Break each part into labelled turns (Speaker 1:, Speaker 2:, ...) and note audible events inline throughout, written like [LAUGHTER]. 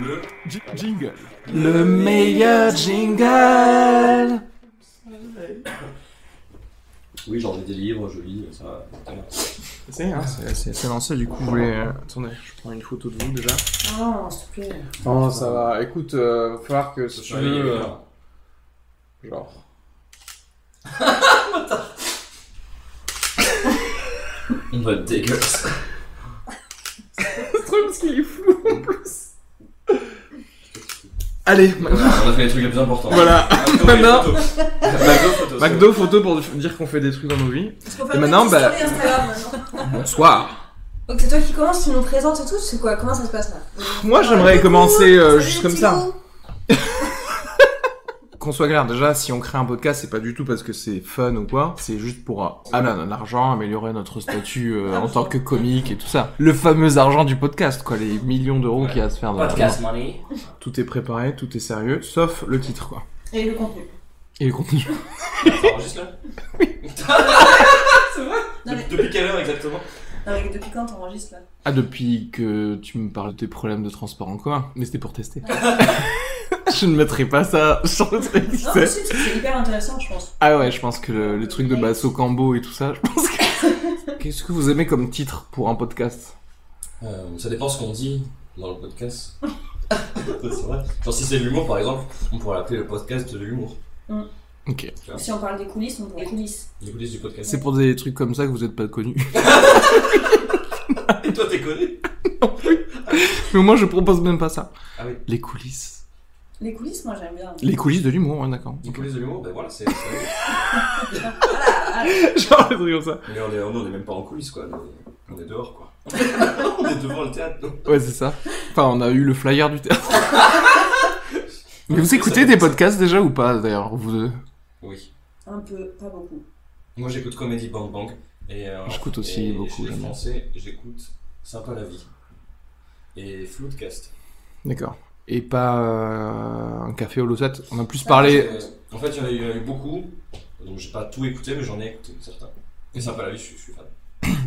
Speaker 1: Le jingle.
Speaker 2: Le meilleur jingle
Speaker 3: Oui, j'en ai des livres, je lis, ça va. tout à l'heure.
Speaker 2: C'est hein, c'est- c'est- c'est lancé du coup, je voulais... euh, Attendez, je prends une photo de vous déjà.
Speaker 4: Non, Oh, s'il te plaît.
Speaker 2: Non, ça va, écoute, euh, va falloir que
Speaker 3: Je
Speaker 2: si
Speaker 3: suis
Speaker 2: tu
Speaker 3: réveillé,
Speaker 2: veux...
Speaker 3: voilà.
Speaker 2: euh, Genre...
Speaker 3: On va être dégueulasse. [LAUGHS]
Speaker 2: C'est trop parce qu'il est fou en plus Allez,
Speaker 3: On a fait les trucs les plus importants.
Speaker 2: [LAUGHS] Voilà.
Speaker 3: McDo,
Speaker 2: Maintenant.
Speaker 3: photos. McDo, photos.
Speaker 2: McDo photo pour dire qu'on fait des trucs dans nos vies.
Speaker 4: Parce qu'on
Speaker 2: Et
Speaker 4: peut
Speaker 2: maintenant,
Speaker 4: maintenant,
Speaker 2: bah-
Speaker 4: bah... Instagram maintenant.
Speaker 2: Bonsoir
Speaker 4: Donc c'est toi qui commences, tu nous présentes et tout, c'est quoi Comment ça se passe là
Speaker 2: Moi j'aimerais commencer euh, juste comme ça. Qu'on soit clair, déjà, si on crée un podcast, c'est pas du tout parce que c'est fun ou quoi, c'est juste pour euh, amener de l'argent, améliorer notre statut euh, en tant que comique et tout ça. Le fameux argent du podcast, quoi, les millions d'euros qu'il y a à se faire. dans la-
Speaker 5: Podcast money.
Speaker 2: Tout est préparé, tout est sérieux, sauf le titre, quoi.
Speaker 4: Et le contenu.
Speaker 2: Et le contenu.
Speaker 3: Ça enregistre là
Speaker 4: Non mais,
Speaker 3: De- Depuis quelle heure exactement
Speaker 4: non, mais depuis quand t'enregistres là
Speaker 2: Ah, depuis que tu me parles de tes problèmes de transport en commun, mais c'était pour tester. je ne mettrai pas ça sur le truc, [LAUGHS] tu
Speaker 4: Non,
Speaker 2: sais.
Speaker 4: mais si, parce que c'est hyper intéressant, je pense.
Speaker 2: Ah ouais, je pense que le, le truc de Basso Cambo et tout ça, je pense que... Qu'est-ce que vous aimez comme titre pour un podcast
Speaker 3: Euh, Ça dépend ce qu'on dit dans le podcast. [LAUGHS] c'est vrai. Genre si c'est de l'humour par exemple, on pourrait l'appeler le podcast de l'humour.
Speaker 2: Ok.
Speaker 4: Si on parle des coulisses, on parle des coulisses.
Speaker 3: Les coulisses du podcast.
Speaker 2: C'est pour des trucs comme ça que vous n'êtes pas connus. [LAUGHS]
Speaker 3: Et toi t'es connu
Speaker 2: Mais moi, je propose même pas ça.
Speaker 3: Ah oui.
Speaker 2: Les coulisses.
Speaker 4: Les coulisses, moi j'aime bien.
Speaker 2: Les coulisses de l'humour, ouais,
Speaker 3: [LAUGHS]
Speaker 2: d'accord.
Speaker 3: Les coulisses de l'humour, ben voilà, c'est. c'est-
Speaker 2: Genre des trucs comme ça.
Speaker 3: Mais on est, on est même pas en coulisses quoi, on est, on est dehors quoi. [LAUGHS] on est devant le théâtre donc.
Speaker 2: Ouais, c'est ça. Enfin, on a eu le flyer du théâtre. Mais vous
Speaker 3: Ça
Speaker 2: écoutez
Speaker 3: fait
Speaker 2: des
Speaker 3: ça.
Speaker 2: podcasts déjà ou pas, d'ailleurs, vous deux
Speaker 3: Oui.
Speaker 4: Un peu, pas beaucoup.
Speaker 3: Moi j'écoute Comédie Bang Bang. Et, euh,
Speaker 2: J'écoute aussi
Speaker 3: et
Speaker 2: beaucoup,
Speaker 3: Chez les
Speaker 2: j'aime bien.
Speaker 3: français, j'écoute Sympa la vie. Et Floodcast.
Speaker 2: D'accord. Et pas euh, un café au Losette. On a plus parlé...
Speaker 3: Euh, en fait, il y en a eu- il y en a eu beaucoup, donc j'ai pas tout écouté, mais j'en ai écouté certains. Et sympa la vie, je suis, je suis fan.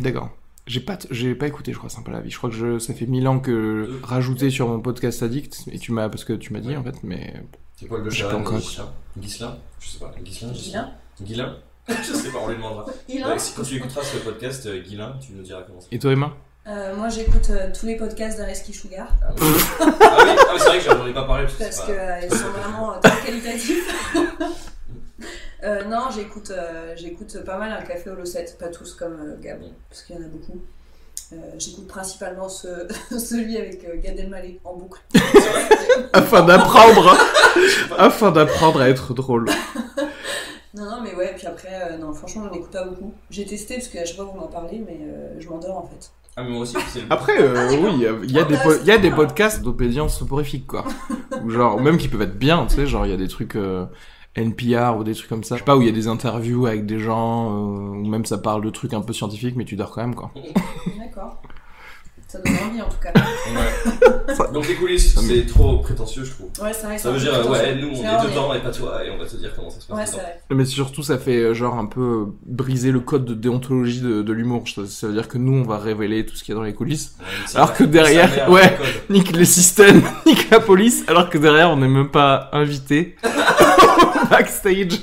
Speaker 2: [CLEARS THROAT] D'accord. J'ai pas, t- j'ai pas écouté, je crois, Sympa la vie. Je crois que je, ça fait mille ans que
Speaker 3: Deux.
Speaker 2: rajouté sur mon podcast addict, et tu m'as, parce que tu m'as dit
Speaker 3: Ouais.
Speaker 2: en fait, mais
Speaker 3: C'est Paul Le
Speaker 2: J'ai
Speaker 3: Chat,
Speaker 2: pas encore
Speaker 3: Gislin, Gislin, je sais pas, Gislin, Gislin,
Speaker 4: Guilin
Speaker 3: Guilin, [LAUGHS] je sais pas, on lui demandera.
Speaker 4: Guilin
Speaker 3: Ouais, si- quand tu écouteras ce podcast, euh, Guilin, tu nous diras comment ça.
Speaker 2: et toi Emma
Speaker 4: Euh, Moi j'écoute euh, tous les podcasts d'Areski Sugar
Speaker 3: Ah oui, ah, oui, ah oui, c'est vrai que j'en ai pas parlé parce que
Speaker 4: parce
Speaker 3: c'est
Speaker 4: qu'ils
Speaker 3: pas.
Speaker 4: sont vraiment euh, très qualitatifs. [LAUGHS] Euh, non, j'écoute euh, j'écoute pas mal un café au Losset, pas tous comme euh, Gab, parce qu'il y en a beaucoup. Euh, j'écoute principalement ce- [LAUGHS] celui avec euh, Gad Elmaleh en boucle.
Speaker 2: Afin d'apprendre, [LAUGHS] afin d'apprendre à être drôle.
Speaker 4: Non, non, mais ouais, puis après, euh, non, franchement, j'en écoute pas beaucoup. J'ai testé parce que à chaque fois vous m'en parlez, mais euh, je m'endors en fait.
Speaker 3: Ah, mais moi aussi, c'est le.
Speaker 2: Après, euh,
Speaker 4: Ah, d'accord.
Speaker 2: oui, il y a
Speaker 4: Ah,
Speaker 2: des,
Speaker 4: bah,
Speaker 2: po-
Speaker 4: c'est
Speaker 2: il y a des
Speaker 4: bien.
Speaker 2: podcasts d'obédience soporifique
Speaker 4: [LAUGHS]
Speaker 2: quoi, ou genre ou même qui peuvent être bien, tu sais, genre il y a des trucs. euh, NPR ou des trucs comme ça. Je sais pas, où il y a des interviews avec des gens, euh, ou même ça parle de trucs un peu scientifiques, mais tu dors quand même, quoi.
Speaker 4: D'accord. Ça donne envie en tout cas.
Speaker 3: Ouais. Donc les
Speaker 2: Ah,
Speaker 3: coulisses, c'est trop prétentieux, je trouve.
Speaker 4: Ouais, c'est vrai.
Speaker 3: Ça veut dire, euh, ouais, nous, on
Speaker 4: C'est
Speaker 3: est
Speaker 4: vrai,
Speaker 3: dedans et pas toi, et on va te dire comment ça se
Speaker 4: Ouais,
Speaker 3: passe.
Speaker 4: c'est
Speaker 3: dedans.
Speaker 4: vrai.
Speaker 2: Mais surtout, ça fait euh, genre un peu euh, briser le code de déontologie de, de l'humour. Ça, ça veut dire que nous, on va révéler tout ce qu'il y a dans les coulisses.
Speaker 3: Ouais, c'est
Speaker 2: Alors
Speaker 3: vrai.
Speaker 2: que derrière,
Speaker 3: Sa mère,
Speaker 2: ouais.
Speaker 3: le code.
Speaker 2: Nique les systèmes, [LAUGHS] nique la police, alors que derrière, on n'est même pas invité [LAUGHS] au backstage.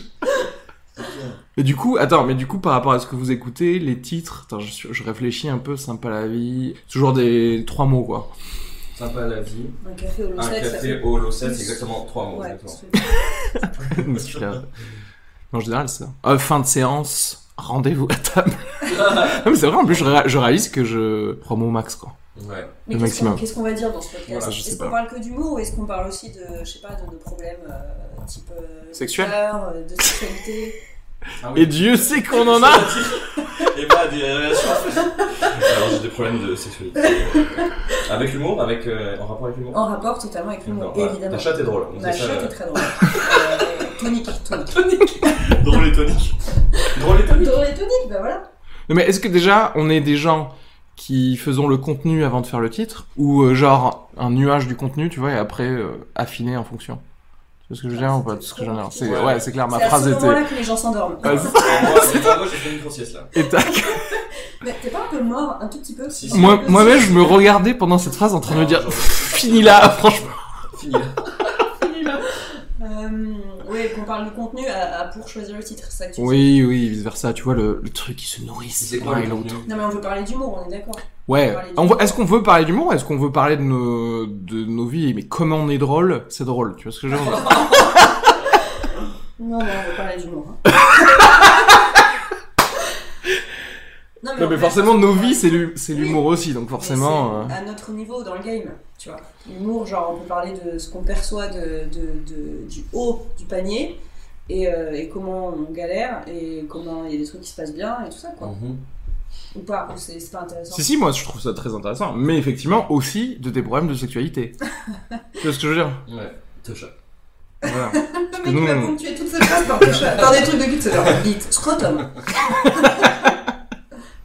Speaker 2: Et du coup, attends, mais du coup, par rapport à ce que vous écoutez, les titres, attends, je, suis- je réfléchis un peu, sympa la vie, toujours des trois mots, quoi. [LAUGHS]
Speaker 3: Sympa la vie.
Speaker 4: Un café au
Speaker 3: Un
Speaker 4: Losset, ça fait.
Speaker 3: café au Losset, c'est exactement trois mots.
Speaker 4: Ouais,
Speaker 3: exactement.
Speaker 4: parce que-
Speaker 2: Mais celui-là, En général, c'est ça. Euh, fin de séance, rendez-vous à table. [LAUGHS] non, mais c'est vrai, en plus, je, réa- je réalise que je... Trois mots max, quoi.
Speaker 3: Ouais.
Speaker 4: Mais
Speaker 2: Le
Speaker 4: qu'est-ce qu'on
Speaker 2: maximum.
Speaker 4: qu'est-ce qu'on va dire dans ce podcast
Speaker 2: Voilà, je sais
Speaker 4: Est-ce
Speaker 2: pas.
Speaker 4: qu'on parle que d'humour ou est-ce qu'on parle aussi de, je sais pas, de nos problèmes euh, type euh,
Speaker 2: Sexuel
Speaker 4: de peur, euh, de sexualité [LAUGHS]
Speaker 3: Ah oui.
Speaker 2: Et Dieu sait qu'on en
Speaker 3: Ah
Speaker 2: a
Speaker 3: [LAUGHS] Et pas des relations. Alors j'ai des problèmes de sexualité. [LAUGHS] Avec l'humour, avec euh, en rapport avec l'humour.
Speaker 4: En rapport totalement avec l'humour,
Speaker 3: D'accord, Bah, ouais.
Speaker 4: évidemment.
Speaker 3: Ta chatte est drôle. on
Speaker 4: Ma
Speaker 3: sait ça,
Speaker 4: chatte
Speaker 3: euh,
Speaker 4: est très
Speaker 3: [LAUGHS]
Speaker 4: drôle. Euh, tonique, tonique. Tonique
Speaker 3: Drôle et tonique. Drôle [LAUGHS] et tonique.
Speaker 4: Drôle et tonique, bah voilà.
Speaker 2: Non, mais est-ce que déjà, on est des gens qui faisons le contenu avant de faire le titre Ou euh, genre, un nuage du contenu, tu vois, et après, euh, affiner en fonction Tu vois ce que je veux dire ou pas
Speaker 4: C'était
Speaker 2: ce que j'en ai
Speaker 4: trop
Speaker 2: C'est
Speaker 3: compliqué.
Speaker 2: ouais, c'est clair, Ah, ma
Speaker 4: C'est à
Speaker 2: phrase
Speaker 4: ce
Speaker 2: était. [LAUGHS]
Speaker 4: moment-là que les gens s'endorment.
Speaker 2: Ouais, c'est-
Speaker 3: Moi, moi, j'ai fait une grossiesse là.
Speaker 2: Et tac.
Speaker 4: Mais t'es pas un peu mort, un tout petit peu Euh,
Speaker 3: Si, si.
Speaker 2: Moi- Moi-même, je me regardais pendant cette phrase en train de me dire [LAUGHS] fini là, franchement.
Speaker 3: Fini là.
Speaker 4: Euh, ouais, qu'on parle du contenu à, à pour choisir le titre, c'est ça que tu dis.
Speaker 2: Oui, oui, vice versa. Tu vois le, le truc qui se nourrissent
Speaker 3: C'est quoi
Speaker 2: l'un
Speaker 3: le
Speaker 2: et l'autre.
Speaker 3: contenu
Speaker 4: Non mais on veut parler d'humour, on est d'accord.
Speaker 2: Ouais.
Speaker 4: parler
Speaker 2: On
Speaker 4: d'humour.
Speaker 2: veut- Est-ce qu'on veut parler d'humour Est-ce qu'on veut parler de nos, de nos vies Mais comment on est drôle C'est drôle. Tu vois ce que je veux dire
Speaker 4: Non, non, on veut parler d'humour.
Speaker 2: [LAUGHS]
Speaker 4: hein. non,
Speaker 2: Non,
Speaker 4: en
Speaker 2: mais
Speaker 4: fait,
Speaker 2: forcément,
Speaker 4: on
Speaker 2: nos
Speaker 4: parle-
Speaker 2: vies, c'est l'hu- c'est l'humour aussi, donc
Speaker 4: mais
Speaker 2: forcément.
Speaker 4: c'est
Speaker 2: euh,
Speaker 4: À notre niveau dans le game, tu vois. L'humour, genre, on peut parler de ce qu'on perçoit de, de- de- du haut du panier et, euh, et comment on galère et comment il y a des trucs qui se passent bien et tout ça, quoi.
Speaker 3: Mhm.
Speaker 4: Ou pas, ou c'est c'est pas intéressant.
Speaker 2: Si, si, moi, je trouve ça très intéressant. Mais effectivement, aussi de tes problèmes de [LAUGHS] sexualité. tu vois ce que je veux dire
Speaker 3: Ouais, Tocha.
Speaker 2: Voilà.
Speaker 4: Le mec
Speaker 2: nous,
Speaker 4: va
Speaker 2: on-
Speaker 4: ponctuer toute sa
Speaker 2: [LAUGHS]
Speaker 4: phrase par, par des trucs de cul, c'est genre bite, scrotum.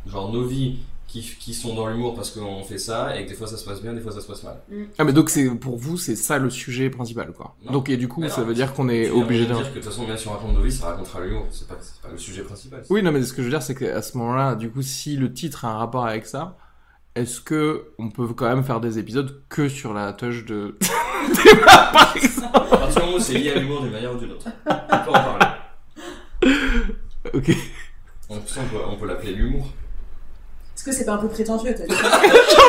Speaker 3: Genre nos vies qui, qui sont dans l'humour parce qu'on fait ça et que des fois ça se passe bien, des fois ça se passe mal.
Speaker 2: Ah, mais donc, c'est pour vous, c'est ça le sujet principal, quoi.
Speaker 3: Non.
Speaker 2: Donc, et du coup,
Speaker 3: Mais
Speaker 2: ça
Speaker 3: non.
Speaker 2: veut dire qu'on est
Speaker 3: Tu viens
Speaker 2: obligé
Speaker 3: de
Speaker 2: de.
Speaker 3: dire que de toute façon, bien si on raconte nos vies, ça racontera l'humour. C'est pas, c'est pas le sujet principal.
Speaker 2: Oui, non, mais ce que je veux dire, c'est qu'à ce moment-là, du coup, si le titre a un rapport avec ça, est-ce que on peut quand même faire des épisodes que sur la touche de. [LAUGHS] Théma, par exemple
Speaker 3: À partir du moment où c'est lié à l'humour d'une manière ou d'une autre, on peut en parler.
Speaker 2: [LAUGHS] Ok.
Speaker 3: On, ça, on peut, on peut l'appeler l'humour.
Speaker 4: Est-ce que c'est pas un peu prétentieux, t'as dit
Speaker 2: [LAUGHS]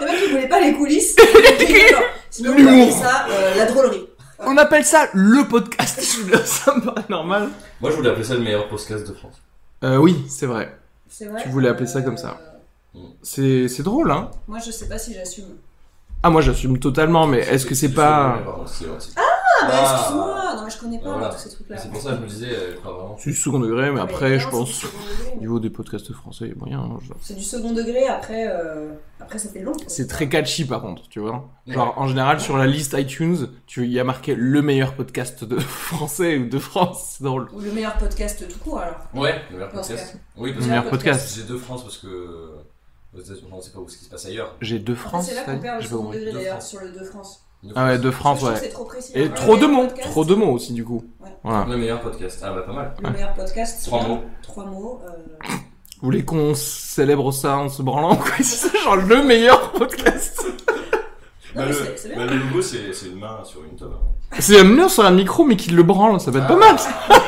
Speaker 4: Le mec, il voulait pas les
Speaker 3: [LAUGHS]
Speaker 4: coulisses. Genre, Sinon, on
Speaker 2: L'humour.
Speaker 4: appelle ça euh, la drôlerie.
Speaker 2: On appelle ça le podcast. ça me paraît normal.
Speaker 3: Moi, je voulais appeler ça le meilleur podcast de France.
Speaker 2: Euh, oui, c'est vrai.
Speaker 4: C'est vrai.
Speaker 2: Tu voulais appeler ça comme ça.
Speaker 4: euh,
Speaker 2: C'est c'est drôle, hein.
Speaker 4: Moi, je sais pas si j'assume.
Speaker 2: Ah, moi j'assume totalement, mais est-ce que c'est pas.
Speaker 3: Pardon, c'est gentil.
Speaker 4: Ah, bah,
Speaker 3: Ah.
Speaker 4: excuse-moi, non, mais je connais pas
Speaker 3: Voilà.
Speaker 4: tous ces trucs-là.
Speaker 3: C'est pour ça que je me disais, euh, pas vraiment.
Speaker 2: C'est du second degré, mais après,
Speaker 4: non,
Speaker 2: je
Speaker 4: c'est
Speaker 2: pense,
Speaker 4: du second
Speaker 2: au
Speaker 4: degré.
Speaker 2: niveau des podcasts français, il y a moyen. hein, je-
Speaker 4: C'est du second degré, après, euh, après ça fait long. quoi.
Speaker 2: C'est très catchy par contre, tu vois. Genre, en général, sur la liste iTunes, tu y a marqué le meilleur podcast de [LAUGHS] français ou de France, c'est drôle.
Speaker 4: Ou le meilleur podcast tout court, alors.
Speaker 3: Ouais, le meilleur
Speaker 4: Dans ce
Speaker 3: podcast. Oui,
Speaker 2: Le
Speaker 3: parce
Speaker 2: meilleur
Speaker 4: meilleur
Speaker 2: podcast.
Speaker 3: que j'ai deux France parce que. euh, Aux États-Unis, on sait pas où ce qui se passe ailleurs.
Speaker 2: J'ai deux
Speaker 4: En fait,
Speaker 2: France,
Speaker 4: c'est là
Speaker 2: t'as
Speaker 4: qu'on
Speaker 2: dit
Speaker 4: perd le
Speaker 2: J'ai pas
Speaker 4: second
Speaker 2: compris.
Speaker 4: degré,
Speaker 3: De
Speaker 4: d'ailleurs,
Speaker 3: France.
Speaker 4: sur le de France.
Speaker 2: Ah ouais, deux
Speaker 4: Parce
Speaker 2: France,
Speaker 4: que je trouve que
Speaker 2: ouais.
Speaker 4: C'est trop précis.
Speaker 2: Et
Speaker 4: Le
Speaker 2: trop de
Speaker 4: meilleur
Speaker 2: mots,
Speaker 4: podcast,
Speaker 2: trop de mots aussi, du coup.
Speaker 4: Ouais.
Speaker 2: Voilà.
Speaker 3: Le meilleur podcast. Ah bah, pas mal.
Speaker 4: Le meilleur podcast,
Speaker 3: Trois
Speaker 4: c'est bien.
Speaker 3: mots.
Speaker 4: Trois mots. euh,
Speaker 2: Vous voulez qu'on célèbre ça en [LAUGHS] se branlant, quoi C'est ça, genre le meilleur podcast.
Speaker 4: Non,
Speaker 3: Bah,
Speaker 4: mais
Speaker 3: le,
Speaker 4: c'est- c'est bien.
Speaker 3: bah, le logo, c'est c'est une main sur une table.
Speaker 2: C'est un mur sur un micro, mais qui le branle, ça va
Speaker 3: Ah.
Speaker 4: Ah
Speaker 2: être pas mal. ça.
Speaker 3: [LAUGHS]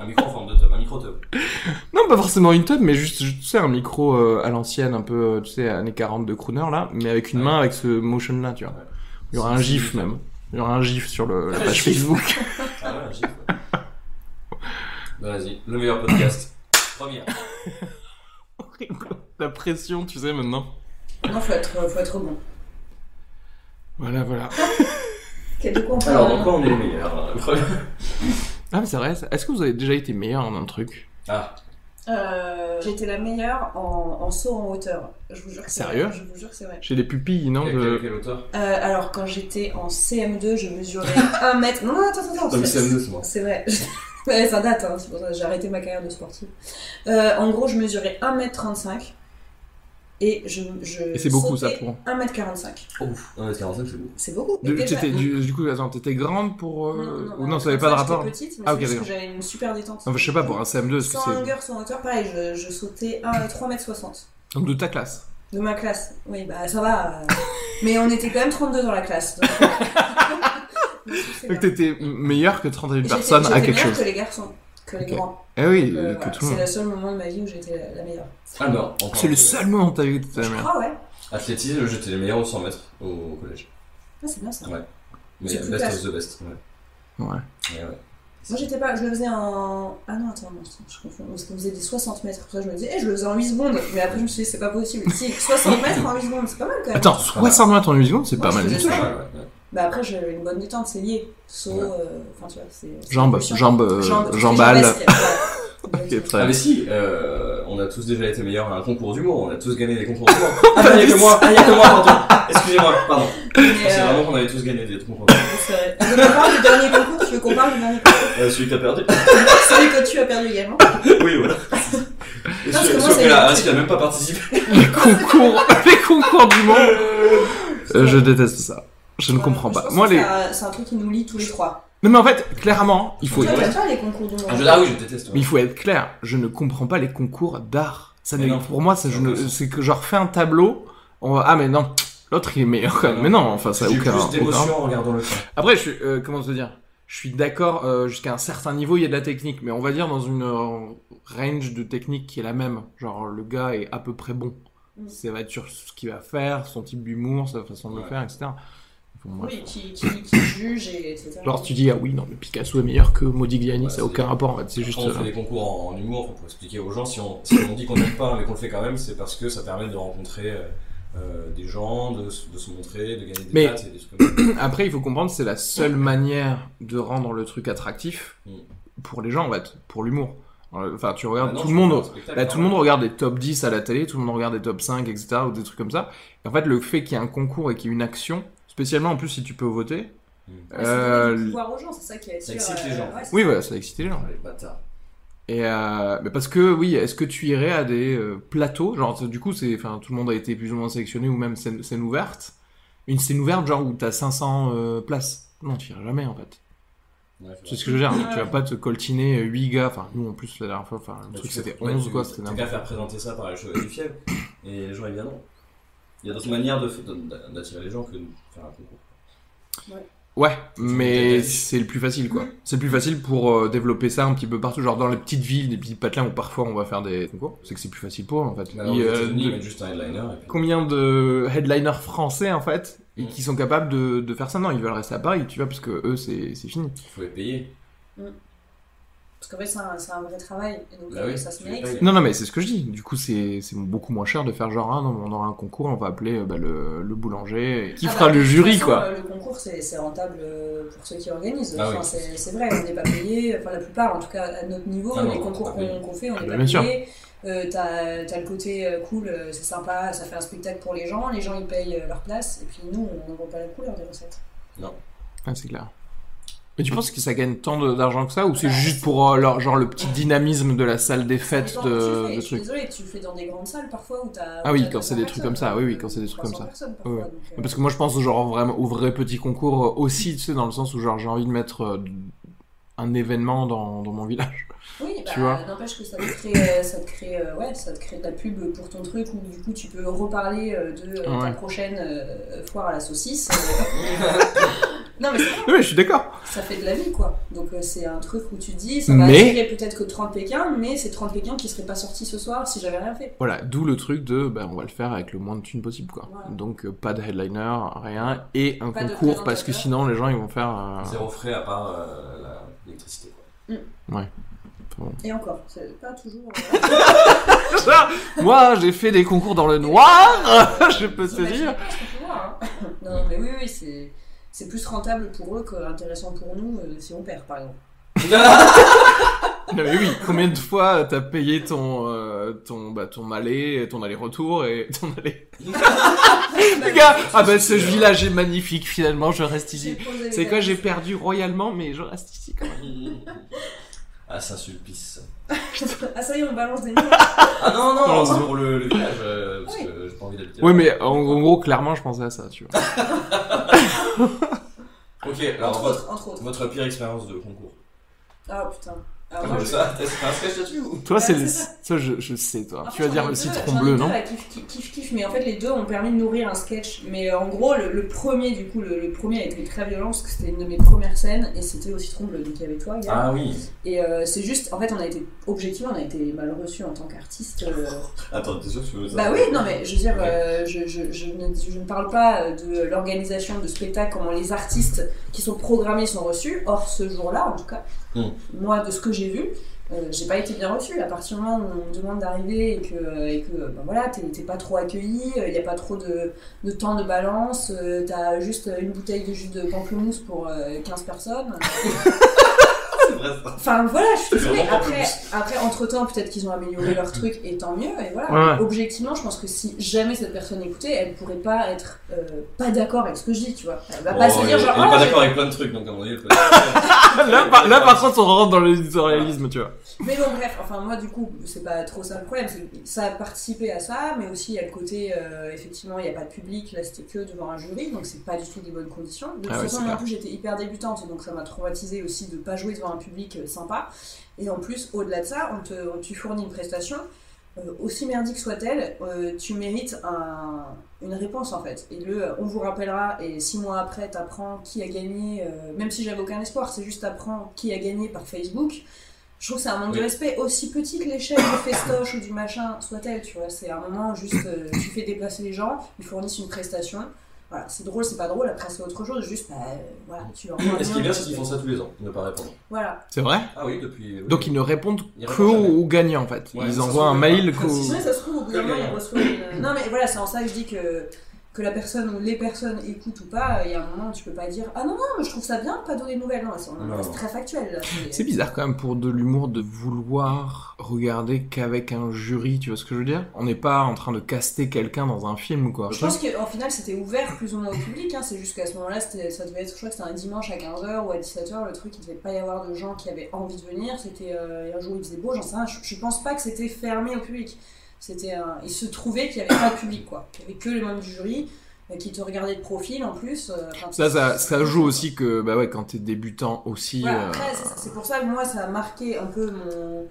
Speaker 3: Un micro en forme de tub, un micro tub.
Speaker 2: Non, pas forcément une tub, mais juste, tu sais, un micro euh, à l'ancienne, un peu, euh, tu sais, années 40 de crooner, là, mais avec une
Speaker 3: Ouais.
Speaker 2: main, avec ce motion-là, tu vois.
Speaker 3: Ouais.
Speaker 2: Il y aura un gif, même. Il y aura un gif sur le, la
Speaker 3: Un
Speaker 2: page
Speaker 3: gif. [LAUGHS]
Speaker 2: Facebook.
Speaker 3: Ah ouais, un gif, ouais. Bah, vas-y, le meilleur podcast. Première.
Speaker 2: la pression, tu sais, maintenant.
Speaker 4: Non, faut être, faut être bon.
Speaker 2: Voilà, voilà.
Speaker 4: Quel de quoi on parle
Speaker 3: Alors, dans
Speaker 4: maintenant
Speaker 3: quoi on est le meilleur euh,
Speaker 2: Ah, mais c'est vrai, ça- est-ce que vous avez déjà été meilleur en un truc
Speaker 3: Ah,
Speaker 4: Euh, J'étais la meilleure en, en saut en hauteur. Je vous jure que c'est
Speaker 2: Sérieux
Speaker 4: vrai. Je vous jure que c'est vrai.
Speaker 2: Chez les pupilles, non
Speaker 3: quel,
Speaker 2: de-
Speaker 3: quel- quel auteur
Speaker 4: Euh, alors, quand j'étais en CM2, je mesurais
Speaker 2: [LAUGHS]
Speaker 4: 1 mètre. Non, non, attends, attends,
Speaker 3: Non, mais
Speaker 4: attends.
Speaker 3: c'est amusant, c'est moi.
Speaker 4: C'est vrai. [LAUGHS] Ouais, ça date, hein, c'est pour ça que j'ai arrêté ma carrière de sportive. Euh, en gros, je mesurais 1m35 et je. je
Speaker 2: Et c'est beaucoup, ça,
Speaker 4: sautais
Speaker 2: pour.
Speaker 4: 1m45.
Speaker 3: Oh, Ouf, 1m45, c'est beaucoup.
Speaker 4: C'est beaucoup.
Speaker 2: De-
Speaker 4: Et déjà-
Speaker 2: t'étais- du, du coup, attends, t'étais grande pour. euh, ou non, ça
Speaker 4: j'étais
Speaker 2: avait pas de rapport
Speaker 4: petite, mais
Speaker 2: Ah,
Speaker 4: c'est
Speaker 2: ok,
Speaker 4: juste que
Speaker 2: d'accord.
Speaker 4: j'avais une super détente.
Speaker 2: Non, mais je sais pas, pour un CM2, est-ce que
Speaker 4: Sans
Speaker 2: c'est.
Speaker 4: longueur, sans hauteur, pareil, je, je sautais à 3m60
Speaker 2: Donc de ta classe.
Speaker 4: de ma classe. Oui, bah ça va. euh, Mais on était quand même 32 dans la classe. Donc,
Speaker 2: [LAUGHS]
Speaker 4: euh, c'est
Speaker 2: Donc
Speaker 4: bien.
Speaker 2: t'étais meilleur que 31
Speaker 4: J'étais-
Speaker 2: personnes à
Speaker 4: j'étais
Speaker 2: quelque
Speaker 4: meilleure
Speaker 2: chose.
Speaker 4: que les garçons, que les
Speaker 2: Ok.
Speaker 4: grands.
Speaker 2: Eh oui,
Speaker 4: Euh,
Speaker 2: que
Speaker 4: voilà,
Speaker 2: tout le
Speaker 4: C'est
Speaker 2: monde.
Speaker 4: le seul moment de ma vie où j'étais la- la meilleure.
Speaker 3: Ah non, encore
Speaker 2: C'est
Speaker 3: un
Speaker 2: le
Speaker 3: peu.
Speaker 2: seul moment où t'as vu que t'étais la
Speaker 4: Je
Speaker 2: meilleure.
Speaker 4: crois, ouais.
Speaker 3: Athlétisme, j'étais le meilleur au 100 mètres au collège.
Speaker 4: Ah, c'est bien ça.
Speaker 3: Ouais. Mais
Speaker 4: C'est plus
Speaker 3: best
Speaker 4: classe.
Speaker 3: of the best. Ouais.
Speaker 2: Ouais.
Speaker 3: Ouais, ouais.
Speaker 4: Moi j'étais pas, je le faisais en. Ah non, attends, non, je confonds. Parce qu'on faisait des 60 mètres. Pour ça, je me disais, eh, je le faisais en 8 secondes. Mais après, je me suis dit, c'est pas possible. Si, 60 mètres en 8 secondes, c'est pas mal quand même.
Speaker 2: Attends, 60 mètres en 8 secondes, c'est
Speaker 4: Ouais,
Speaker 2: pas
Speaker 4: je
Speaker 2: mal du
Speaker 4: faisais
Speaker 2: tout.
Speaker 3: C'est
Speaker 4: ça.
Speaker 3: pas mal, ouais, ouais.
Speaker 4: Bah après, j'avais une bonne détente, c'est lié. Saut,
Speaker 3: Ouais.
Speaker 4: euh, enfin tu vois, c'est. c'est
Speaker 2: Jambes,
Speaker 4: chiant.
Speaker 2: jambes, euh,
Speaker 4: Jambes, [LAUGHS]
Speaker 2: jambales.
Speaker 4: jambesque, ouais.
Speaker 2: [LAUGHS] Ok, très
Speaker 3: Ah
Speaker 2: bien.
Speaker 3: mais si, euh, on a tous déjà été meilleurs à un concours d'humour, on a tous gagné des concours
Speaker 4: [LAUGHS]
Speaker 3: d'humour. Ah bah, y'a que moi, ah y'a que moi, pardon. Excusez-moi, pardon. Ah,
Speaker 4: Mais,
Speaker 3: C'est
Speaker 4: euh,
Speaker 3: vraiment qu'on avait tous gagné des
Speaker 4: [LAUGHS]
Speaker 3: concours d'humour.
Speaker 4: c'est vrai. Tu veux qu'on parle euh, du dernier concours Tu veux qu'on parle du dernier concours
Speaker 3: Euh, celui que t'as perdu
Speaker 4: Celui que tu as perdu également.
Speaker 3: [LAUGHS] Oui, voilà. Et
Speaker 4: Parce que
Speaker 3: celui
Speaker 4: moi,
Speaker 3: celui
Speaker 4: c'est-
Speaker 3: que là, Arès, il a même pas participé. [LAUGHS] Ah,
Speaker 2: Les concours, les concours du monde. Euh, je déteste ça. Je ne
Speaker 4: Ouais,
Speaker 2: comprends
Speaker 4: je
Speaker 2: pas.
Speaker 4: pense que
Speaker 2: Moi, les.
Speaker 4: c'est un- C'est un truc qui nous lie tous les trois.
Speaker 2: Non, mais en fait, clairement, il faut.
Speaker 4: Toi,
Speaker 2: Être...
Speaker 4: t'aimes pas les concours du monde.
Speaker 3: Ah, je- ah oui, je déteste. ouais.
Speaker 2: Mais il faut être clair. Je ne comprends pas les concours d'art. Ça
Speaker 3: Mais
Speaker 2: ne-
Speaker 3: non.
Speaker 2: Pour moi, ça, je ne... c'est que genre fais un tableau. On va... Ah, mais non. L'autre, il est meilleur quand même. Mais non, enfin, ça a
Speaker 3: J'ai
Speaker 2: aucun.
Speaker 3: plus
Speaker 2: aucun-
Speaker 3: d'émotion en regardant le film.
Speaker 2: Après, je suis, euh, comment te dire Je suis d'accord, euh, jusqu'à un certain niveau, il y a de la technique, mais on va dire dans une euh, range de technique qui est la même. Genre, le gars est à peu près bon.
Speaker 4: Mm.
Speaker 2: Ça va être sur ce qu'il va faire, son type d'humour, sa façon de le
Speaker 3: Ouais.
Speaker 2: faire, etc. Bon, bref.
Speaker 4: Oui, qui,
Speaker 2: [COUGHS]
Speaker 4: qui, qui juge et etc.
Speaker 2: Genre, tu dis, ah oui, non, mais Picasso est meilleur que Modigliani,
Speaker 3: Ouais,
Speaker 2: ça
Speaker 3: c'est-
Speaker 2: n'a aucun rapport, en fait. C'est juste.
Speaker 3: Quand on fait
Speaker 2: euh,
Speaker 3: des concours en, en humour pour expliquer aux gens, si on, si on dit qu'on n'aime pas mais qu'on le fait quand même, c'est parce que ça permet de rencontrer euh, euh, des gens, de, se- de se montrer, de gagner des
Speaker 2: Mais-
Speaker 3: dates et des trucs comme ça.
Speaker 2: Après, il faut comprendre, c'est la
Speaker 4: Mm.
Speaker 2: seule manière de rendre le truc attractif
Speaker 3: Mm.
Speaker 2: pour les gens, en fait, pour l'humour. Euh, Enfin, tu
Speaker 3: Ah
Speaker 2: regardes,
Speaker 3: non,
Speaker 2: tout
Speaker 3: je
Speaker 2: le monde.
Speaker 3: fais un spectacle,
Speaker 2: Là, tout le
Speaker 3: hein.
Speaker 2: monde regarde les top 10 à la télé, tout le monde regarde les top 5, etc., ou des trucs comme ça. Et en fait, le fait qu'il y ait un concours et qu'il y ait une action, spécialement en plus si tu peux voter.
Speaker 3: Mm.
Speaker 4: Ouais,
Speaker 2: euh,
Speaker 4: C'est pouvoir aux gens, c'est ça qui est
Speaker 3: Ça
Speaker 4: sûr. euh,
Speaker 3: excite les gens.
Speaker 2: oui, voilà, ça a excité les gens.
Speaker 3: Ah, les bâtards.
Speaker 2: Et euh, mais parce que, oui, est-ce que tu irais à des euh, plateaux Genre, c'est- du coup, c'est, enfin, tout le monde a été plus ou moins sélectionné, ou même scène, scène ouverte. Une scène ouverte, genre où t'as 500 euh, places. Non, tu iras jamais, en fait.
Speaker 3: Ouais,
Speaker 2: C'est
Speaker 3: c'est
Speaker 2: ce que je veux dire.
Speaker 4: Ouais.
Speaker 2: Tu vas pas te coltiner 8 gars. Enfin, nous, en plus, la dernière fois, enfin, le
Speaker 3: vrai.
Speaker 2: truc,
Speaker 3: Tu fais-
Speaker 2: c'était
Speaker 3: ouais,
Speaker 2: 11,
Speaker 3: tu-
Speaker 2: quoi. C'était
Speaker 3: T'as
Speaker 2: n'importe
Speaker 3: qu'à faire présenter ça par les cheveux du fièvre, et les gens ils viendront. Il y a d'autres manières de f- de- d'attirer les gens que de faire un concours.
Speaker 2: Ouais,
Speaker 3: mets des
Speaker 2: mais
Speaker 3: affiches.
Speaker 2: c'est le plus facile quoi. C'est le plus facile pour euh, développer ça un petit peu partout, genre dans les petites villes, les petits patelins où parfois on va faire des concours. C'est que c'est plus facile pour eux en fait.
Speaker 3: Mais alors,
Speaker 2: Ils,
Speaker 3: Bah, aux
Speaker 2: euh,
Speaker 3: États-Unis,
Speaker 2: de-
Speaker 3: ils mettent juste un headliner. et puis-
Speaker 2: Combien de headliners français en fait et
Speaker 3: Mm.
Speaker 2: qui sont capables de, de faire ça Non, ils veulent rester à Paris, tu vois, parce que eux c'est c'est fini.
Speaker 3: Il faut les payer.
Speaker 4: Parce qu'en fait, c'est un, c'est un vrai travail. Et donc,
Speaker 3: Bah
Speaker 4: euh,
Speaker 3: oui,
Speaker 4: ça se
Speaker 3: tu les
Speaker 4: mérite.
Speaker 3: payes.
Speaker 2: Non, non, mais c'est ce que je dis. Du coup, c'est c'est beaucoup moins cher de faire genre ah, non, on aura un concours, on va appeler euh, bah, le, le boulanger qui
Speaker 4: Ah
Speaker 2: fera
Speaker 4: bah,
Speaker 2: le
Speaker 4: de toute
Speaker 2: jury
Speaker 4: façon,
Speaker 2: quoi.
Speaker 4: euh, Le concours, c'est c'est rentable euh, pour ceux qui organisent.
Speaker 3: Ah
Speaker 4: Enfin,
Speaker 3: oui.
Speaker 4: c'est- C'est vrai, on n'est pas payé. Enfin, la plupart, en tout cas, à notre niveau,
Speaker 3: Ah non,
Speaker 4: les
Speaker 3: on
Speaker 4: concours
Speaker 3: n'est pas
Speaker 4: qu'on
Speaker 3: payé.
Speaker 4: qu'on fait, on
Speaker 2: Ah
Speaker 4: n'est
Speaker 2: bah,
Speaker 4: pas
Speaker 2: bien sûr.
Speaker 4: payé. Euh, T'as t'as le côté euh, cool, euh, c'est sympa, ça fait un spectacle pour les gens. Les gens, ils payent euh, leur place. Et puis, nous, on n'en voit pas la couleur des recettes.
Speaker 2: Ah, c'est clair. Mais tu penses que ça gagne tant de- d'argent que ça ou c'est
Speaker 4: Bah,
Speaker 2: juste pour euh, leur- genre le petit dynamisme de la salle des fêtes
Speaker 4: Ça dépend où tu
Speaker 2: de,
Speaker 4: le fais.
Speaker 2: de
Speaker 4: Je suis
Speaker 2: trucs
Speaker 4: désolée, tu le fais dans des grandes salles parfois où t'as.
Speaker 2: Ah
Speaker 4: où
Speaker 2: oui,
Speaker 4: t'as
Speaker 2: quand c'est des
Speaker 4: 200
Speaker 2: trucs comme ça, oui, oui, quand c'est des trucs comme
Speaker 4: 300
Speaker 2: ça.
Speaker 4: personnes parfois,
Speaker 2: Ouais.
Speaker 4: donc, euh,
Speaker 2: Parce que moi je pense genre vraiment au vrai petit concours euh, aussi, tu sais, dans le sens où genre j'ai envie de mettre euh, un événement dans, dans mon village. [LAUGHS]
Speaker 4: Oui, bah,
Speaker 2: Tu vois.
Speaker 4: n'empêche que ça te crée, euh, ça te crée, euh, ouais, ça te crée de la pub pour ton truc où du coup tu peux reparler euh, de euh, ta
Speaker 2: Ouais.
Speaker 4: prochaine euh, foire à la saucisse. euh.
Speaker 2: [LAUGHS]
Speaker 4: non mais c'est vrai,
Speaker 2: Oui, je suis d'accord.
Speaker 4: ça fait de la vie quoi. Donc euh, c'est un truc où tu te dis, ça va
Speaker 2: Mais-
Speaker 4: attirer peut-être que 30 Pékins, mais c'est 30 Pékins qui seraient pas sortis ce soir si j'avais rien fait.
Speaker 2: Voilà, d'où le truc de ben, on va le faire avec le moins de thunes possible quoi.
Speaker 4: Voilà.
Speaker 2: Donc euh, pas de headliner, rien, et un
Speaker 4: Pas de
Speaker 2: concours parce que
Speaker 4: présentateur.
Speaker 2: sinon les gens ils vont faire. euh,
Speaker 3: Zéro frais à part euh, la- l'électricité. quoi.
Speaker 4: Et encore, c'est pas toujours.
Speaker 2: [LAUGHS]
Speaker 4: euh,
Speaker 2: Moi j'ai fait des concours dans le [LAUGHS]
Speaker 4: [LAUGHS]
Speaker 2: noir [LAUGHS] Je peux te
Speaker 4: j'imaginais
Speaker 2: dire
Speaker 4: pas ce qu'on peut voir, hein. [LAUGHS] Non mais oui, oui, c'est c'est plus rentable pour eux qu'intéressant pour nous euh, si on perd par exemple.
Speaker 3: [LAUGHS]
Speaker 2: Non mais oui, combien de fois t'as payé ton euh, ton bah, ton aller, ton aller-retour et [LAUGHS] ton aller. Les gars, ah bah ce village est magnifique finalement, je reste ici.
Speaker 4: posé les
Speaker 2: C'est quoi,
Speaker 4: valises.
Speaker 2: j'ai perdu royalement, mais je reste ici quand même.
Speaker 3: Ah, Saint-Sulpice.
Speaker 4: Ah ça y est, on balance des noms.
Speaker 3: Ah non, non,
Speaker 2: Non,
Speaker 3: c'est
Speaker 2: non.
Speaker 3: pour le, le village, euh, parce
Speaker 4: Oui.
Speaker 3: que j'ai pas envie d'habiter.
Speaker 2: Oui,
Speaker 3: là.
Speaker 2: mais en, en gros, clairement, je pensais à ça, tu vois.
Speaker 3: Ok, alors
Speaker 4: Entre
Speaker 3: votre,
Speaker 4: autres, entre autres.
Speaker 3: votre pire expérience de concours.
Speaker 4: Ah putain. Alors, moi,
Speaker 3: Comme
Speaker 4: je-
Speaker 3: ça, t'as fait un sketch là-dessus ou
Speaker 2: Toi, c'est le.
Speaker 4: c'est ça.
Speaker 2: Toi, je, je sais, toi.
Speaker 4: en
Speaker 2: tu vas
Speaker 4: fait, j'en ai
Speaker 2: dire le
Speaker 4: deux-
Speaker 2: citron
Speaker 4: Ah, j'en ai
Speaker 2: bleu,
Speaker 4: deux
Speaker 2: non
Speaker 4: à kiff, kiff, kiff, kiff, mais en fait les deux ont permis de nourrir un sketch. Mais euh, en gros, le, le premier, du coup, le, le premier a été très violent parce que c'était une de mes premières scènes et c'était au citron bleu, donc il y avait toi, gars.
Speaker 3: Ah oui.
Speaker 4: Et euh, c'est juste, en fait, on a été objectivement, on a été mal reçus en tant qu'artiste. euh,
Speaker 3: Attends, t'es sûr que tu veux ça
Speaker 4: Bah oui, non mais je veux dire, euh, je, je- je ne, je ne parle pas euh, de l'organisation de spectacles, comment les artistes qui sont programmés sont reçus. Or, ce jour-là, en tout cas,
Speaker 3: Mm.
Speaker 4: moi, de ce que j'ai vu, euh, j'ai pas été bien reçu. À partir du moment où on me demande d'arriver et que, et que ben voilà, t'es t'es pas trop accueilli, il n'y a pas trop de, de temps de balance, euh, t'as juste une bouteille de jus de pamplemousse pour euh, 15 personnes.
Speaker 3: c'est vrai ça.
Speaker 4: Enfin voilà, je suis
Speaker 3: C'est
Speaker 4: désolée.
Speaker 3: vraiment pas
Speaker 4: Après,
Speaker 3: plus.
Speaker 4: après entre temps, peut-être qu'ils ont amélioré leur truc et tant mieux. Et voilà.
Speaker 2: Ouais, ouais.
Speaker 4: Mais Objectivement, je pense que si jamais cette personne écoutait, elle pourrait pas être euh, pas d'accord avec ce que je dis, tu vois. Elle va pas
Speaker 3: Bon,
Speaker 4: se
Speaker 3: il-
Speaker 4: dire
Speaker 3: il Oh, est
Speaker 4: genre.
Speaker 3: pas
Speaker 4: Ah,
Speaker 3: d'accord avec plein de trucs, donc à
Speaker 2: [LAUGHS]
Speaker 3: mon avis, le podcast-
Speaker 2: Là, par, là, par contre, on rentre dans l'éditorialisme, tu vois.
Speaker 4: j'ai- Mais bon, bref. Enfin, moi, du coup, c'est pas trop ça le problème. c'est que Ça a participé à ça, mais aussi il y a le côté euh, effectivement, il y a pas de public. Là, c'était que devant un jury, donc c'est pas du tout des bonnes conditions. De toute
Speaker 2: Ah ouais,
Speaker 4: façon,
Speaker 2: c'est
Speaker 4: moi, en
Speaker 2: clair.
Speaker 4: plus, j'étais hyper débutante, donc ça m'a traumatisé aussi de pas jouer devant un public euh, sympa. Et en plus, au-delà de ça, on te, on- tu fournis une prestation, euh, aussi merdique soit-elle, euh, tu mérites un- une réponse en fait. Et le euh, on vous rappellera, et six mois après, t'apprends qui a gagné, euh, même si j'avais aucun espoir, c'est juste t'apprends qui a gagné par Facebook. Je trouve que c'est un manque de
Speaker 3: Oui.
Speaker 4: respect, aussi petit que l'échelle du festoche ou du machin soit-elle, tu vois. C'est un moment, juste, euh, tu fais déplacer les gens, ils fournissent une prestation. Voilà, c'est drôle, c'est pas drôle, après c'est autre chose, juste, bah, euh, voilà, tu leur rends
Speaker 3: Et ce qui
Speaker 4: un
Speaker 3: est bien,
Speaker 4: bien,
Speaker 3: c'est qu'ils font ça tous les ans, ne pas répondre.
Speaker 4: Voilà.
Speaker 2: C'est vrai
Speaker 3: Ah oui, depuis. oui.
Speaker 2: Donc ils ne répondent
Speaker 3: Ils
Speaker 2: que
Speaker 3: répondent jamais.
Speaker 2: aux gagnants, en fait.
Speaker 3: Ouais,
Speaker 2: ils
Speaker 3: ça
Speaker 2: envoient
Speaker 3: se
Speaker 2: un
Speaker 3: trouve,
Speaker 2: mail
Speaker 3: ouais.
Speaker 2: qu'aux...
Speaker 4: Si jamais ça se trouve, au bout d'un moment, on reçoit une... euh, Non, mais voilà, c'est en ça que je dis que, que la personne ou les personnes écoutent ou pas, il y a un moment, tu peux pas dire Ah non, non, mais je trouve ça bien, de pas donner de nouvelles. Non, c'est on
Speaker 3: Non.
Speaker 4: reste très factuel. Là.
Speaker 2: C'est bizarre quand même pour de l'humour de vouloir regarder qu'avec un jury, tu vois ce que je veux dire On n'est pas en train de caster quelqu'un dans un film, quoi.
Speaker 4: Je pense qu'en final, c'était ouvert plus ou moins au public. Hein. C'est juste qu'à ce moment-là, c'était- ça devait être, je crois que c'était un dimanche à 15h ou à 17h. Le truc, il devait pas y avoir de gens qui avaient envie de venir. C'était euh, un jour, il faisait beau, j'en sais rien. Je, je pense pas que c'était fermé au public. C'était un- Il se trouvait qu'il y avait pas de public, quoi. Il y avait que les membres du jury euh, qui te regardaient de profil en plus. euh, enfin,
Speaker 2: Ça, ça, ça joue aussi que, bah ouais, quand t'es débutant aussi...
Speaker 4: Voilà,
Speaker 2: euh,
Speaker 4: après, c'est- c'est pour ça que moi, ça a marqué un peu mon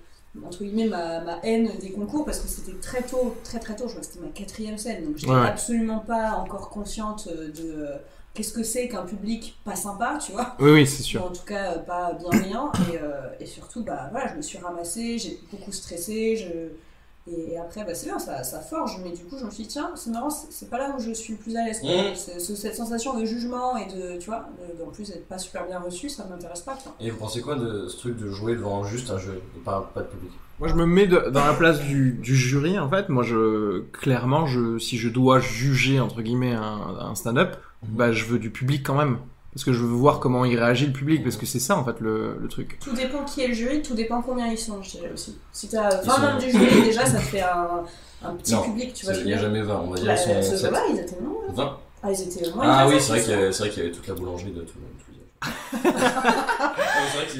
Speaker 4: entre guillemets ma, ma haine des concours parce que c'était très tôt, très très tôt, je crois que c'était ma quatrième scène, donc j'étais
Speaker 2: Ouais.
Speaker 4: absolument pas encore consciente de euh, qu'est-ce que c'est qu'un public pas sympa, tu vois,
Speaker 2: Oui, oui, c'est
Speaker 4: ou
Speaker 2: sûr.
Speaker 4: en tout cas euh, pas bienveillant, et, euh, et surtout, bah voilà, je me suis ramassée, j'ai beaucoup stressé, je... et, et après, bah c'est bien, ça, ça forge, mais du coup, je me suis dit, tiens, c'est marrant, c'est c'est pas là où je suis le plus à l'aise, quoi.
Speaker 3: Mhm.
Speaker 4: C'est- c'est cette sensation de jugement et de, tu vois, de- en plus être pas super bien reçu, ça m'intéresse pas, quoi.
Speaker 3: Et vous pensez quoi de ce truc de jouer devant juste un jeu et pas, pas de public
Speaker 2: Moi, je me mets de- dans la place du, du jury, en fait. Moi, je... Clairement, je, si je dois juger, entre guillemets, un, un stand-up,
Speaker 4: Mhm.
Speaker 2: bah, je veux du public quand même. Parce que je veux voir comment il réagit le public, parce que c'est ça, en fait, le, le truc.
Speaker 4: Tout dépend qui est le jury, tout dépend combien ils sont, je dirais aussi. Si t'as
Speaker 3: Ils
Speaker 4: 20 membres
Speaker 3: sont-
Speaker 4: du jury, déjà, ça te fait un, un petit
Speaker 3: Non,
Speaker 4: public, tu vois. ce
Speaker 3: Il
Speaker 4: que
Speaker 3: n'y
Speaker 4: je
Speaker 3: a
Speaker 4: veux dire.
Speaker 3: jamais 20, on va dire
Speaker 4: Bah,
Speaker 3: ils sont
Speaker 4: ce
Speaker 3: sept.
Speaker 4: jour-là, ils étaient nombreux.
Speaker 3: 20
Speaker 4: Ah, ils étaient au moins.
Speaker 3: Ah
Speaker 4: ils
Speaker 3: oui,
Speaker 4: étaient
Speaker 3: c'est vrai
Speaker 4: six,
Speaker 3: qu'il y
Speaker 4: hein.
Speaker 3: avait- c'est vrai qu'il y avait toute la boulangerie de tout tous les
Speaker 2: [LAUGHS]
Speaker 3: âges.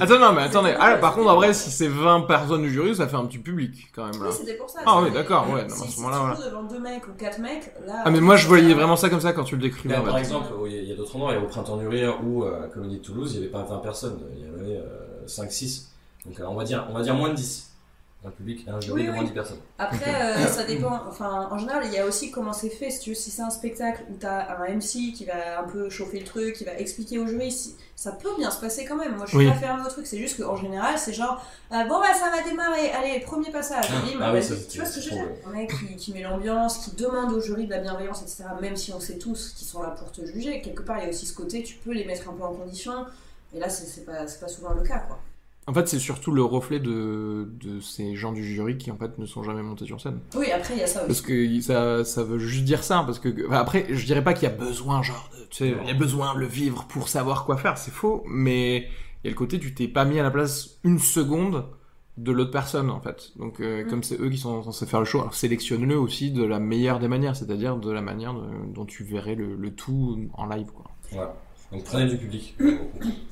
Speaker 2: Attends, non, mais attendez. Ah, par contre, en vrai, si c'est 20 personnes du jury, ça fait un petit public, quand même, là.
Speaker 4: Oui, c'était pour ça.
Speaker 2: Ah
Speaker 4: c'est-
Speaker 2: oui, d'accord, ouais, non,
Speaker 4: Si-
Speaker 2: à ce
Speaker 4: si
Speaker 2: moment-là,
Speaker 4: tu
Speaker 2: voilà.
Speaker 4: joues devant deux mecs ou quatre mecs, là.
Speaker 2: Ah, mais moi, je voyais vraiment ça comme ça quand tu le décrivais,
Speaker 3: Mais
Speaker 2: en
Speaker 3: par
Speaker 2: fait.
Speaker 3: exemple, il y a- il y a d'autres endroits, il y a au Printemps du Rire ou euh, à la Comédie de Toulouse, il n'y avait pas 20 personnes, il y avait 5-6. Donc euh, on, va dire, on va dire moins de 10. Un public, un jury
Speaker 4: Oui,
Speaker 3: de
Speaker 4: oui.
Speaker 3: moins de 10 personnes.
Speaker 4: Après, euh, ça dépend. Enfin, en général, il y a aussi comment c'est fait. Si tu veux, si c'est un spectacle où t'as un MC qui va un peu chauffer le truc, qui va expliquer au jury, si- ça peut bien se passer quand même. Moi, je suis
Speaker 2: Oui.
Speaker 4: pas fermée au truc. C'est juste qu'en général, c'est genre, ah, bon, bah, ça va démarrer. Allez, premier passage. Bim,
Speaker 3: Ah oui,
Speaker 4: vas-y.
Speaker 3: ça, c'est-
Speaker 4: tu vois ce que je veux
Speaker 3: c'est
Speaker 4: dire Un mec qui, qui met l'ambiance, qui demande au jury de la bienveillance, etc. Même si on sait tous qu'ils sont là pour te juger, quelque part, il y a aussi ce côté, tu peux les mettre un peu en condition. Et là, c'est c'est pas, c'est pas souvent le cas, quoi.
Speaker 2: En fait, c'est surtout le reflet de, de ces gens du jury qui, en fait, ne sont jamais montés sur scène.
Speaker 4: Oui, après, il y a ça aussi.
Speaker 2: Parce que ça, ça veut juste dire ça. Parce que, enfin, après, je dirais pas qu'il y a besoin, genre, de- tu sais, il y a besoin de le vivre pour savoir quoi faire, c'est faux. Mais il y a le côté, tu t'es pas mis à la place une seconde de l'autre personne, en fait. Donc, euh,
Speaker 4: Mm.
Speaker 2: comme c'est eux qui sont censés faire le show, alors sélectionne-le aussi de la meilleure des manières, c'est-à-dire de la manière de- dont tu verrais le, le tout en live, quoi.
Speaker 3: Voilà. Donc prenez du public.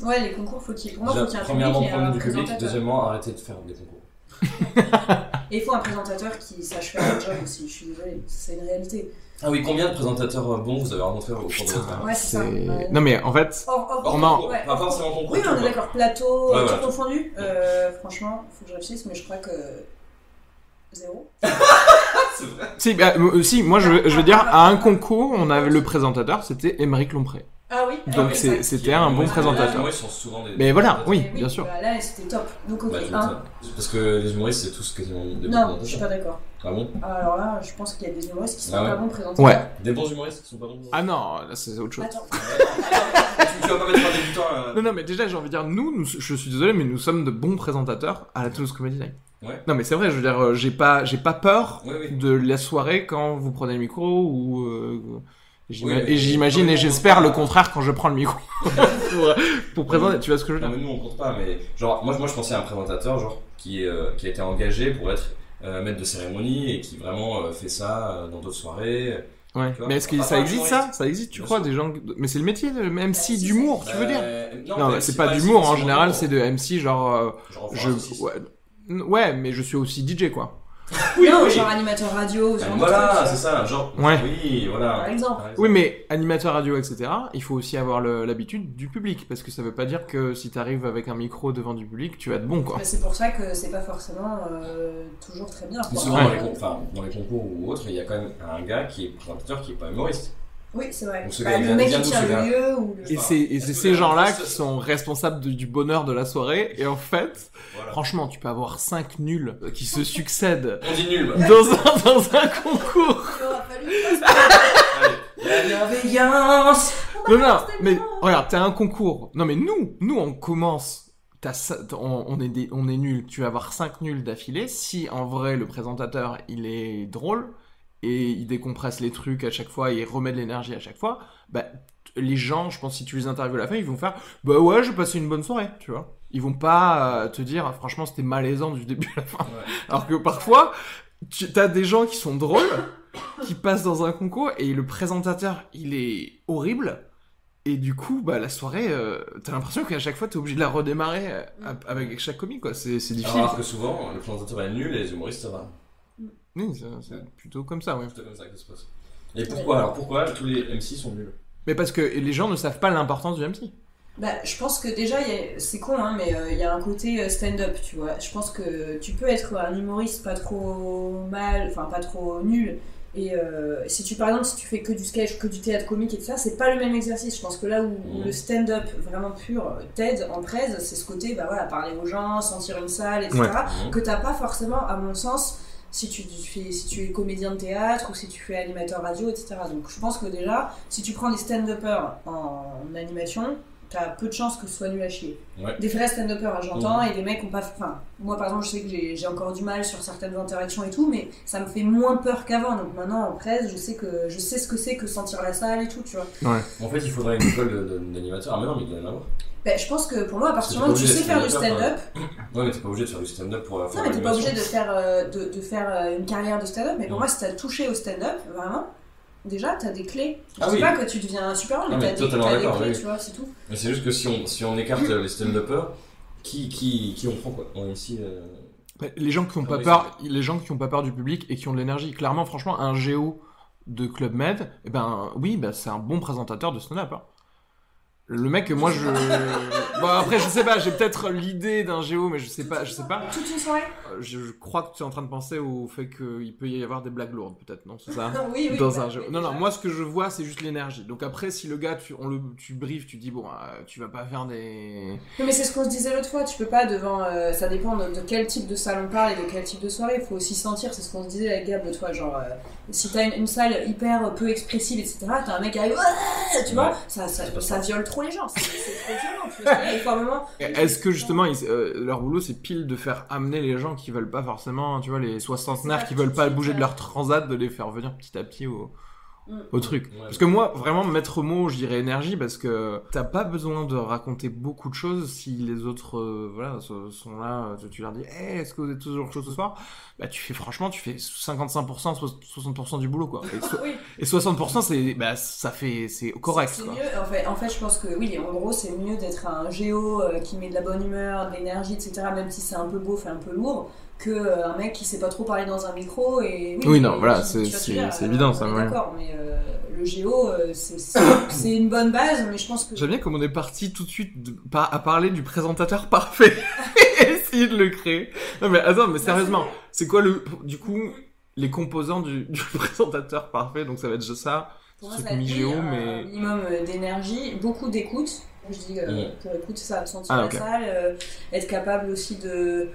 Speaker 4: Ouais, les concours, faut qu'il- pour moi,
Speaker 3: Déjà,
Speaker 4: faut qu'il y ait un
Speaker 3: premièrement,
Speaker 4: public et un
Speaker 3: prenez du public.
Speaker 4: présentateur.
Speaker 3: Deuxièmement, arrêtez de faire des concours.
Speaker 4: Et il faut un présentateur qui sache faire le job aussi, je suis désolée, c'est une réalité.
Speaker 3: Ah oui, combien de présentateurs euh, bons vous avez rencontrés au cours de votre carrière
Speaker 4: Ouais, c'est ça. Ouais.
Speaker 2: Non, mais en fait,
Speaker 4: Or, or-
Speaker 2: Or- Romain.
Speaker 4: Ouais.
Speaker 3: Pas forcément concours.
Speaker 4: oui,
Speaker 3: tu
Speaker 4: on est
Speaker 3: vois.
Speaker 4: d'accord, plateau,
Speaker 3: Ouais,
Speaker 4: tout
Speaker 3: voilà.
Speaker 4: confondu. Euh, franchement, faut que je réfléchisse, mais je crois que. Zéro.
Speaker 3: C'est vrai.
Speaker 2: si, bah, euh, si, moi, je, je veux dire, à un concours, on avait le présentateur, c'était Émeric Lompré.
Speaker 4: Ah oui ah
Speaker 2: Donc,
Speaker 4: oui,
Speaker 2: c'est-
Speaker 4: exact.
Speaker 2: c'était un bon
Speaker 3: Ouais,
Speaker 2: présentateur.
Speaker 3: les humoristes sont souvent des-
Speaker 2: Mais voilà, oui,
Speaker 4: Oui,
Speaker 2: bien sûr.
Speaker 4: bah là, c'était top. Donc, ok,
Speaker 3: Bah, tu
Speaker 4: un.
Speaker 3: m'étonnes. Parce que les humoristes, c'est tous quasiment des bons
Speaker 4: hein. Non, je suis
Speaker 3: présentateurs.
Speaker 4: pas d'accord.
Speaker 3: Ah bon
Speaker 4: Alors là, je pense qu'il y a des humoristes qui sont
Speaker 3: Ah ouais.
Speaker 4: pas bons présentateurs.
Speaker 2: Ouais.
Speaker 3: Des bons humoristes qui sont pas bons
Speaker 2: Ah non, là, c'est autre chose.
Speaker 4: Attends,
Speaker 3: Ah, tu, tu vas pas mettre un débutant euh. là.
Speaker 2: Non, non, mais déjà, j'ai envie de dire, nous, nous- je suis désolé, mais nous sommes de bons présentateurs à la Toulouse Comedy Night.
Speaker 3: Ouais.
Speaker 2: Non, mais c'est vrai, je veux dire, euh, j'ai pas, j'ai pas peur
Speaker 3: Oui, oui.
Speaker 2: de la soirée quand vous prenez le micro ou. euh,
Speaker 3: Oui,
Speaker 2: J'ima-
Speaker 3: mais-
Speaker 2: Et j'imagine et j'espère le contraire quand je prends le micro [LAUGHS] pour, pour présenter. Tu vois ce que je veux
Speaker 3: Non,
Speaker 2: dire
Speaker 3: mais nous on compte pas, mais genre, moi, moi je pensais à un présentateur genre, qui, est, euh, qui a été engagé pour être euh, maître de cérémonie et qui vraiment euh, fait ça euh, dans d'autres soirées.
Speaker 2: Ouais.
Speaker 3: Tu vois
Speaker 2: Mais est-ce que
Speaker 3: Ah,
Speaker 2: ça
Speaker 3: pas
Speaker 2: existe ça
Speaker 3: humoriste.
Speaker 2: Ça existe, tu
Speaker 3: Bien
Speaker 2: crois
Speaker 3: sûr.
Speaker 2: des gens que- Mais c'est le métier, le MC
Speaker 4: si, si.
Speaker 2: d'humour, tu veux dire
Speaker 3: Euh,
Speaker 2: Non,
Speaker 3: mais
Speaker 2: c'est pas d'humour en
Speaker 3: forcément
Speaker 2: général,
Speaker 3: d'humour.
Speaker 2: c'est de MC genre. euh,
Speaker 3: Genre,
Speaker 2: je...
Speaker 3: enfin, si, si.
Speaker 2: ouais. N- ouais, mais je suis aussi DJ quoi.
Speaker 4: non,
Speaker 3: oui.
Speaker 4: genre animateur radio, ou ce
Speaker 3: Ben
Speaker 4: genre de
Speaker 3: Voilà,
Speaker 4: truc,
Speaker 3: c'est ça, genre.
Speaker 2: Ouais.
Speaker 3: Oui, voilà.
Speaker 4: Par exemple.
Speaker 2: Oui, mais animateur radio, etc., il faut aussi avoir le- l'habitude du public, parce que ça veut pas dire que si t'arrives avec un micro devant du public, tu vas être bon, quoi.
Speaker 4: Mais C'est pour ça que c'est pas forcément euh, toujours très bien. Euh,
Speaker 3: Mais
Speaker 4: quoi.
Speaker 3: souvent
Speaker 2: Ouais.
Speaker 3: dans, les concours, enfin, dans les concours ou autres, il y a quand même un gars qui est présentateur qui est pas humoriste.
Speaker 4: Oui, c'est vrai.
Speaker 3: Donc, ce
Speaker 4: Bah,
Speaker 3: gars, il
Speaker 4: le
Speaker 3: vient
Speaker 4: mec
Speaker 3: bien
Speaker 4: qui
Speaker 3: d'où,
Speaker 4: tient
Speaker 3: ce
Speaker 4: le
Speaker 3: gars
Speaker 4: lieu ou le-
Speaker 2: Et c'est et c'est ces gens-là qui sont responsables de- du bonheur de la soirée, et en fait,
Speaker 3: Voilà.
Speaker 2: franchement, tu peux avoir 5 nuls qui se succèdent
Speaker 3: On dit nul. bah.
Speaker 2: dans un, dans un concours.
Speaker 4: Il aura fallu passer
Speaker 3: Allez. La bienveillance
Speaker 2: Non, non, mais regarde, t'as un concours. Non, mais nous, nous, on commence. t'as ça- t'as- on, on est des, on est nuls. Tu vas avoir 5 nuls d'affilée. Si en vrai, le présentateur, il est drôle et il décompresse les trucs à chaque fois et il remet de l'énergie à chaque fois, bah, t- les gens, je pense, si tu les interviews à la fin, ils vont faire Bah ouais, j'ai passé une bonne soirée, tu vois. Ils vont pas euh, te dire, franchement, c'était malaisant du début à la fin.
Speaker 3: Ouais.
Speaker 2: Alors que parfois, tu as des gens qui sont drôles, qui passent dans un concours et le présentateur, il est horrible. Et du coup, bah, la soirée, euh, t'as l'impression qu'à chaque fois, t'es obligé de la redémarrer euh, à- avec chaque comique, quoi. C'est
Speaker 3: Ah.
Speaker 2: c'est difficile.
Speaker 3: Alors que souvent, le présentateur est nul et les humoristes ça va.
Speaker 2: Oui, c'est- c'est plutôt comme ça, ouais.
Speaker 3: C'est comme ça que ça se passe. Et pourquoi alors Pourquoi tous les MC sont nuls
Speaker 2: Mais parce que les gens ne savent pas l'importance du MC.
Speaker 4: Bah, je pense que déjà, il y a- c'est con, hein, mais euh, il y a un côté euh, stand-up, tu vois. Je pense que tu peux être un humoriste pas trop mal, enfin pas trop nul. Et euh, si tu, par exemple, si tu fais que du sketch, que du théâtre comique et tout ça, c'est pas le même exercice. Je pense que là où
Speaker 3: Mhm.
Speaker 4: le stand-up vraiment pur euh, t'aide en presse, c'est ce côté, bah voilà, parler aux gens, sentir une salle, etc.
Speaker 3: Mhm.
Speaker 4: Que t'as pas forcément, à mon sens, si tu, fais, si tu es comédien de théâtre ou si tu fais animateur radio, etc. Donc je pense que déjà, si tu prends des stand-uppers en animation, t'as peu de chances que ce soit nul à chier.
Speaker 3: Ouais.
Speaker 4: Des vrais stand-uppers, hein, j'entends, et des mecs qui ont pas. Enfin, moi par exemple, je sais que j'ai j'ai encore du mal sur certaines interactions et tout, mais ça me fait moins peur qu'avant. Donc maintenant, en presse, je sais, que, je sais ce que c'est que sentir la salle et tout, tu vois.
Speaker 3: En fait, il faudrait une école de- de- d'animateurs. Ah, mais non, mais il doit y en avoir.
Speaker 4: Ben, je pense que pour moi, à partir du moment où
Speaker 3: Parce que t'es
Speaker 4: tu
Speaker 3: obligé
Speaker 4: sais
Speaker 3: d'être
Speaker 4: faire du
Speaker 3: animateur,
Speaker 4: stand-up,
Speaker 3: Ouais, mais t'es pas obligé de faire du stand-up pour euh,
Speaker 4: Non,
Speaker 3: faire
Speaker 4: mais t'es pas
Speaker 3: l'animation.
Speaker 4: obligé de faire, euh, de, de faire euh, une carrière de stand-up, mais pour
Speaker 3: Mm.
Speaker 4: moi, si t'as touché au stand-up, vraiment, déjà, t'as des clés. Je
Speaker 3: Ah
Speaker 4: dis
Speaker 3: oui.
Speaker 4: pas que tu deviens un super
Speaker 3: Ah,
Speaker 4: mais
Speaker 3: mais
Speaker 4: t'as des,
Speaker 3: totalement
Speaker 4: t'as des
Speaker 3: d'accord,
Speaker 4: clés,
Speaker 3: oui.
Speaker 4: tu vois, c'est tout.
Speaker 3: Mais c'est juste que si on, si on écarte euh, les stand-uppers, qui, qui, qui on prend quoi On est ici. euh,
Speaker 2: Mais Bah, Les gens qui ont
Speaker 3: Ah
Speaker 2: pas
Speaker 3: oui,
Speaker 2: peur, les gens qui ont pas peur du public et qui ont de l'énergie. Clairement, franchement, un géo de Club Med, eh ben oui, bah, c'est un bon présentateur de stand-up. hein. Le mec, que
Speaker 3: [LAUGHS]
Speaker 2: moi je. bon, après, je sais pas, j'ai peut-être l'idée d'un géo, mais je sais pas, je sais pas.
Speaker 4: Toute une soirée
Speaker 2: Euh, Je, je crois que tu es en train de penser au fait qu'il peut y avoir des blagues lourdes, peut-être, non C'est ça
Speaker 4: Non, [LAUGHS] oui, oui.
Speaker 2: dans
Speaker 4: bah,
Speaker 2: un jeu. Non, non, moi ce que je vois, c'est juste l'énergie. Donc après, si le gars, tu, on le, tu briefes, tu dis, bon, euh, tu vas pas faire des.
Speaker 4: Non, mais c'est ce qu'on se disait l'autre fois, tu peux pas devant. euh, ça dépend de, de quel type de salle on parle et de quel type de soirée. Il faut aussi sentir, c'est ce qu'on se disait avec Gab l'autre fois. Genre, euh, si t'as une, une salle hyper euh, peu expressive, etc., t'as un mec qui arrive, Ouais tu vois,
Speaker 3: Ouais.
Speaker 4: ça, ça,
Speaker 3: C'est pas
Speaker 4: ça viole trop les gens. C'est c'est trop violent, tu vois.
Speaker 2: [LAUGHS]
Speaker 4: Il faut un moment.
Speaker 2: Est-ce que justement, ils- euh, leur boulot, c'est pile de faire amener les gens qui veulent pas forcément, tu vois, les soixantenaires qui veulent pas bouger de leur transat, de les faire venir petit à petit au, au truc
Speaker 3: Ouais.
Speaker 2: Parce que moi, vraiment, maître mot, je dirais énergie, parce que t'as pas besoin de raconter beaucoup de choses si les autres, euh, voilà, so- sont là, euh, tu leur dis, Hey, est-ce que vous êtes toujours chaud ce soir Bah, tu fais, franchement, tu fais 55%, so- 60% du boulot, quoi. Et, so-
Speaker 4: Oui.
Speaker 2: et 60%, c'est, bah, ça fait, c'est correct,
Speaker 4: C'est
Speaker 2: quoi.
Speaker 4: mieux, en, fait, en fait, je pense que oui, en gros, c'est mieux d'être un géo euh, qui met de la bonne humeur, de l'énergie, etc., même si c'est un peu beau, fait un peu lourd, que euh, un mec qui sait pas trop parler dans un micro. Et,
Speaker 2: Oui, non, voilà,
Speaker 4: tu-
Speaker 2: c'est-
Speaker 4: tu vois ce que je veux
Speaker 2: c'est-
Speaker 4: dire,
Speaker 2: c'est
Speaker 4: euh,
Speaker 2: évident,
Speaker 4: on
Speaker 2: ça,
Speaker 4: est
Speaker 2: ouais.
Speaker 4: D'accord, mais euh, le géo, euh,
Speaker 2: [COUGHS]
Speaker 4: c'est- c'est c'est une bonne base, mais je pense que.
Speaker 2: J'aime bien comme on est parti tout de suite de- par- à parler du présentateur parfait [LAUGHS] et essayer de le créer. Non mais attends, mais sérieusement, c'est quoi le du coup les composants du, du [LAUGHS] présentateur parfait Donc ça va être juste ça.
Speaker 4: Pour moi,
Speaker 2: Truc
Speaker 4: ça a été
Speaker 2: mi-géo,
Speaker 4: un
Speaker 2: mais-
Speaker 4: minimum euh, d'énergie, beaucoup d'écoute. Je dis euh,
Speaker 3: Mm.
Speaker 4: pour écoute, ça, sentir
Speaker 2: Ah,
Speaker 4: la
Speaker 2: ok.
Speaker 4: salle, euh, être capable aussi de,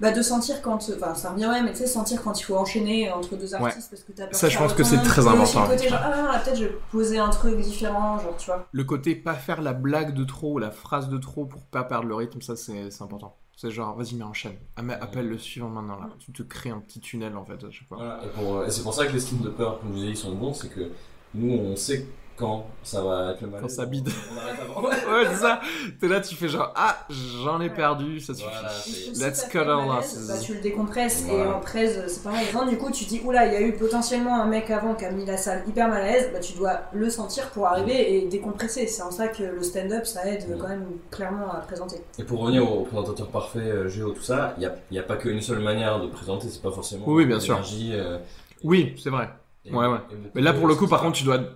Speaker 4: bah, de sentir quand, enfin, ça revient même, mais tu sais, sentir quand il faut enchaîner entre deux artistes parce que t'as peur
Speaker 2: Ça,
Speaker 4: de
Speaker 2: je
Speaker 4: faire
Speaker 2: pense
Speaker 4: le
Speaker 2: que c'est
Speaker 4: con,
Speaker 2: très
Speaker 4: mais aussi
Speaker 2: important.
Speaker 4: le côté genre, ah non, là, peut-être je vais poser un truc différent, genre, tu vois.
Speaker 2: Le côté pas faire la blague de trop ou la phrase de trop pour pas perdre le rythme, ça c'est c'est important. C'est genre vas-y mais enchaîne. Ah, mais appelle le suivant maintenant là. Tu te crées un petit tunnel en fait à chaque fois.
Speaker 3: euh, Voilà, et, pour- et c'est pour ça que les stand-uppers, comme je vous ai dit, sont bons, c'est que Nous, on sait quand ça va être le mal.
Speaker 2: Quand ça bide.
Speaker 3: On arrête avant. Ouais.
Speaker 2: Ouais, c'est ça. T'es là, tu fais genre, ah, j'en ai perdu, ça suffit.
Speaker 3: Voilà,
Speaker 4: Et je
Speaker 3: c'est.
Speaker 4: trouve que
Speaker 2: Let's
Speaker 4: si t'as
Speaker 2: cut
Speaker 4: fait
Speaker 2: our
Speaker 4: un malaise,
Speaker 2: losses.
Speaker 4: Bah, tu le décompresses et
Speaker 3: Voilà.
Speaker 4: après euh, c'est pareil. Quand du coup tu dis oula il y a eu potentiellement un mec avant qui a mis la salle hyper mal à l'aise, bah, tu dois le sentir pour arriver et décompresser. C'est en ça que le stand-up ça aide
Speaker 2: Mm.
Speaker 4: euh, quand même clairement à présenter.
Speaker 2: Euh.
Speaker 3: Et pour revenir au présentateur parfait, euh, Géo, tout ça, il n'y a, il y a pas qu'une seule manière de présenter, c'est pas forcément.
Speaker 2: Oui, oui, bien sûr.
Speaker 3: l'énergie, euh,
Speaker 2: Oui, c'est vrai.
Speaker 3: et-
Speaker 2: Ouais, ouais.
Speaker 3: et beaucoup
Speaker 2: Mais là,
Speaker 3: de-
Speaker 2: pour le coup, par contre, tu dois être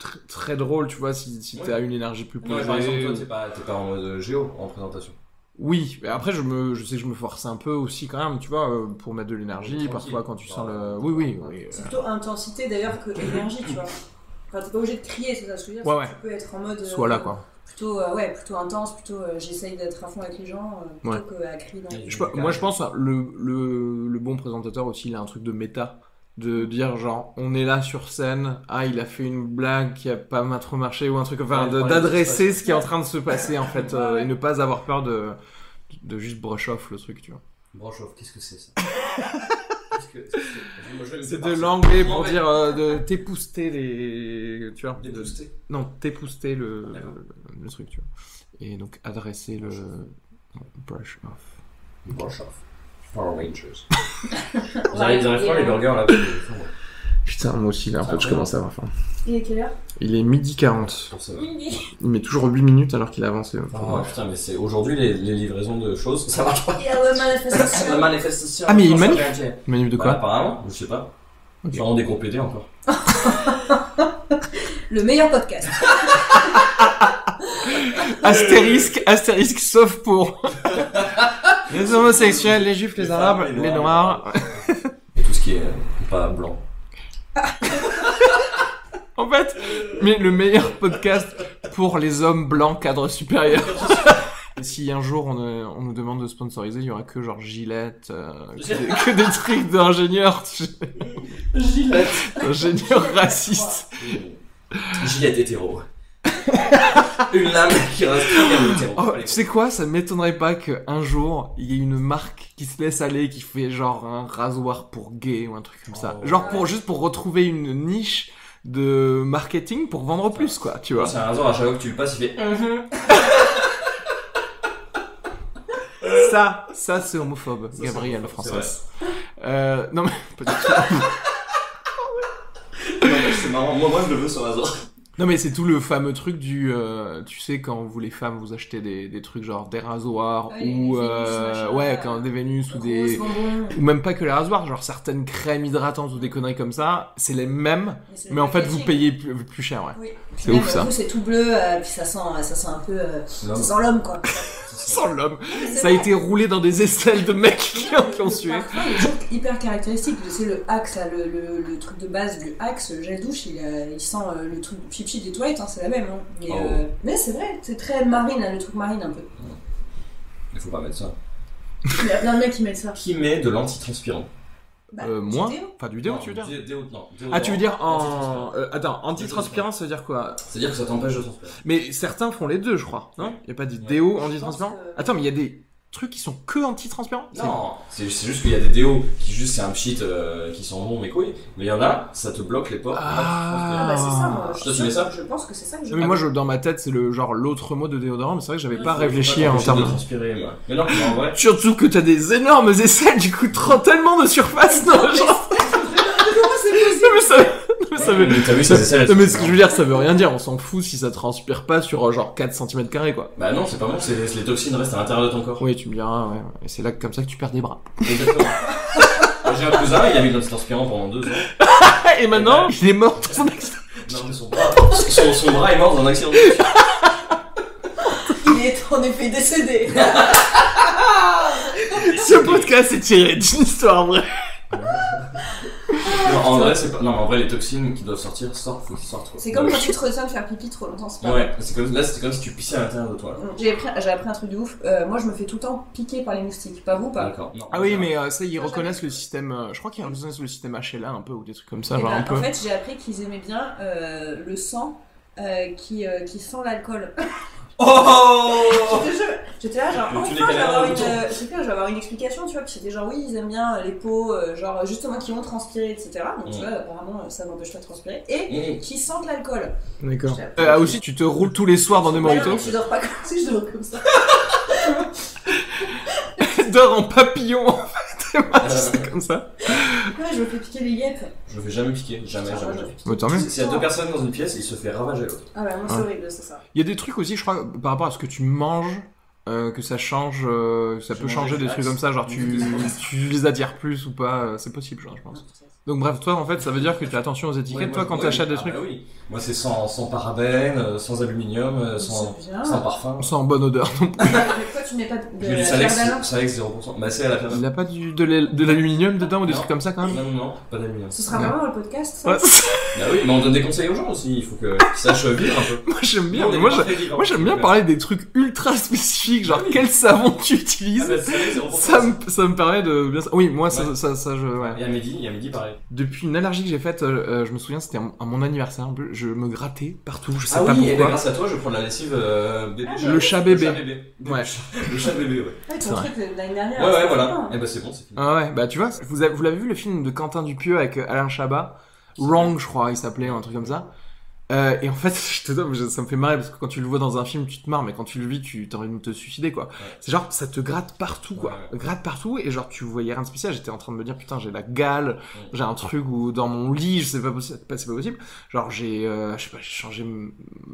Speaker 2: tr- très drôle, tu vois, si, si t'as une énergie plus
Speaker 3: Ouais, par exemple, toi,
Speaker 2: posée.
Speaker 3: t'es pas, t'es pas en mode euh, Géo en présentation.
Speaker 2: Oui, mais après, je, me, je sais que je me force un peu aussi quand même, tu vois, euh, pour mettre de l'énergie,
Speaker 3: Tranquille. Bah,
Speaker 2: parfois quand tu sens
Speaker 3: Voilà.
Speaker 2: le... Oui, oui, oui. euh,
Speaker 4: C'est plutôt intensité d'ailleurs que énergie tu vois. Enfin t'es pas obligé de crier c'est ça ce que je veux dire.
Speaker 2: Ouais,
Speaker 4: c'est que Tu peux être en mode euh,
Speaker 2: Soit là, quoi.
Speaker 4: plutôt euh, ouais plutôt intense plutôt euh, j'essaye d'être à fond avec les gens euh, plutôt que à crier dans
Speaker 2: Je sais pas, moi, je pense, hein, le, le, le bon présentateur aussi, il a un truc de méta. De dire, genre, on est là sur scène, ah, il a fait une blague qui a pas mal trop marché, ou un truc, enfin,
Speaker 3: Ouais,
Speaker 2: de-
Speaker 3: parler de ce qui
Speaker 2: d'adresser
Speaker 3: se
Speaker 2: ce qui est en train de se passer, en fait,
Speaker 4: Ouais,
Speaker 2: euh,
Speaker 4: ouais.
Speaker 2: et ne pas avoir peur de, de juste brush off le truc, tu vois.
Speaker 3: Branche off, qu'est-ce que c'est ça Qu'est-ce que- qu'est-ce que c'est Je- moi, je vais me
Speaker 2: C'est de
Speaker 3: débarrasser.
Speaker 2: l'anglais pour
Speaker 3: Ouais, ouais.
Speaker 2: dire euh, de t'épouster les. Tu vois
Speaker 3: Des
Speaker 2: de-
Speaker 3: boostés.
Speaker 2: Non, t'épouster le,
Speaker 3: D'accord.
Speaker 2: le, le truc, tu vois. Et donc adresser le. Brush off.
Speaker 3: Branche off. Power Rangers.
Speaker 4: Ouais,
Speaker 3: Ils arrivent ils arrivent
Speaker 4: et,
Speaker 3: pas les
Speaker 4: euh,
Speaker 3: burgers là. parce que- enfin, ouais.
Speaker 2: Putain, moi aussi, là, en
Speaker 3: Ah,
Speaker 2: fait, je
Speaker 3: ouais.
Speaker 2: commence à avoir faim.
Speaker 4: Il est quelle heure
Speaker 2: Il est midi 40.
Speaker 3: Pour ça.
Speaker 2: Il met toujours 8 minutes alors qu'il euh, a avancé.
Speaker 3: Ah putain, mais c'est aujourd'hui les, les livraisons de choses, ça marche pas.
Speaker 4: Et à
Speaker 2: [LAUGHS]
Speaker 4: la manifestation.
Speaker 3: manifestation.
Speaker 2: Ah, mais il manif- Manip de
Speaker 3: Bah,
Speaker 2: quoi
Speaker 3: apparemment, je sais pas.
Speaker 2: Ok.
Speaker 3: Sûrement des gros PD encore.
Speaker 4: le meilleur podcast.
Speaker 2: Astérisque, astérisque, sauf pour. les homosexuels, les juifs, les
Speaker 3: Les
Speaker 2: arabes,
Speaker 3: femmes, les
Speaker 2: les
Speaker 3: noirs.
Speaker 2: noirs.
Speaker 3: Et tout ce qui est euh, pas
Speaker 2: [LAUGHS]
Speaker 3: blanc.
Speaker 2: En fait,
Speaker 3: Euh.
Speaker 2: mais le meilleur podcast pour les hommes blancs cadre
Speaker 3: [LAUGHS]
Speaker 2: supérieur. Et si un jour on, euh, on nous demande de sponsoriser, il y aura que genre Gillette,
Speaker 3: [LAUGHS]
Speaker 2: euh, que, des, que des trucs d'ingénieurs,
Speaker 3: Gillette.
Speaker 2: d'ingénieurs
Speaker 3: [LAUGHS]
Speaker 2: racistes.
Speaker 3: Gillette hétéro. [LAUGHS] Une lame qui reste bien hétéro.
Speaker 2: Oh,
Speaker 3: Allez.
Speaker 2: tu sais quoi, ça m'étonnerait pas qu'un jour il y ait une marque qui se laisse aller, qui fait genre un rasoir pour gay ou un truc comme ça.
Speaker 3: Oh.
Speaker 2: Genre pour juste pour retrouver une niche de marketing pour vendre plus quoi, tu vois.
Speaker 3: C'est un hasard à chaque fois que tu le passes, il fait. [LAUGHS]
Speaker 2: Ça, ça c'est homophobe, Gabriel
Speaker 3: C'est
Speaker 2: François. Euh, non mais pas du tout.
Speaker 3: vrai. Non, mais C'est marrant, moi, moi je le veux sur hasard.
Speaker 2: Non mais c'est tout le fameux truc du, euh, tu sais quand vous les femmes vous achetez des, des trucs genre des rasoirs
Speaker 4: Ouais, les
Speaker 2: ou
Speaker 4: Vénus,
Speaker 2: euh,
Speaker 4: machin,
Speaker 2: ouais
Speaker 4: ouais.
Speaker 2: quand des Vénus ou
Speaker 4: Rose,
Speaker 2: des
Speaker 4: bonbon.
Speaker 2: ou même pas que les rasoirs genre certaines crèmes hydratantes ou des conneries comme ça c'est les mêmes
Speaker 4: c'est
Speaker 2: mais en fait
Speaker 4: le
Speaker 2: vous
Speaker 4: packaging.
Speaker 2: payez plus, plus cher ouais.
Speaker 4: Oui.
Speaker 2: C'est
Speaker 4: Même,
Speaker 2: ouf,
Speaker 4: du
Speaker 2: ça.
Speaker 4: coup, C'est tout bleu, euh, puis ça sent, ça sent un peu. euh, ça
Speaker 3: Non,
Speaker 4: sent l'homme
Speaker 2: [LAUGHS]
Speaker 4: quoi.
Speaker 2: Sans l'homme
Speaker 4: C'est
Speaker 2: ça a
Speaker 4: vrai. Bah,
Speaker 2: été roulé dans des aisselles de mecs qui
Speaker 4: Non,
Speaker 2: ont qui ont sué.
Speaker 4: Le parfum il est toujours hyper caractéristique. Tu sais, le axe, là, le, le- le truc de base du axe, le gel douche, il, a- il sent euh, le truc pipi des toilettes, hein, c'est la même. hein. Mais,
Speaker 3: Oh.
Speaker 4: euh, mais c'est vrai, c'est très marine, hein, le truc marine un peu.
Speaker 3: il faut pas mettre ça.
Speaker 4: Il y a plein de mecs qui mettent ça.
Speaker 3: Qui met de l'antitranspirant
Speaker 4: Bah,
Speaker 2: Euh,
Speaker 4: du
Speaker 2: moi
Speaker 4: déo.
Speaker 2: Enfin du déo tu veux dire
Speaker 3: Dé- déo- non,
Speaker 2: Ah tu veux dire en
Speaker 3: Antitranspirant.
Speaker 2: euh, attends antitranspirant ça veut dire quoi
Speaker 3: C'est-à-dire que ça t'empêche de transpirer.
Speaker 2: Mais certains font les deux, je crois, non Il a pas dit
Speaker 3: Ouais.
Speaker 2: déo
Speaker 4: Je
Speaker 2: anti-transpirant
Speaker 4: pense que-
Speaker 2: Attends, mais il y a des trucs qui sont que anti-transpirants C'est-
Speaker 3: Non, c'est c'est juste qu'il y a des déos qui juste c'est un pchit euh, qui sent bon mes couilles, mais il y en a, ça te bloque les portes.
Speaker 4: Ah
Speaker 2: Ah.
Speaker 4: bah c'est ça, moi.
Speaker 3: Toi, tu mets ça
Speaker 4: Je pense que c'est ça que je
Speaker 2: Non, Ah, mais moi, je, dans ma tête, c'est le genre l'autre mot de déodorant, mais c'est vrai que j'avais
Speaker 3: Faut
Speaker 2: pas
Speaker 3: faut
Speaker 2: réfléchi
Speaker 3: pas
Speaker 2: en
Speaker 3: t'empêcher
Speaker 2: termes
Speaker 3: de
Speaker 2: de...
Speaker 3: transpirer. moi. Mais non, mais en vrai,
Speaker 2: Surtout que t'as des énormes aisselles, du coup, prends tellement de surface dans le genre. Non, mais ça, non, mais [LAUGHS] ça veut...
Speaker 3: Mais t'as vu ça, c'est ça, la
Speaker 2: Non, mais ce que je veux dire, ça veut rien dire, on s'en fout si ça transpire pas sur euh, genre 4 cm quoi.
Speaker 3: Bah non, c'est pas bon, c'est- les toxines restent à l'intérieur de ton corps.
Speaker 2: Oui, tu me diras, ouais, ouais. Et c'est là que- comme ça que tu perds des bras. [LAUGHS]
Speaker 3: Exactement. J'ai un cousin, il a mis de l'antitranspirant pendant deux ans.
Speaker 2: Eh, Et
Speaker 3: Eh
Speaker 2: maintenant,
Speaker 3: ben.
Speaker 2: il est mort dans son accident.
Speaker 3: Non, mais son bras, son, son bras est mort dans un accident. de voiture.
Speaker 4: Il est en
Speaker 2: [LAUGHS]
Speaker 4: effet décédé.
Speaker 2: Ce podcast est tiré d'une histoire vraie.
Speaker 3: Non, en vrai, c'est pas. Non, mais en vrai, les toxines qui doivent sortir sortent, faut qu'ils sortent. quoi.
Speaker 4: C'est comme quand tu te retiens de faire pipi trop longtemps, c'est pas
Speaker 3: Ouais, c'est comme là, c'est comme si tu pissais à l'intérieur de toi. là.
Speaker 4: J'ai appris, j'ai appris un truc de ouf. Euh, moi, je me fais tout le temps piquer par les moustiques. Pas vous, pas
Speaker 3: D'accord. Non,
Speaker 2: Ah oui,
Speaker 3: non.
Speaker 2: mais euh, ça, ils
Speaker 4: Non,
Speaker 2: reconnaissent le système. euh, je crois qu'ils reconnaissent le système HLA un peu ou des trucs comme ça,
Speaker 4: Eh
Speaker 2: genre
Speaker 4: ben,
Speaker 2: un peu.
Speaker 4: En fait, j'ai appris qu'ils aimaient bien euh, le sang euh, qui, euh, qui sent l'alcool.
Speaker 3: Oh
Speaker 4: [LAUGHS] Je te jure, J'étais là, genre,
Speaker 3: Tu- tu
Speaker 4: enfin, je
Speaker 3: décales
Speaker 4: vais avoir
Speaker 3: un
Speaker 4: une,
Speaker 3: bouton.
Speaker 4: euh, j'étais là, je vais avoir une explication, tu vois. Puis c'était genre, oui, ils aiment bien euh, les peaux, euh, genre, justement, qui vont transpirer, etc. Donc, tu
Speaker 3: Mm.
Speaker 4: vois, apparemment, euh, ça m'empêche pas de transpirer. Et
Speaker 3: Mmh.
Speaker 4: qui sentent l'alcool.
Speaker 2: D'accord.
Speaker 4: J'étais
Speaker 2: Euh,
Speaker 4: là,
Speaker 2: ah, aussi, tu te roules tous les soirs dans des
Speaker 4: Ouais, non,
Speaker 2: moritos.
Speaker 4: mais Je dors pas comme [LAUGHS] ça, je dors comme ça.
Speaker 2: Tu dors en
Speaker 4: [LAUGHS]
Speaker 2: papillon, [LAUGHS] en fait. Et moi, C'est comme ça.
Speaker 4: Ouais, je me fais piquer les guêpes.
Speaker 3: Euh, Je vais jamais piquer,
Speaker 4: Putain,
Speaker 3: jamais,
Speaker 4: moi,
Speaker 3: jamais.
Speaker 4: je me
Speaker 3: jamais.
Speaker 4: fais piquer.
Speaker 2: Bah, tant mieux.
Speaker 3: S'il y a deux personnes dans une pièce, il se fait ravager l'autre.
Speaker 4: Ah, bah, moi, c'est
Speaker 2: Ouais.
Speaker 4: horrible, c'est ça.
Speaker 2: Il y a des trucs aussi, je crois, par rapport à ce que tu manges, euh, que ça change, euh, ça
Speaker 3: J'ai
Speaker 2: peut
Speaker 3: mangé
Speaker 2: changer
Speaker 3: des
Speaker 2: des trucs
Speaker 3: glaces.
Speaker 2: comme ça, genre tu, [LAUGHS] tu les attires plus ou pas, euh, c'est possible, genre, je pense. Donc bref, toi, en fait, ça veut dire que tu as attention aux étiquettes,
Speaker 3: Ouais,
Speaker 2: toi,
Speaker 3: moi,
Speaker 2: quand
Speaker 3: oui,
Speaker 2: tu achètes des
Speaker 3: ah
Speaker 2: trucs,
Speaker 3: bah oui. Moi, c'est sans, sans parabène, euh, sans aluminium, euh, sans,
Speaker 4: C'est bien.
Speaker 3: sans parfum.
Speaker 2: on sent en bonne odeur.
Speaker 4: Mais pourquoi tu mets pas de
Speaker 3: J'ai
Speaker 4: la
Speaker 3: du Salex,
Speaker 4: pierre d'Alain
Speaker 3: Salex 0%. Bah, c'est à la pierre
Speaker 2: Il a pas du, de l'al- de l'aluminium dedans ou des
Speaker 3: Non.
Speaker 2: trucs comme ça, quand
Speaker 3: Non,
Speaker 2: même
Speaker 3: non, non, pas d'aluminium.
Speaker 4: Ce sera
Speaker 2: Ouais.
Speaker 4: vraiment le podcast, ça
Speaker 2: Ouais, [LAUGHS]
Speaker 3: Bah oui, mais on donne des conseils aux gens aussi, il faut que- qu'ils sachent vivre un peu.
Speaker 2: Moi, j'aime bien,
Speaker 3: Nous, on
Speaker 2: mais
Speaker 3: est
Speaker 2: moi,
Speaker 3: pas
Speaker 2: j'a-
Speaker 3: très vivants.
Speaker 2: moi, j'aime bien parler des trucs ultra spécifiques, genre quel savon tu
Speaker 3: Ah
Speaker 2: utilises.
Speaker 3: bah, Salex 0%.
Speaker 2: Ça me, ça me permet de bien. Oui, moi, ça,
Speaker 3: Ouais.
Speaker 2: ça, ça, je. Ouais.
Speaker 3: Et à midi, il y a midi pareil.
Speaker 2: Depuis une allergie que j'ai faite, euh, euh, je me souviens, c'était à mon anniversaire, un peu, je me grattais partout, je sais
Speaker 3: Ah
Speaker 2: pas
Speaker 3: oui, et ben,
Speaker 2: pourquoi.
Speaker 3: grâce à toi, je prends de la lessive euh, bébé.
Speaker 4: Le
Speaker 2: chat bébé.
Speaker 3: Le chat bébé.
Speaker 2: Ouais.
Speaker 3: Le chat bébé, ouais.
Speaker 4: Ouais,
Speaker 2: C'est
Speaker 4: ton truc de l'année dernière.
Speaker 3: Ouais, ouais,
Speaker 4: c'était
Speaker 3: voilà.
Speaker 4: bien.
Speaker 3: Et bah, c'est bon, c'est fini.
Speaker 2: Ah ouais, bah tu vois, vous, avez- vous l'avez vu le film de Quentin Dupieux avec euh, Alain Chabat Wrong, je crois, il s'appelait, un truc comme ça. Euh, et en fait, [LAUGHS] je te donne, je- ça me fait marrer parce que quand tu le vois dans un film, tu te marres, mais quand tu le vis, tu t'as envie de te suicider, quoi. C'est genre, ça te gratte partout, quoi.
Speaker 3: Ouais.
Speaker 2: Gratte partout, et genre, tu voyais rien de spécial. J'étais en train de me dire, putain, j'ai la gale,
Speaker 3: Ouais.
Speaker 2: j'ai un truc ou dans mon lit, je sais pas, possi- pas- c'est pas possible. Genre, j'ai, euh, je sais pas, j'ai changé m-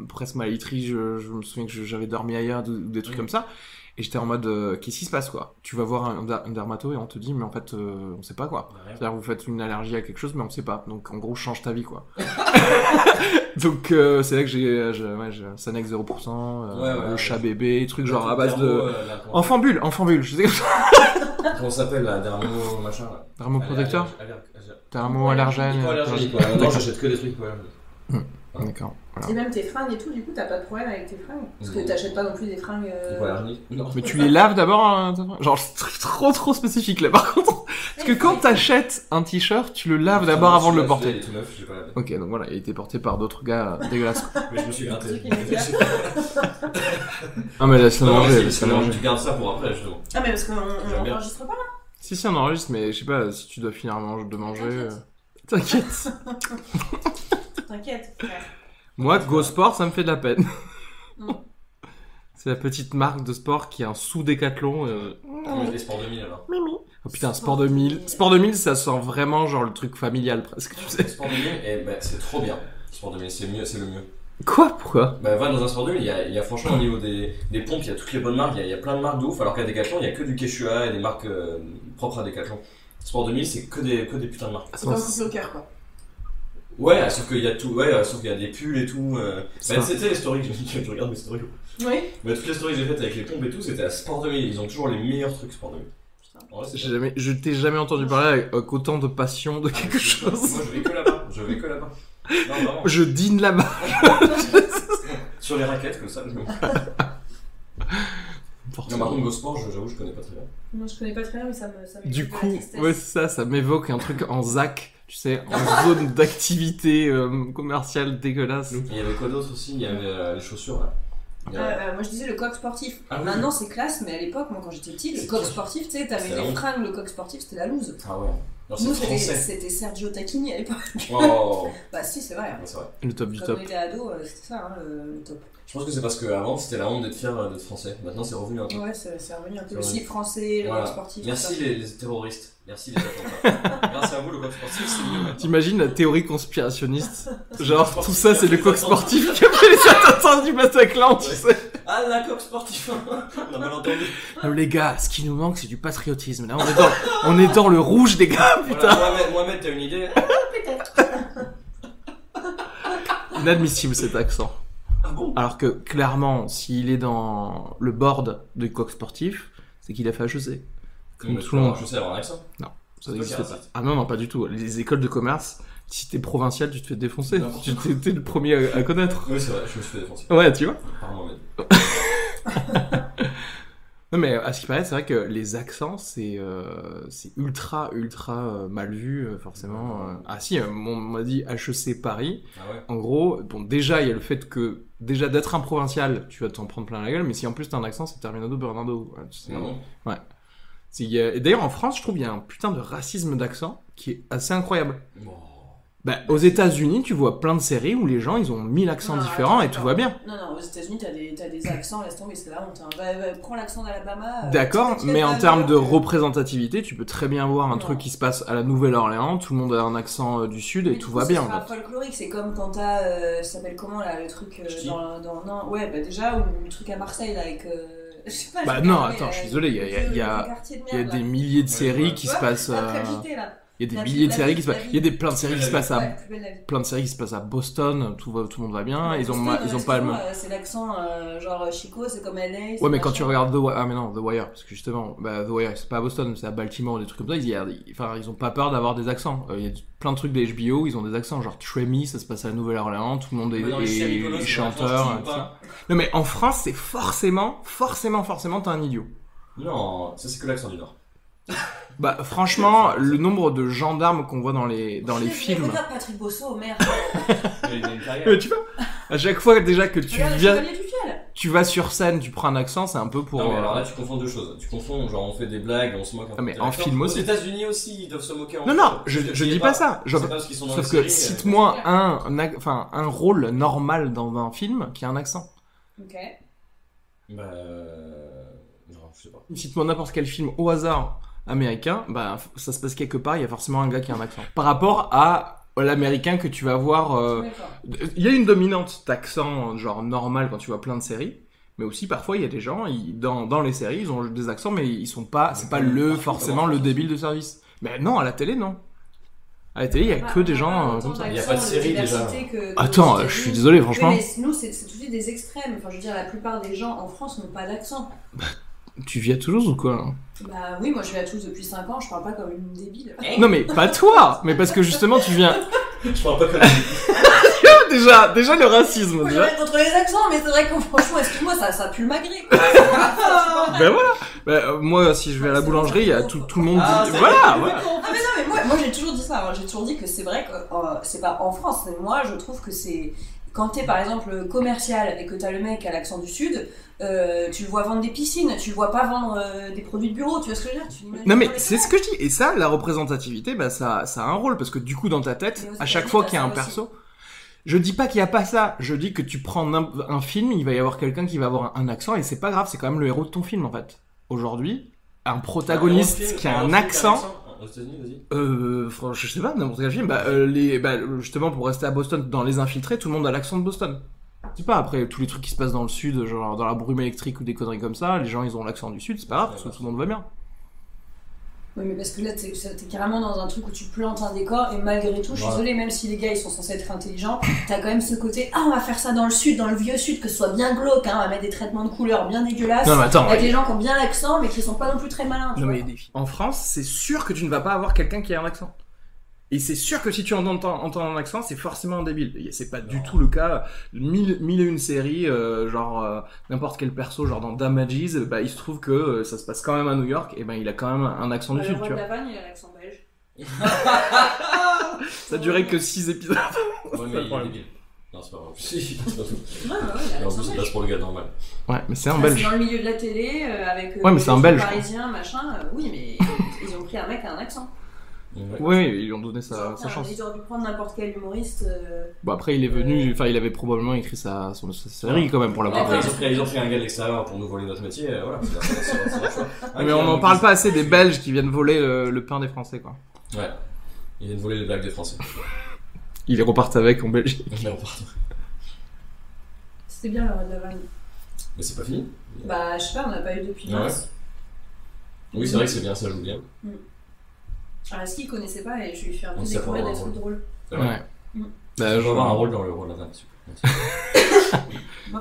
Speaker 2: presque ma literie, je, je me souviens que je- j'avais dormi ailleurs, de- des trucs
Speaker 3: Ouais.
Speaker 2: comme ça. Et j'étais en mode, euh, qu'est-ce qui se passe, quoi. Tu vas voir un, un der- un dermato et on te dit, mais en fait, euh, on sait pas, quoi.
Speaker 3: Ouais.
Speaker 2: C'est-à-dire, vous faites une allergie à quelque chose, mais on sait pas. Donc, en gros, change ta vie,
Speaker 3: [LAUGHS]
Speaker 2: quoi. Donc, euh, c'est là que j'ai, euh, je- ouais, j'ai Sanex 0%, euh,
Speaker 3: Ouais, ouais,
Speaker 2: le
Speaker 3: ouais.
Speaker 2: chat bébé, trucs genre à base
Speaker 3: Dermo,
Speaker 2: de.
Speaker 3: euh, là, comment-
Speaker 2: Enfant bulle, enfant bulle, je sais pas.
Speaker 3: Comment ça s'appelle, la dermo machin là
Speaker 2: Thermoprotecteur
Speaker 3: Aller- aller-
Speaker 2: Thermoallergène
Speaker 3: Hypoallergénique,
Speaker 2: allergène. euh,
Speaker 3: ouais. Non, j'achète que des trucs hypoallergéniques.
Speaker 2: D'accord.
Speaker 4: Et même tes fringues et tout, du coup, t'as pas de problème avec tes fringues. Parce que
Speaker 3: Mhm.
Speaker 4: t'achètes pas non plus des fringues. euh,
Speaker 3: Hypoallergénique Non.
Speaker 2: Mais tu les laves d'abord hein, t'as- Genre, c'est tr- trop trop spécifique là par contre. Parce que quand t'achètes un t-shirt, tu le laves d'abord avant de le
Speaker 3: Celui-là, celui-là, il
Speaker 2: porter.
Speaker 3: est tout neuf, j'ai pas lavé.
Speaker 2: Ok, donc voilà, il était porté par d'autres gars euh, dégueulasses.
Speaker 3: Mais je me suis gratté.
Speaker 4: Le truc
Speaker 3: [LAUGHS]
Speaker 4: immédiat.
Speaker 2: Ah, mais laisse-le
Speaker 3: Non,
Speaker 2: manger,
Speaker 3: mais
Speaker 2: laisse-le
Speaker 3: c'est bon,
Speaker 2: manger.
Speaker 3: tu gardes ça pour après, justement.
Speaker 4: Ah, mais parce qu'on on
Speaker 3: J'aime bien.
Speaker 4: enregistre pas. hein.
Speaker 2: Si, si, on enregistre, mais je sais pas si tu dois finir à manger- de manger. euh, T'inquiète.
Speaker 4: T'inquiète, frère.
Speaker 2: Moi, Go Sport, ça me fait de la peine. [LAUGHS]
Speaker 4: Mm.
Speaker 2: C'est la petite marque de sport qui est un sous-décathlon. euh,
Speaker 3: Mais les sports 2000 alors.
Speaker 2: Oh putain, Sport 2000. Sport 2000, ça sent vraiment genre le truc familial presque, tu sais. [LAUGHS]
Speaker 3: Les sports 2000, eh ben, c'est trop bien. Les sports 2000, c'est mieux, c'est le mieux.
Speaker 2: Quoi Pourquoi
Speaker 3: Bah, va dans un sport 2000, il y a, il y a franchement au niveau des, des pompes, il y a toutes les bonnes marques, il y a, il y a plein de marques de ouf, alors qu'à Decathlon, il y a que du Quechua et des marques euh, propres à Decathlon. Sport 2000, c'est que des, que des putains de marques.
Speaker 4: C'est comme couple au cœur, quoi.
Speaker 3: Ouais, sauf qu'il y a tout, ouais, euh, sauf qu'il y a des pulls et tout. euh.
Speaker 2: Ça.
Speaker 3: Bah, c'était les stories que j'ai [LAUGHS] tu regardes mes stories.
Speaker 4: Oui.
Speaker 3: Bah, toutes les stories que j'ai faites avec les pompes et tout, c'était à Sport 2000. Ils ont toujours les meilleurs trucs Sport 2000.
Speaker 4: Putain.
Speaker 3: En vrai, c'est
Speaker 2: J'ai jamais- Je t'ai jamais entendu parler avec, avec autant de passion de quelque chose. [LAUGHS]
Speaker 3: Moi, je vais que là-bas. Je vais que là-bas. Non, vraiment.
Speaker 2: Je dîne là-bas.
Speaker 3: Sur les raquettes, comme ça. je me- Non, par contre,
Speaker 2: Forcément.
Speaker 3: Go Sport, je- j'avoue, je connais pas très bien.
Speaker 4: [LAUGHS] Moi, je connais pas très bien, mais ça me. Ça
Speaker 2: Du
Speaker 4: m'évoque de la
Speaker 2: coup,
Speaker 4: tristesse. Euh,
Speaker 2: ouais, c'est ça, ça m'évoque un truc en ZAC, tu sais, en zone d'activité euh, commerciale dégueulasse.
Speaker 3: Et il y avait quoi d'autre aussi Il y avait euh, les chaussures, là. Il y
Speaker 4: Euh,
Speaker 3: a-
Speaker 4: euh, moi je disais le coq sportif.
Speaker 3: Ah oui.
Speaker 4: Maintenant c'est classe, mais à l'époque, moi quand j'étais petite, le
Speaker 3: C'est
Speaker 4: coq
Speaker 3: classe.
Speaker 4: sportif, tu sais, t'avais
Speaker 3: C'est la
Speaker 4: des
Speaker 3: honte.
Speaker 4: fringues, le coq sportif c'était la loose.
Speaker 3: Ah ouais. Non, c'est
Speaker 4: Nous c'était-
Speaker 3: français.
Speaker 4: c'était Sergio Tacchini à l'époque.
Speaker 3: Oh,
Speaker 4: Bah si, c'est vrai.
Speaker 3: c'est vrai.
Speaker 2: Le top du
Speaker 4: Quand on
Speaker 2: top.
Speaker 4: était ado, euh, c'était ça hein, le, le top.
Speaker 3: Je pense que c'est parce qu'avant, c'était la honte d'être fier euh, d'être français. Maintenant, c'est revenu un peu.
Speaker 4: Ouais, c'est c'est revenu un peu.
Speaker 3: C'est
Speaker 4: Le
Speaker 3: revenu.
Speaker 4: slip français, le
Speaker 3: Voilà.
Speaker 4: coq sportif.
Speaker 3: Merci
Speaker 4: tout
Speaker 3: les, les terroristes. Merci les attentats. Grâce à vous, le coq sportif, c'est mieux. maintenant.
Speaker 2: T'imagines la théorie conspirationniste Genre, tout ça, c'est le coq sportif qui a fait les attentats du Bataclan, tu
Speaker 3: Ouais.
Speaker 2: sais.
Speaker 3: Ah, la coq sportif [LAUGHS] On a mal entendu.
Speaker 2: Ah, les gars, ce qui nous manque, c'est du patriotisme. Là, on est dans, on est dans le rouge, des
Speaker 4: Ah,
Speaker 2: gars.
Speaker 3: Voilà, Mohamed, Mohamed, t'as une idée
Speaker 2: Inadmissible cet accent.
Speaker 3: Ah bon
Speaker 2: Alors que clairement, s'il est dans le board du coq sportif, c'est qu'il a fait HEC. Comme tout le monde.
Speaker 3: Je sais avoir un accent.
Speaker 2: Ça
Speaker 3: C'est toi qui
Speaker 2: n'existe
Speaker 3: as
Speaker 2: pas.
Speaker 3: raison.
Speaker 2: Ah non, non, pas du tout. Les écoles de commerce, si t'es provincial, tu te fais défoncer.
Speaker 3: N'importe
Speaker 2: Tu t'es t'es le premier à, à connaître.
Speaker 3: Oui, c'est vrai, je me suis fait défoncer.
Speaker 2: Ouais, tu vois.
Speaker 3: Par Mohamed.
Speaker 2: Non, mais à ce qui paraît, c'est vrai que les accents, c'est euh, c'est ultra, ultra euh, mal vu, euh, forcément. euh. Ah si, euh, on m'a dit HEC Paris.
Speaker 3: Ah ouais.
Speaker 2: En gros, bon, déjà, il y a le fait que, déjà, d'être un provincial, tu vas t'en prendre plein la gueule, mais si en plus t'as un accent, c'est Terminado Bernardo. Ouais, tu sais.
Speaker 3: Ah bon
Speaker 2: C'est- il y a- et D'ailleurs, en France, je trouve qu'il y a un putain de racisme d'accent qui est assez incroyable.
Speaker 3: Bon.
Speaker 2: Bah, aux États-Unis, tu vois plein de séries où les gens, ils ont mille accents
Speaker 4: Non,
Speaker 2: différents
Speaker 4: attends,
Speaker 2: et tout
Speaker 4: attends.
Speaker 2: va bien.
Speaker 4: Non, non, aux États-Unis, t'as des, t'as des accents, laisse tomber, c'est la honte. hein. Va- va- prends l'accent d'Alabama. euh,
Speaker 2: D'accord,
Speaker 4: tu- tu-
Speaker 2: mais en
Speaker 4: tu-
Speaker 2: termes de
Speaker 4: euh,
Speaker 2: représentativité, tu peux très bien voir un
Speaker 4: Non.
Speaker 2: truc qui se passe à la Nouvelle-Orléans, tout le monde a un accent euh, du Sud
Speaker 4: mais
Speaker 2: et
Speaker 4: du
Speaker 2: tout
Speaker 4: coup,
Speaker 2: va
Speaker 4: ce
Speaker 2: bien. en
Speaker 4: sera
Speaker 2: fait.
Speaker 4: folklorique, c'est comme quand t'as. euh, ça s'appelle comment là, le truc euh,
Speaker 3: Ch'ti.
Speaker 4: dans, dans. Non, ouais, bah déjà, ou le truc à Marseille là, avec. euh, [LAUGHS] je sais pas.
Speaker 2: Bah
Speaker 4: j'ai
Speaker 2: non,
Speaker 4: parlé,
Speaker 2: attends,
Speaker 4: euh,
Speaker 2: je suis désolé, il y a- il y a-
Speaker 4: le-
Speaker 2: il y a-
Speaker 4: le quartier de
Speaker 2: Il y a
Speaker 4: merde,
Speaker 2: des
Speaker 4: là.
Speaker 2: milliers de
Speaker 3: Ouais,
Speaker 2: séries
Speaker 3: ouais.
Speaker 2: qui
Speaker 4: Tu
Speaker 2: se
Speaker 4: vois,
Speaker 2: passent.
Speaker 4: Après
Speaker 2: euh,
Speaker 4: le JT, là.
Speaker 2: Il y a des
Speaker 4: la
Speaker 2: milliers de
Speaker 4: vie-
Speaker 2: séries qui se
Speaker 4: la
Speaker 2: passent.
Speaker 4: vie-
Speaker 2: Il y a des plein de séries qui se passent à
Speaker 4: Ouais, plus belle la vie.
Speaker 2: plein de séries qui se passent à Boston. Tout va, tout le monde va bien. Ils ont,
Speaker 4: Boston,
Speaker 2: ma- ils ont pas le.
Speaker 4: excuse-moi,
Speaker 2: même-
Speaker 4: euh, C'est l'accent euh, genre Chico, c'est comme LA. c'est
Speaker 2: Ouais, mais quand tu
Speaker 4: machin.
Speaker 2: regardes The Wire, ah mais non, The Wire, parce que justement, bah, The Wire, c'est pas à Boston, c'est à Baltimore, des trucs comme ça. Ils, y a- enfin, ils ont pas peur d'avoir des accents. Euh, Il y a du- plein de trucs des HBO, ils ont des accents. Genre Tremi, ça se passe à la Nouvelle-Orléans, tout le monde est,
Speaker 3: Mais dans les
Speaker 2: est-
Speaker 3: séries rigolos,
Speaker 2: est
Speaker 3: c'est dans
Speaker 2: chanteur.
Speaker 3: l'accent, je dis
Speaker 2: etc.
Speaker 3: pas.
Speaker 2: Non mais en France, c'est forcément, forcément, forcément, t'es un idiot.
Speaker 3: Non, ça c'est que l'accent du Nord.
Speaker 2: Bah franchement, le nombre de gendarmes qu'on voit dans les dans
Speaker 3: [LAUGHS]
Speaker 2: les
Speaker 4: Mais
Speaker 2: films.
Speaker 4: Regarde Patrick Bosso, oh, merde.
Speaker 3: Il y a une
Speaker 2: Mais
Speaker 3: carrière.
Speaker 2: tu vois, à chaque fois déjà que tu
Speaker 4: Regarde le
Speaker 2: viens,
Speaker 4: Chevalier du Fiel.
Speaker 2: tu vas sur scène, tu prends un accent, c'est un peu pour.
Speaker 3: Non, mais
Speaker 2: euh,
Speaker 3: alors là, tu confonds deux choses. Tu confonds, genre, on fait des blagues, on se moque un
Speaker 2: Ah,
Speaker 3: peu
Speaker 2: mais
Speaker 3: de
Speaker 2: en
Speaker 3: l'acteur.
Speaker 2: film
Speaker 3: Aux
Speaker 2: aussi.
Speaker 3: États-Unis aussi, ils doivent se moquer en
Speaker 2: non, non, je, je dis pas, ça.
Speaker 3: Je
Speaker 2: Genre,
Speaker 3: sais pas ce qu'ils sont dans
Speaker 2: Sauf
Speaker 3: les
Speaker 2: que
Speaker 3: séries, euh,
Speaker 2: cite-moi
Speaker 4: c'est clair.
Speaker 2: un, un ac- enfin un rôle normal dans un film qui a un accent.
Speaker 4: Ok.
Speaker 3: Bah. euh, Non, je sais pas.
Speaker 2: Cite-moi n'importe quel film au hasard américain, bah f- ça se passe quelque part, il y a forcément un gars qui a un accent. Par rapport à l'américain que tu vas voir, euh,
Speaker 4: Tu mets pas.
Speaker 2: il y a une dominante d'accent genre normal quand tu vois plein de séries. Mais aussi parfois il y a des gens ils- dans, dans les séries ils ont des accents mais ils sont pas c'est pas le forcément le débile de service. Mais non à la télé non. À la télé il y a
Speaker 4: Bah,
Speaker 2: que des gens euh, comme ça.
Speaker 3: Il y a pas de série, déjà.
Speaker 2: Attends euh, je suis désolé franchement.
Speaker 4: Mais nous, c'est c'est tout de suite des extrêmes. Enfin, je veux dire, la plupart des gens en France n'ont pas d'accent.
Speaker 2: Tu vis à Toulouse ou quoi hein là
Speaker 4: Bah oui, moi je suis à Toulouse depuis 5 ans, je parle pas comme une débile.
Speaker 2: Non mais pas toi, mais parce que justement tu viens
Speaker 3: Je parle pas comme.
Speaker 2: [LAUGHS] Ah, déjà déjà le [LAUGHS] racisme
Speaker 4: Moi, j'ai
Speaker 2: déjà.
Speaker 4: rien contre les accents, mais c'est vrai que franchement, excuse-moi, ça, ça pue
Speaker 2: [LAUGHS]
Speaker 4: le magret. quoi.
Speaker 2: Ben voilà. Ben, euh, moi si je vais à la boulangerie, il y a tout, tout le monde
Speaker 3: Ah,
Speaker 2: dit
Speaker 3: c'est-
Speaker 2: voilà, voilà.
Speaker 4: Ah mais non mais moi, moi j'ai toujours dit ça, hein. j'ai toujours dit que c'est vrai que euh, c'est pas en France, mais moi je trouve que c'est quand t'es par exemple commercial et que t'as le mec à l'accent du sud, euh, tu le vois vendre des piscines, tu le vois pas vendre euh, des produits de bureau, tu vois ce que je veux dire Tu l'imagines
Speaker 2: Non mais
Speaker 4: dans les
Speaker 2: c'est ce que je dis et ça la représentativité bah ça ça a un rôle parce que du coup dans ta tête
Speaker 4: Mais aux
Speaker 2: à chaque
Speaker 4: États-Unis,
Speaker 2: fois qu'il y a
Speaker 4: t'as
Speaker 2: un
Speaker 4: ça aussi.
Speaker 2: perso je dis pas qu'il y a pas ça, je dis que tu prends un, un film, il va y avoir quelqu'un qui va avoir un, un accent et c'est pas grave, c'est quand même le héros de ton film en fait. Aujourd'hui, un protagoniste
Speaker 3: Un film-
Speaker 2: qui a un
Speaker 3: film
Speaker 2: accent
Speaker 3: Aux États-Unis, vas-y.
Speaker 2: Euh, franchement, je sais pas, n'importe quel film. Bah, euh, les, bah, justement, pour rester à Boston, dans Les Infiltrés, tout le monde a l'accent de Boston. Je sais pas, après, tous les trucs qui se passent dans le sud, genre dans la brume électrique ou des conneries comme ça, les gens ils ont l'accent du sud, c'est pas grave, parce que tout le monde va bien.
Speaker 4: Oui, mais parce que là, t'es t'es carrément dans un truc où tu plantes un décor et malgré tout, je suis
Speaker 3: Ouais.
Speaker 4: désolée, même si les gars ils sont censés être intelligents, t'as quand même ce côté ah, on va faire ça dans le sud, dans le vieux sud, que ce soit bien glauque, hein, on va mettre des traitements de couleurs bien dégueulasses,
Speaker 2: Non, mais attends,
Speaker 4: avec des gens qui ont bien l'accent mais qui sont pas non plus très malins. tu
Speaker 2: Non,
Speaker 4: vois.
Speaker 2: mais il y a des filles. En France, c'est sûr que tu ne vas pas avoir quelqu'un qui a un accent. Et c'est sûr que si tu en- entends, entends un accent, c'est forcément un débile. Et C'est pas du
Speaker 3: Non.
Speaker 2: tout le cas. Mille, mille et une séries, euh, genre euh, n'importe quel perso, genre dans Damages, bah, il se trouve que euh, ça se passe quand même à New York, et ben il a quand même un accent du
Speaker 4: Bah,
Speaker 2: sud,
Speaker 4: le roi
Speaker 2: tu
Speaker 4: de
Speaker 2: vois.
Speaker 4: la vanne, il a l'accent
Speaker 3: [LAUGHS]
Speaker 4: belge.
Speaker 2: Ça durait que 6 épisodes.
Speaker 3: Ouais,
Speaker 2: pas le
Speaker 3: mais
Speaker 2: Ah,
Speaker 3: il est
Speaker 2: problème.
Speaker 3: débile. Non, c'est pas vrai. [LAUGHS] Si, c'est pas vrai.
Speaker 4: Ouais, ouais, ouais, il a
Speaker 3: Non,
Speaker 4: l'accent
Speaker 3: c'est
Speaker 4: belge.
Speaker 3: pas pour le gars normal.
Speaker 2: Ouais, mais c'est
Speaker 4: Ah,
Speaker 2: un
Speaker 4: c'est
Speaker 2: belge.
Speaker 4: dans le milieu de la télé, euh, avec euh,
Speaker 2: Ouais, mais c'est un
Speaker 4: les
Speaker 2: Belge,
Speaker 4: parisiens, machin. euh, oui, mais ils ont pris un mec qui a un accent.
Speaker 3: Ouais.
Speaker 2: Oui, ils lui ont donné sa,
Speaker 4: Ils
Speaker 2: sa
Speaker 4: ont-
Speaker 2: chance.
Speaker 4: Ils auraient dû prendre n'importe quel humoriste. euh,
Speaker 2: Bon, après, il est venu, enfin, il avait probablement écrit sa, son, sa série quand même pour la
Speaker 3: Après,
Speaker 2: plupart.
Speaker 3: ils ont pris- ils ont pris un gars de l'extérieur pour nous voler notre métier, euh, voilà. C'est- c'est- c'est- c'est leur choix.
Speaker 2: [LAUGHS]
Speaker 3: Un
Speaker 2: Mais
Speaker 3: qui
Speaker 2: on
Speaker 3: a
Speaker 2: n'en
Speaker 3: un
Speaker 2: parle
Speaker 3: goût-
Speaker 2: pas assez des Belges qui viennent voler le, le pain des Français, quoi.
Speaker 3: Ouais. Ils viennent voler les blagues des Français. [LAUGHS]
Speaker 2: Ils repartent avec en Belgique.
Speaker 3: Mais on part.
Speaker 4: C'était bien le roi de la vanne.
Speaker 3: Mais c'est pas fini.
Speaker 4: Bah, je sais pas, on n'a pas eu depuis
Speaker 3: Ouais.
Speaker 4: mars.
Speaker 3: Oui, c'est vrai que c'est bien, ça joue bien.
Speaker 4: Alors, est-ce Ah, qu'il connaissait pas et je lui ai fait un peu
Speaker 3: On sait pas
Speaker 4: découvrir des
Speaker 3: vraiment.
Speaker 4: trucs drôles.
Speaker 3: C'est vrai.
Speaker 4: Mm.
Speaker 2: Bah,
Speaker 3: Euh, Je
Speaker 2: je-
Speaker 3: vais avoir un rôle dans le rôle de la vanne. super. Merci.
Speaker 4: Moi,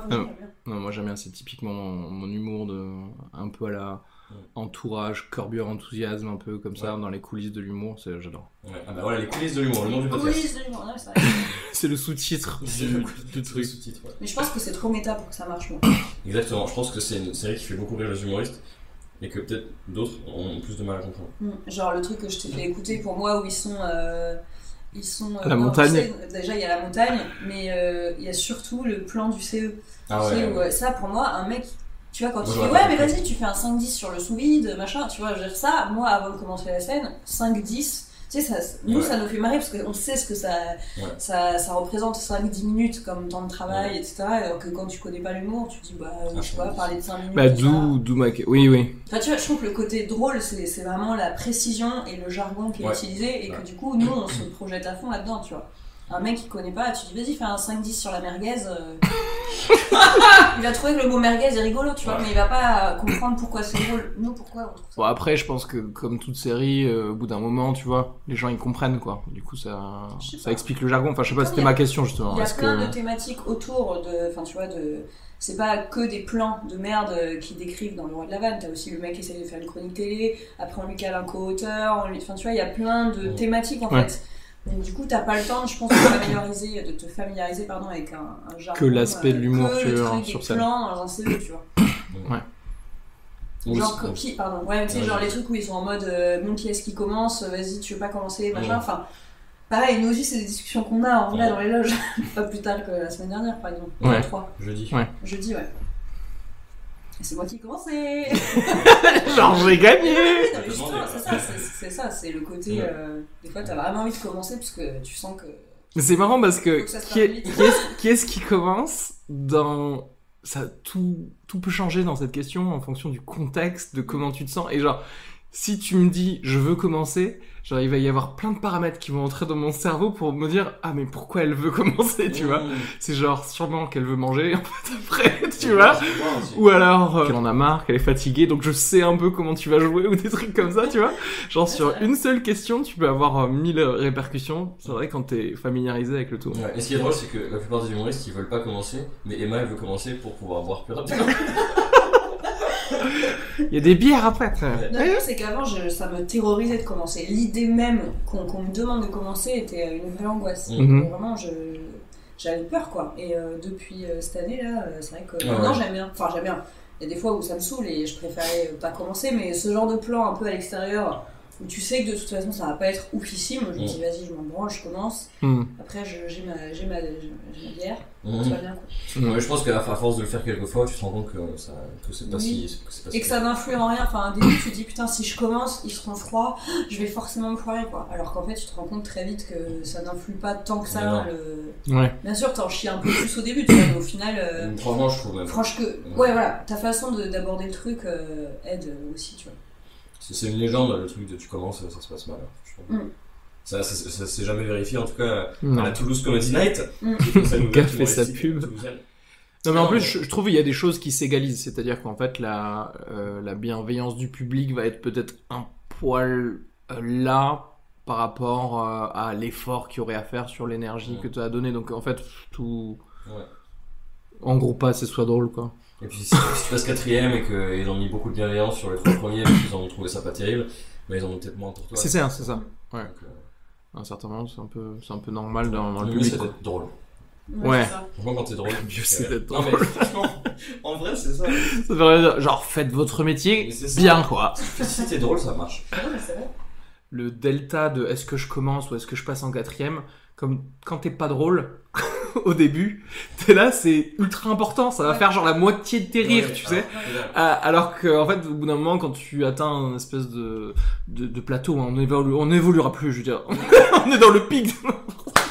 Speaker 2: Ah.
Speaker 4: franchement, j'aime bien.
Speaker 2: Non, moi j'aime bien, c'est typiquement mon, mon humour de un peu à la
Speaker 3: Ouais.
Speaker 2: entourage, corbure enthousiasme, un peu comme ça, dans les coulisses de l'humour, c'est- j'adore.
Speaker 3: Ouais. Ah bah voilà, les coulisses de l'humour, le nom du podcast.
Speaker 4: Coulisses de l'humour, ouais, c'est vrai.
Speaker 2: C'est le sous-titre
Speaker 3: C'est
Speaker 2: du,
Speaker 3: le
Speaker 2: du truc.
Speaker 3: sous-titre, ouais.
Speaker 4: Mais je pense que c'est trop méta pour que ça marche. moi.
Speaker 3: Exactement, je pense que c'est une série qui fait beaucoup rire les humoristes. et que peut-être d'autres ont plus de mal à comprendre.
Speaker 4: Mm. Genre le truc que je t'ai fait écouter pour moi où ils sont. euh, ils sont euh,
Speaker 2: La
Speaker 4: non,
Speaker 2: montagne.
Speaker 4: tu sais, déjà, il y a la montagne, mais euh, il y a surtout le plan du CE.
Speaker 3: Ah
Speaker 4: Tu sais,
Speaker 3: ouais,
Speaker 4: où, euh, ça, pour moi, un mec. Tu vois, quand
Speaker 3: Moi,
Speaker 4: il fait
Speaker 3: j'aurais
Speaker 4: Ouais,
Speaker 3: pas
Speaker 4: mais
Speaker 3: compris.
Speaker 4: vas-y, tu fais un 5-10 sur le sous-vide, machin, tu vois, je veux dire ça. Moi, avant de commencer la scène, 5-10. Tu sais, ça, nous,
Speaker 3: Ouais.
Speaker 4: ça nous fait marrer parce qu'on sait ce que ça,
Speaker 3: Ouais.
Speaker 4: ça, ça représente 5-10 minutes comme temps de travail, etc. Alors que quand tu connais pas l'humour, tu dis, bah,
Speaker 3: Ah,
Speaker 4: je sais pas,
Speaker 3: 5-10.
Speaker 4: parler de 5 minutes.
Speaker 2: Bah,
Speaker 4: c'est pas-
Speaker 2: d'où, d'où ma. Oui, oui.
Speaker 4: Enfin, tu vois, je trouve que le côté drôle, c'est c'est vraiment la précision et le jargon qui est
Speaker 3: Ouais.
Speaker 4: utilisé, et que
Speaker 3: Ouais.
Speaker 4: du coup, nous, on se projette à fond là-dedans, tu vois. Un mec qui connaît pas, tu dis vas-y, fais un 5-10 sur la merguez. euh. [LAUGHS] il va trouver que le mot merguez est rigolo, tu vois,
Speaker 3: Ouais.
Speaker 4: mais il va pas euh, comprendre pourquoi c'est drôle. Nous, pourquoi on trouve ça
Speaker 2: Bon, après, je pense que, comme toute série, euh, au bout d'un moment, tu vois, les gens ils comprennent quoi. Du coup, ça,
Speaker 4: Je sais
Speaker 2: ça
Speaker 4: pas.
Speaker 2: explique le jargon. Enfin, je sais pas,
Speaker 4: Comme
Speaker 2: c'était
Speaker 4: il y a-
Speaker 2: ma question justement.
Speaker 4: Il y a
Speaker 2: Est-ce
Speaker 4: plein
Speaker 2: [LAUGHS] que.
Speaker 4: de thématiques autour de. Enfin, tu vois, de. C'est pas que des plans de merde euh, qui décrivent dans Le Roi de la Vanne. T'as aussi le mec qui essaye de faire une chronique télé. Après, on lui cale un co-auteur. on lui- Enfin, tu vois, il y a plein de
Speaker 3: Ouais.
Speaker 4: thématiques en
Speaker 2: Ouais.
Speaker 4: fait. Donc, du coup, t'as pas le temps, je pense, de, familiariser, de te familiariser pardon, avec un, un jargon. euh,
Speaker 2: Que l'aspect de l'humour
Speaker 4: que
Speaker 2: que
Speaker 4: le
Speaker 2: en-
Speaker 4: truc des
Speaker 2: sur scène.
Speaker 4: plans dans un CV, tu vois.
Speaker 3: Ou
Speaker 4: Genre,
Speaker 3: aussi-
Speaker 4: que- qui, pardon. Ouais, tu sais,
Speaker 3: Ouais.
Speaker 4: genre les trucs où ils sont en mode euh, mon qui est-ce qui commence, euh, vas-y, tu veux pas commencer, machin.
Speaker 3: Ouais.
Speaker 4: Enfin, pareil, nous aussi, c'est des discussions qu'on a en vrai
Speaker 3: Ouais.
Speaker 4: dans les loges. [LAUGHS] pas plus tard que la semaine dernière, par exemple.
Speaker 2: Ouais.
Speaker 4: Enfin, trois.
Speaker 2: [LAUGHS]
Speaker 3: jeudi.
Speaker 4: Jeudi, ouais. Et C'est moi qui ai
Speaker 3: [LAUGHS]
Speaker 4: commencé
Speaker 2: Genre, j'ai gagné
Speaker 4: Non, mais
Speaker 3: Demandez,
Speaker 4: justement,
Speaker 3: quoi.
Speaker 4: c'est ça, c'est- c'est ça, c'est le côté.
Speaker 3: Ouais.
Speaker 4: euh, des fois, t'as vraiment envie de commencer parce que tu sens que.
Speaker 2: Mais c'est marrant parce que,
Speaker 4: Faut que ça se
Speaker 2: qui, est,
Speaker 4: termine vite.
Speaker 2: qui, est-ce, qui est-ce qui commence dans ça tout tout peut changer dans cette question en fonction du contexte de comment tu te sens et genre si tu me dis je veux commencer genre il va y avoir plein de paramètres qui vont entrer dans mon cerveau pour me dire ah mais pourquoi elle veut [LAUGHS] commencer tu
Speaker 4: Mm.
Speaker 2: vois
Speaker 3: Mmh.
Speaker 2: c'est genre sûrement qu'elle veut manger en fait après [LAUGHS] tu vois ou alors euh, qu'elle en a marre qu'elle est fatiguée donc je sais un peu comment tu vas jouer [LAUGHS] ou des trucs comme ça tu vois genre sur une seule question tu peux avoir euh, mille répercussions c'est vrai quand t'es familiarisé avec le tout
Speaker 3: Ouais, Et ce qui est drôle, c'est que la plupart des humoristes ils veulent pas commencer, mais Emma elle veut commencer pour pouvoir boire plus [LAUGHS] rapidement.
Speaker 2: Il y a des bières après. frère.
Speaker 4: Non, mais c'est qu'avant, je- ça me terrorisait de commencer. L'idée même qu'on qu'on me demande de commencer était euh, une vraie angoisse.
Speaker 2: Mhm.
Speaker 4: Vraiment, je. J'avais peur quoi. Et euh, depuis euh, cette année là, euh, c'est vrai que
Speaker 3: Ouais,
Speaker 4: maintenant
Speaker 3: ouais.
Speaker 4: j'aime bien. Enfin j'aime bien. Il y a des fois où ça me saoule et je préférais euh, pas commencer, mais ce genre de plan un peu à l'extérieur où tu sais que de toute façon ça va pas être oufissime, je
Speaker 3: Mm.
Speaker 4: me dis vas-y je m'en branche, je commence.
Speaker 2: Mm.
Speaker 4: Après je- j'ai ma, j'ai ma, j'ai j'ai ma bière, tout va
Speaker 3: Mhm.
Speaker 4: bien quoi.
Speaker 3: Ouais, je pense qu'à à force de le faire quelques fois, tu te rends compte que, ça, que c'est pas
Speaker 4: Oui.
Speaker 3: si. Que c'est pas
Speaker 4: Et
Speaker 3: si...
Speaker 4: que ça n'influe en rien. Enfin, au début, tu te dis putain, si je commence, ils seront froids, [GASPS] je vais forcément me foirer quoi. Alors qu'en fait, tu te rends compte très vite que ça n'influe pas tant que ça.
Speaker 3: Mais non.
Speaker 4: le-
Speaker 2: Ouais.
Speaker 4: Bien sûr, t'en chies un peu plus au début, tu vois, mais au final, euh,
Speaker 3: Franchement, je trouve même.
Speaker 4: franche que. Ouais, voilà, ta façon de- d'aborder le truc euh, aide aussi, tu vois.
Speaker 3: C'est c'est une légende le truc de tu commences, ça se passe mal. hein, franchement.
Speaker 4: Mm.
Speaker 3: Ça, ça, ça, ça s'est jamais vérifié en tout cas à la
Speaker 2: Eh Non.
Speaker 3: Toulouse Comedy Night.
Speaker 4: Mm.
Speaker 3: qui est sa nouvelle
Speaker 2: Qui a fait sa
Speaker 3: humoristique
Speaker 2: pub.
Speaker 3: toulousaine.
Speaker 2: Non, mais en plus, je, je trouve qu'il y a des choses qui s'égalisent. C'est-à-dire qu'en fait, la, euh, la bienveillance du public va être peut-être un poil euh, là par rapport euh, à l'effort qu'il y aurait à faire sur l'énergie
Speaker 3: Mm.
Speaker 2: que tu as donné. Donc en fait, tout.
Speaker 3: Ouais.
Speaker 2: En gros, pas assez soit drôle quoi.
Speaker 3: Et puis si, si tu passes quatrième et qu'ils ont mis beaucoup de bienveillance sur les trois premiers, et qu'ils ont trouvé ça pas terrible, mais ils en ont peut-être moins pour toi.
Speaker 2: C'est ça, c'est ça.
Speaker 3: Donc, euh,
Speaker 2: À un certain moment, c'est un peu, c'est un peu normal dans, dans le
Speaker 3: le mieux
Speaker 2: public.
Speaker 3: c'est
Speaker 2: quoi.
Speaker 3: d'être drôle.
Speaker 2: Ouais.
Speaker 4: c'est ça.
Speaker 3: Franchement, quand t'es drôle,
Speaker 2: Le mieux,
Speaker 3: tu
Speaker 2: c'est
Speaker 3: fais-
Speaker 2: d'être
Speaker 3: Non, mais franchement, en vrai, c'est ça.
Speaker 2: Ça veut dire, Genre, faites votre
Speaker 3: Mais
Speaker 2: métier
Speaker 3: c'est ça.
Speaker 2: bien quoi.
Speaker 3: Si t'es drôle, ça marche.
Speaker 4: Non, mais c'est vrai.
Speaker 2: le delta de est-ce que je commence ou est-ce que je passe en quatrième, comme quand t'es pas drôle [LAUGHS] au début, t'es là, c'est ultra important, ça va
Speaker 4: Ouais.
Speaker 2: faire genre la moitié de tes rires,
Speaker 3: Ouais,
Speaker 2: tu
Speaker 3: ah,
Speaker 2: sais.
Speaker 3: c'est vrai.
Speaker 2: Ah, Alors que, en fait, au bout d'un moment, quand tu atteins un espèce de, de, de plateau, hein, on, évolue, on évoluera plus, je veux [LAUGHS] dire. on est dans le pic. [LAUGHS]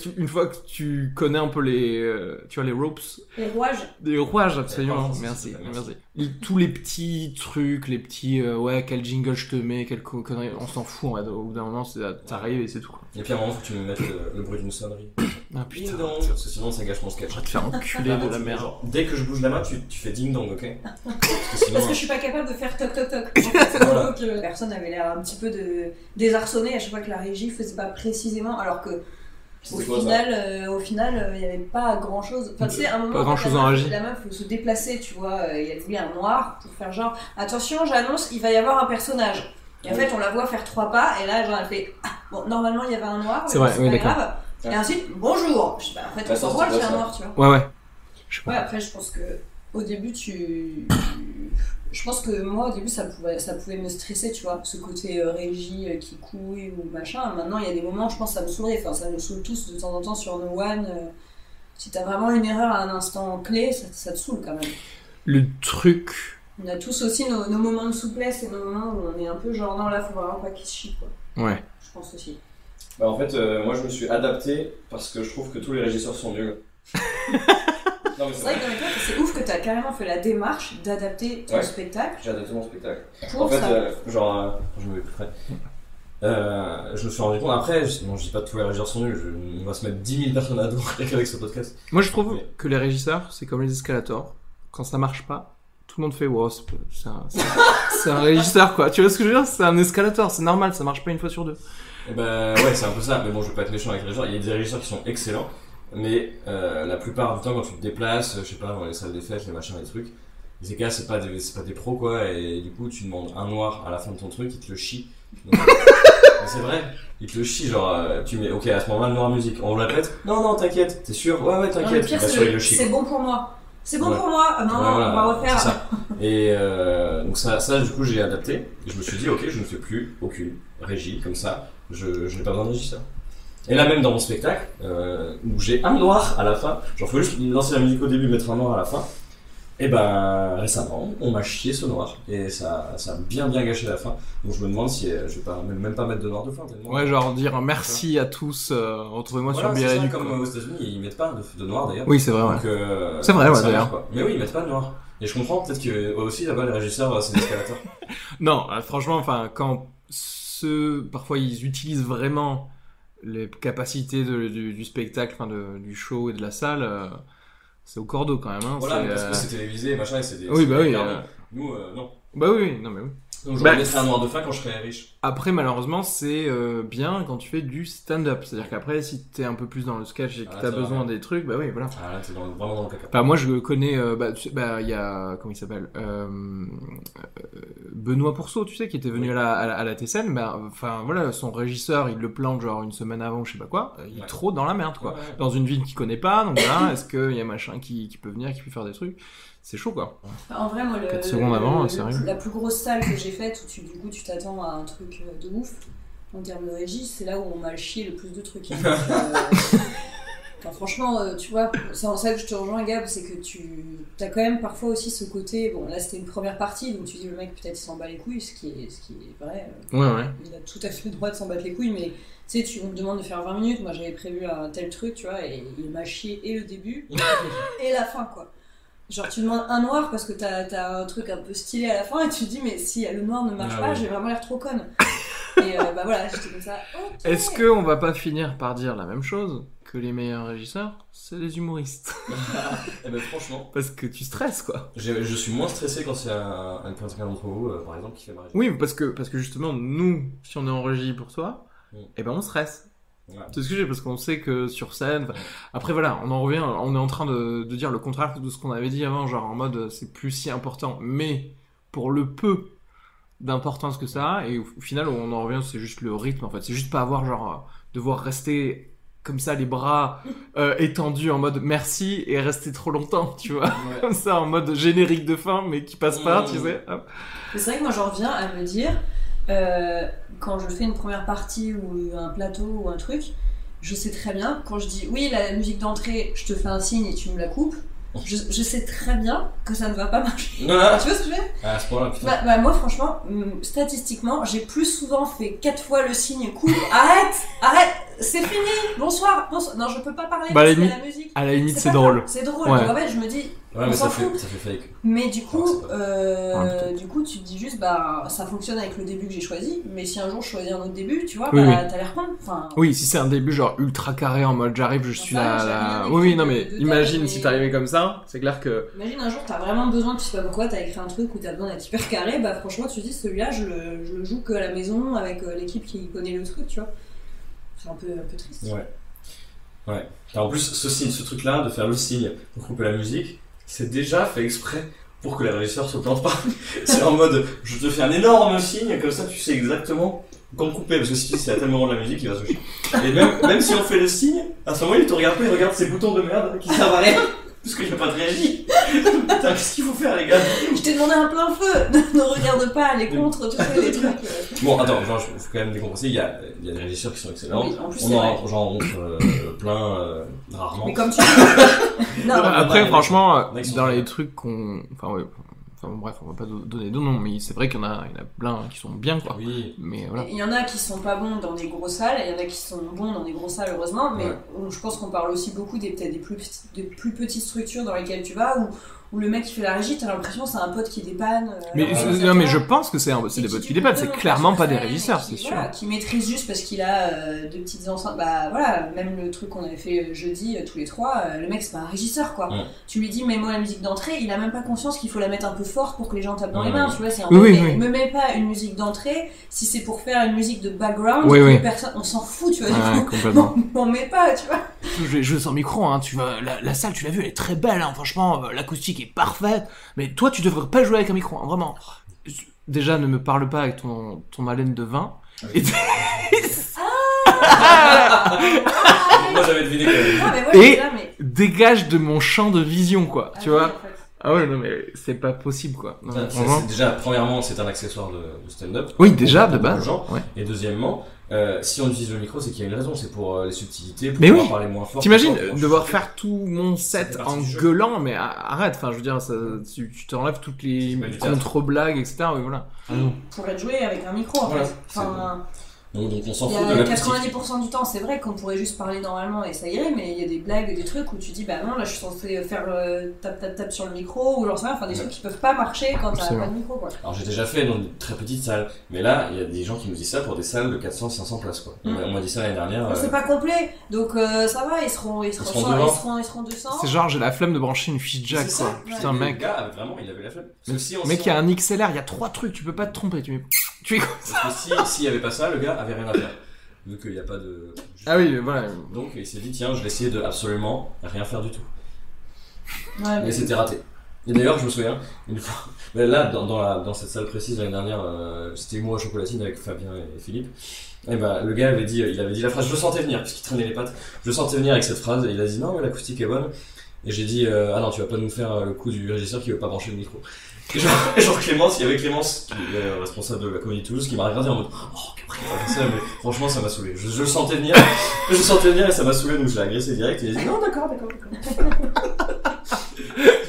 Speaker 2: Tu- Une fois que tu connais un peu les, euh, tu vois, les ropes,
Speaker 4: Les rouages,
Speaker 2: des rouages,
Speaker 3: Ouais,
Speaker 2: absolument.
Speaker 3: pardon,
Speaker 2: merci,
Speaker 3: c'est- c'est-
Speaker 2: merci. Il- Tous les petits trucs, les petits euh, ouais, quel jingle je te mets, quelle co- connerie, on s'en fout. en fait. Au bout d'un moment, c'est- t'arrives et c'est tout. quoi.
Speaker 3: Et puis à un moment, faut que tu me mettes le, le bruit d'une sonnerie.
Speaker 2: Ah
Speaker 3: Ding
Speaker 2: putain,
Speaker 3: dong. Ah, Parce que sinon, ça gâche mon sketch.
Speaker 2: je vais te faire enculer de la merde.
Speaker 3: Genre, Dès que je bouge la main, tu, tu fais ding dong, ok Parce que
Speaker 4: parce
Speaker 3: sinon.
Speaker 4: que je suis pas capable de faire
Speaker 2: [LAUGHS]
Speaker 4: toc toc toc. En fait,
Speaker 3: Voilà.
Speaker 4: donc, euh, Personne avait l'air un petit peu de désarçonné à chaque fois que la régie faisait pas précisément, alors que Au
Speaker 3: c'était quoi, ça
Speaker 4: final, euh, au final, euh, il n'y avait pas grand chose. Enfin, tu sais, à un moment,
Speaker 2: Pas grand-chose
Speaker 4: la
Speaker 2: en
Speaker 4: meuf-
Speaker 2: régie.
Speaker 4: La meuf faut se déplacer, tu vois. euh, Il y a voulu un noir pour faire genre attention, j'annonce, il va y avoir un personnage. Et en
Speaker 3: Ouais.
Speaker 4: fait, on la voit faire trois pas, et là, genre, elle fait ah, bon, normalement, il y avait un noir, mais
Speaker 2: C'est vrai,
Speaker 4: c'est
Speaker 2: oui,
Speaker 4: pas
Speaker 2: d'accord.
Speaker 4: grave. Et
Speaker 3: Ouais.
Speaker 4: ensuite, bonjour. Je sais pas, en fait,
Speaker 3: Bah,
Speaker 4: on s'en
Speaker 3: ça,
Speaker 4: voit
Speaker 3: c'est
Speaker 4: qu'il y
Speaker 3: pas
Speaker 4: a un
Speaker 3: ça.
Speaker 4: noir, tu vois.
Speaker 2: Ouais, ouais. Je sais
Speaker 4: Ouais,
Speaker 2: pas.
Speaker 4: après, je pense que au début, tu. Je pense que moi, au début, ça pouvait, ça pouvait me stresser, tu vois, ce côté euh, régie euh, qui couille ou machin. Maintenant, il y a des moments, je pense, que ça me saoulerait. Enfin, ça nous saoule tous de temps en temps sur No One. euh, si t'as vraiment une erreur à un instant clé, ça, ça te saoule quand même.
Speaker 2: Le truc.
Speaker 4: On a tous aussi nos, nos moments de souplesse et nos moments où on est un peu genre, non, là, faut vraiment pas qu'il se chie, quoi.
Speaker 2: Ouais.
Speaker 4: Je pense aussi.
Speaker 3: Bah, en fait, euh, moi je me suis adapté parce que je trouve que tous les régisseurs
Speaker 4: [LAUGHS]
Speaker 3: sont nuls. non, mais
Speaker 4: C'est
Speaker 3: c'est
Speaker 4: vrai
Speaker 3: vrai.
Speaker 4: que dans les théâtres, c'est ouf que t'as carrément fait la démarche d'adapter ton
Speaker 3: Ouais.
Speaker 4: spectacle
Speaker 3: J'ai adapté mon spectacle.
Speaker 4: pour
Speaker 3: En fait,
Speaker 4: ça.
Speaker 3: euh, genre, euh, je me mets plus près. Euh, je me suis rendu compte après, je, bon, je dis pas que tous les régisseurs sont nuls, je- on va se mettre 10 000 personnes à [LAUGHS] dos rien qu'avec ce podcast.
Speaker 2: Moi, je trouve
Speaker 3: Mais-
Speaker 2: que les régisseurs, c'est comme les escalators. Quand ça marche pas, tout le monde fait wow, c'est c'est un, c'est-
Speaker 3: [LAUGHS]
Speaker 2: c'est un régisseur, quoi. Tu vois ce que je veux dire C'est un escalator, c'est normal, ça marche pas une fois sur deux.
Speaker 3: Et bah ouais, c'est un peu ça, mais bon, je veux pas être méchant avec les régisseurs, il y a des régisseurs qui sont excellents, mais euh, la plupart du temps, quand tu te déplaces, euh, je sais pas, dans les salles des fêtes, les machins, les trucs, les gars, c'est pas, des- c'est pas des pros quoi, et du coup, tu demandes un noir à la fin de ton truc, il te le chie. Donc, [LAUGHS] mais c'est vrai, il te le chie, genre, euh, tu mets, ok, à ce moment-là, le noir musique, on le répète, non, non, t'inquiète, t'es sûr, ouais, ouais,
Speaker 4: Non, le
Speaker 3: t'inquiète,
Speaker 4: pire,
Speaker 3: bien
Speaker 4: c'est
Speaker 3: sûr, il
Speaker 4: le-
Speaker 3: le chie.
Speaker 4: c'est bon pour moi. C'est bon
Speaker 3: Ouais.
Speaker 4: pour moi. Ah non,
Speaker 3: Ouais, voilà,
Speaker 4: on va refaire.
Speaker 3: c'est ça. Et euh, donc ça, ça, du coup, j'ai adapté. Et je me suis dit, ok, je ne fais plus aucune régie comme ça. Je, je n'ai pas besoin de régisseur. Et là, même dans mon spectacle, euh, où j'ai un noir à la fin, genre, faut juste lancer la musique au début, mettre un noir à la fin. Et ben, récemment, on m'a chié ce noir. Et ça, ça a bien, bien gâché la fin. Donc je me demande si euh, je vais pas, même, même pas mettre de noir de fin. tellement-
Speaker 2: Ouais, genre dire merci à tous, euh, retrouvez-moi
Speaker 3: Voilà,
Speaker 2: sur
Speaker 3: c'est ça,
Speaker 2: Biréduc.
Speaker 3: comme euh, aux États-Unis, ils mettent pas de, de noir d'ailleurs.
Speaker 2: Oui, c'est vrai, Ah ouais.
Speaker 3: Donc, euh,
Speaker 2: C'est vrai, ouais,
Speaker 3: ça marche
Speaker 2: d'ailleurs.
Speaker 3: pas. Mais oui, ils mettent pas de noir. Et je comprends, peut-être que euh, aussi là-bas, les régisseurs, euh, c'est
Speaker 2: [LAUGHS]
Speaker 3: des escalateurs.
Speaker 2: Non, euh, franchement, enfin, quand ceux, parfois, ils utilisent vraiment les capacités de- du, du spectacle, enfin, de- du show et de la salle, euh, c'est au cordeau quand même. hein,
Speaker 3: voilà,
Speaker 2: c'est,
Speaker 3: mais parce
Speaker 2: euh,
Speaker 3: que c'est télévisé, machin, et c'est des.
Speaker 2: Oui,
Speaker 3: c'est
Speaker 2: bah
Speaker 3: des
Speaker 2: oui,
Speaker 3: permis.
Speaker 2: euh.
Speaker 3: Nous, euh, non.
Speaker 2: Bah oui, oui, non mais oui.
Speaker 3: Donc, je
Speaker 2: Bah,
Speaker 3: remettrai un noir de fin quand je serai riche.
Speaker 2: Après, malheureusement, c'est euh, bien quand tu fais du stand-up. C'est-à-dire qu'après, si t'es un peu plus dans le sketch et que
Speaker 3: Ah,
Speaker 2: t'as
Speaker 3: ça va,
Speaker 2: besoin
Speaker 3: ouais.
Speaker 2: des trucs, bah oui, voilà.
Speaker 3: Ah là, t'es dans- vraiment dans le caca.
Speaker 2: Bah moi, je connais... euh, bah, tu sais, bah, il y a... Comment il s'appelle Euh, euh, Benoît Pourceau, tu sais, qui était venu à la, à la, à la TSN. Bah, enfin, voilà, son régisseur, il le plante genre une semaine avant, je sais pas quoi. Il est
Speaker 3: Ouais.
Speaker 2: trop dans la merde, quoi.
Speaker 3: Ouais, ouais.
Speaker 2: Dans une ville qu'il connaît pas, donc voilà, [COUGHS] est-ce qu'il y a machin qui, qui peut venir, qui peut faire des trucs C'est chaud, quoi.
Speaker 4: En vrai, moi, le,
Speaker 2: Quatre secondes avant, hein,
Speaker 4: le-
Speaker 2: c'est horrible.
Speaker 4: la plus grosse salle que j'ai faite où tu, du coup, tu t'attends à un truc euh, de ouf en termes de régie, c'est là où on m'a chié le plus de
Speaker 3: [LAUGHS]
Speaker 4: trucs. hein. Donc, euh, enfin, franchement, euh, tu vois, c'est en ça que je te rejoins, Gab, c'est que tu as quand même parfois aussi ce côté. Bon, là, c'était une première partie, donc tu dis le mec peut-être il s'en bat les couilles, ce qui est, ce qui est vrai. euh,
Speaker 2: Ouais, ouais.
Speaker 4: il a tout à fait le droit de s'en battre les couilles, mais tu sais, tu on te demande de faire 20 minutes. Moi, j'avais prévu un tel truc, tu vois, et il m'a chié et le début et la fin, quoi. Genre, tu demandes un noir parce que t'as as un truc un peu stylé à la fin, et tu te dis, mais si le noir ne marche
Speaker 3: Ah
Speaker 4: pas,
Speaker 3: ouais.
Speaker 4: j'ai vraiment l'air trop conne. et euh, bah voilà, j'étais comme ça. ok.
Speaker 2: Est-ce que on va pas finir par dire la même chose que les meilleurs régisseurs, c'est les humoristes
Speaker 3: [LAUGHS]
Speaker 2: [LAUGHS]
Speaker 3: Eh ben, franchement,
Speaker 2: Parce que tu stresses, quoi.
Speaker 3: j'ai- je suis moins stressé quand c'est un, un quelqu'un d'entre vous, euh, par exemple, qui fait ma régie.
Speaker 2: Oui, parce que, parce que justement, nous, si on est en régie pour toi,
Speaker 3: Mm.
Speaker 2: eh ben on stresse.
Speaker 3: Ouais.
Speaker 2: C'est ce que j'ai, parce qu'on sait que sur scène. enfin, Après, voilà, on en revient, on est en train de, de dire le contraire de ce qu'on avait dit avant, genre en mode euh, c'est plus si important, mais pour le peu d'importance que ça a, et au au final, on en revient, c'est juste le rythme en fait. C'est juste pas avoir, genre, euh, devoir rester comme ça, les bras euh, étendus en mode merci et rester trop longtemps, tu vois. [LAUGHS]
Speaker 3: Ouais.
Speaker 2: Comme ça, en mode générique de fin, mais qui passe pas,
Speaker 3: Mm.
Speaker 2: tu sais. hop.
Speaker 4: Mais c'est vrai que moi, j'en reviens à me dire, euh, quand je fais une première partie ou un plateau ou un truc, je sais très bien, quand je dis oui, la musique d'entrée, je te fais un signe et tu me la coupes, je, je sais très bien que ça ne va pas marcher.
Speaker 3: Ah,
Speaker 4: Tu vois ce que je veux dire
Speaker 3: à ce point-là, putain.
Speaker 4: bah, bah, Moi, franchement, hum, statistiquement, j'ai plus souvent fait quatre fois le signe coupe, arrête, arrête, c'est fini, bonsoir, bonsoir. Non, je peux pas parler
Speaker 2: Bah,
Speaker 4: parce
Speaker 2: les
Speaker 4: qu'il y a
Speaker 2: mi-
Speaker 4: la musique.
Speaker 2: À la limite, c'est
Speaker 4: pas
Speaker 2: drôle.
Speaker 4: grave, C'est drôle.
Speaker 2: Ouais.
Speaker 4: Donc, en fait, je me dis,
Speaker 3: Ouais,
Speaker 4: Bah, on
Speaker 3: mais
Speaker 4: s'en
Speaker 3: ça fait,
Speaker 4: fout.
Speaker 3: ça fait fake.
Speaker 4: mais du
Speaker 3: Ouais,
Speaker 4: coup,
Speaker 3: c'est pas-
Speaker 4: euh,
Speaker 2: Ouais, peut-être.
Speaker 4: du coup, tu te dis juste, bah, ça fonctionne avec le début que j'ai choisi, mais si un jour je choisis un autre début, tu vois,
Speaker 2: Oui,
Speaker 4: bah, t'as l'air con. Enfin,
Speaker 2: Oui, si c'est un début genre ultra carré en mode j'arrive, je suis
Speaker 4: Enfin,
Speaker 2: là.
Speaker 4: j'ai
Speaker 2: là-
Speaker 4: rien
Speaker 2: Oui, oui,
Speaker 4: écrit
Speaker 2: non,
Speaker 4: Ah, de-
Speaker 2: mais
Speaker 4: de
Speaker 2: imagine
Speaker 4: tête,
Speaker 2: si
Speaker 4: mais-
Speaker 2: t'arrivais comme ça, c'est clair que.
Speaker 4: Imagine un jour, t'as vraiment besoin, tu sais pas pourquoi, t'as écrit un truc où t'as besoin d'être hyper carré, bah franchement, tu te dis celui-là, je le, je le joue que à la maison avec euh, l'équipe qui connaît le truc, tu vois. C'est un peu, un peu triste.
Speaker 3: Ouais. Ouais. Et en plus, ce signe, ce truc-là, de faire le signe pour couper la musique, c'est déjà fait exprès pour que les régisseurs se plantent pas. [LAUGHS] c'est en mode, je te fais un énorme signe, comme ça tu sais exactement quand couper, parce que si tu dis c'est à tel moment de la musique, il va se chier. Et même, même si on fait le signe, à ce moment il te regarde pas, il regarde ses boutons de merde qui servent à rien. [LAUGHS] Parce qu'il n'y a pas de régie. [LAUGHS] Putain, qu'est-ce qu'il faut faire, les gars
Speaker 4: Je t'ai demandé un plein feu. [LAUGHS] Ne, ne regarde pas les contres, tu sais, les trucs.
Speaker 3: Bon, attends, genre, il faut quand même décompenser. Il y a, il y a des régisseurs qui sont excellents.
Speaker 4: Oui, en plus,
Speaker 3: on
Speaker 4: c'est
Speaker 3: en, j'en rencontre euh, plein euh, rarement.
Speaker 4: Mais comme
Speaker 2: [LAUGHS]
Speaker 4: tu dis. non,
Speaker 3: Ouais,
Speaker 4: non,
Speaker 2: Après,
Speaker 3: ouais,
Speaker 2: franchement,
Speaker 3: ouais, ils sont
Speaker 2: dans
Speaker 3: très
Speaker 2: les
Speaker 3: bien.
Speaker 2: trucs qu'on. Enfin, ouais. Enfin, bon, bref, on va pas do- donner de nom, mais c'est vrai qu'il y en a, il y en a plein qui sont bien, quoi.
Speaker 3: Oui.
Speaker 2: Mais voilà.
Speaker 4: Il y en a qui sont pas bons dans les grosses salles, il y en a qui sont bons dans les grosses salles, heureusement, mais
Speaker 3: Ouais.
Speaker 4: on- je pense qu'on parle aussi beaucoup des, peut-être des plus, petites- des plus petites structures dans lesquelles tu vas, où, où le mec qui fait la régie, t'as l'impression que c'est un pote qui dépanne. euh,
Speaker 2: Mais,
Speaker 4: alors,
Speaker 3: c'est-
Speaker 4: euh,
Speaker 2: non, mais
Speaker 4: ça,
Speaker 2: je
Speaker 4: tu vois.
Speaker 2: pense que c'est un, c'est
Speaker 4: Et
Speaker 2: des
Speaker 4: qui
Speaker 2: bots qui
Speaker 4: fait
Speaker 2: débattent,
Speaker 4: peu
Speaker 2: c'est
Speaker 4: de
Speaker 2: clairement
Speaker 4: choses
Speaker 2: pas des
Speaker 4: faire et
Speaker 2: régisseurs,
Speaker 4: qui,
Speaker 2: c'est sûr.
Speaker 4: voilà, Qui maîtrise juste parce qu'il a euh, deux petites enceintes. Bah voilà, même le truc qu'on avait fait jeudi, euh, tous les trois, euh, le mec c'est pas un régisseur quoi.
Speaker 3: Ouais.
Speaker 4: Tu lui dis, mets-moi la musique d'entrée, il a même pas conscience qu'il faut la mettre un peu forte pour que les gens tapent dans les
Speaker 3: Ouais,
Speaker 4: mains,
Speaker 3: ouais.
Speaker 4: tu vois. C'est un
Speaker 2: Oui,
Speaker 4: peu,
Speaker 2: oui,
Speaker 4: mais
Speaker 2: oui.
Speaker 4: me mets pas une musique d'entrée si c'est pour faire une musique de background.
Speaker 2: Oui,
Speaker 4: que
Speaker 2: oui.
Speaker 4: personne- on s'en fout, tu vois. du
Speaker 2: Ouais,
Speaker 4: coup.
Speaker 2: complètement.
Speaker 4: [LAUGHS] On on met
Speaker 2: [LAUGHS]
Speaker 4: pas, tu vois.
Speaker 2: Je vais jouer sans micro, hein, tu vas, la, la salle, tu l'as vu, elle est très belle, hein, franchement, euh, l'acoustique est parfaite, mais toi, tu devrais pas jouer avec un micro, hein, vraiment. Déjà, ne me parle pas avec ton, ton haleine de vin. Et,
Speaker 3: Moi, j'avais deviné que.
Speaker 4: Ah, mais voilà,
Speaker 2: Et-
Speaker 4: c'est là, mais-
Speaker 2: [LAUGHS] dégage de mon champ de vision, quoi, tu
Speaker 4: Ah,
Speaker 2: vois.
Speaker 4: oui, en fait.
Speaker 2: Ah ouais, non, mais c'est pas possible, quoi. Non,
Speaker 3: Ça, c'est-
Speaker 2: vraiment.
Speaker 3: c'est déjà, premièrement, c'est un accessoire de, de stand-up.
Speaker 2: Uh-huh. Oui, déjà, de base.
Speaker 3: Genre.
Speaker 2: ouais.
Speaker 3: Et deuxièmement, euh, si on utilise le micro, c'est qu'il y a une raison. C'est pour euh, les subtilités, pour
Speaker 2: Mais
Speaker 3: pouvoir
Speaker 2: oui.
Speaker 3: parler moins fort.
Speaker 2: T'imagines euh,
Speaker 3: pour pouvoir-
Speaker 2: devoir faire tout mon set
Speaker 3: C'est parti
Speaker 2: en
Speaker 3: du jeu.
Speaker 2: gueulant, mais a- arrête, enfin je veux dire, ça, tu, tu t'enlèves toutes les
Speaker 3: C'est pas du théâtre.
Speaker 2: contre-blagues, etc. Oui, voilà.
Speaker 3: Ah non.
Speaker 4: Pour être joué avec un micro, en
Speaker 3: Voilà,
Speaker 4: fait. Enfin,
Speaker 3: Donc, donc on s'en
Speaker 4: Il y
Speaker 3: fout de la
Speaker 4: a
Speaker 3: petite-
Speaker 4: 90% du temps, c'est vrai qu'on pourrait juste parler normalement et ça irait, mais il y a des blagues, des trucs où tu dis bah non, là je suis censé faire euh, tap tap tap sur le micro ou j'en sais rien, enfin des
Speaker 3: Ouais.
Speaker 4: trucs qui peuvent pas marcher quand t'as
Speaker 2: Absolument.
Speaker 4: pas de micro quoi.
Speaker 3: Alors j'ai déjà fait dans de très petites salles, mais là il y a des gens qui nous disent ça pour des salles de 400-500 places quoi. On m'a- On m'a dit ça l'année dernière. euh,
Speaker 4: Mm. C'est pas complet, donc euh, ça va, ils seront, ils seront,
Speaker 3: seront
Speaker 4: 100,
Speaker 3: devant.
Speaker 4: ils seront, ils seront 200.
Speaker 2: C'est genre, j'ai la flemme de brancher une fiche jack,
Speaker 3: c'est ça.
Speaker 2: quoi. Putain,
Speaker 3: Le
Speaker 2: mec.
Speaker 3: gars, avait vraiment, il avait la flemme. Parce que si on
Speaker 2: Mec,
Speaker 3: s'y-
Speaker 2: il y a un XLR, il y a trois trucs, tu peux pas te tromper. Tu mets- tu es quoi
Speaker 3: Parce que si- s'il n'y avait pas ça, le gars avait rien à faire. Vu qu'il n'y a pas de.
Speaker 2: Ah oui, [LAUGHS] voilà.
Speaker 3: Donc il s'est dit, tiens, je vais essayer de absolument rien faire du tout.
Speaker 4: Ouais, mais-
Speaker 3: Mais c'était raté. Et d'ailleurs, je me souviens, une fois, [LAUGHS] mais là, dans, dans, la- dans cette salle précise l'année dernière, euh, c'était moi à chocolatine avec Fabien et Philippe. Et ben, le gars avait dit, il avait dit la phrase, je le sentais venir, parce qu'il traînait les pattes. Je le sentais venir avec cette phrase, et il a dit non, mais l'acoustique est bonne. Et j'ai dit, euh, ah non, tu vas pas nous faire euh, le coup du régisseur qui veut pas brancher le micro. [LAUGHS] Et genre, et genre Clémence, il y avait Clémence, qui est euh, responsable de la comédie de Toulouse, qui m'a regardé en mode, oh, Gabriel, t'as fait ça, mais franchement, ça m'a saoulé. Je, je le sentais venir, [LAUGHS] je le sentais venir et ça m'a saoulé, donc je l'ai agressé direct, et il a dit, non, d'accord, d'accord, d'accord.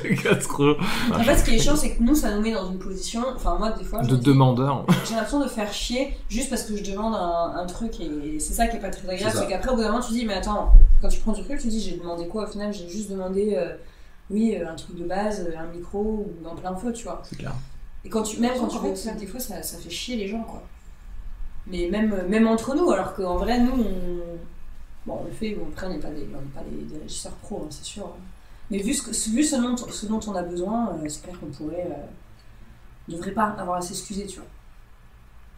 Speaker 2: Le gars, trop-
Speaker 4: En fait, ce qui est chiant, c'est que nous, ça nous met dans une position, enfin moi des fois, je
Speaker 2: De
Speaker 4: me dis,
Speaker 2: demandeur.
Speaker 4: j'ai l'impression de faire chier juste parce que je demande un, un truc et c'est ça qui est pas très agréable
Speaker 3: C'est ça.
Speaker 4: c'est qu'après au bout d'un moment tu dis mais attends quand tu prends du recul tu dis j'ai demandé quoi au final j'ai juste demandé euh, oui euh, un truc de base euh, un micro ou un plein feu tu vois
Speaker 2: C'est clair.
Speaker 4: et quand tu même quand tu vois ça des fois ça, ça fait chier les gens quoi mais même même entre nous alors qu'en vrai nous on bon on le fait bon après on n'est pas des on n'est pas des, des régisseurs pros hein, c'est sûr hein. mais vu ce que- vu ce dont ce dont on a besoin euh, c'est clair qu'on pourrait euh, on devrait pas avoir à s'excuser tu vois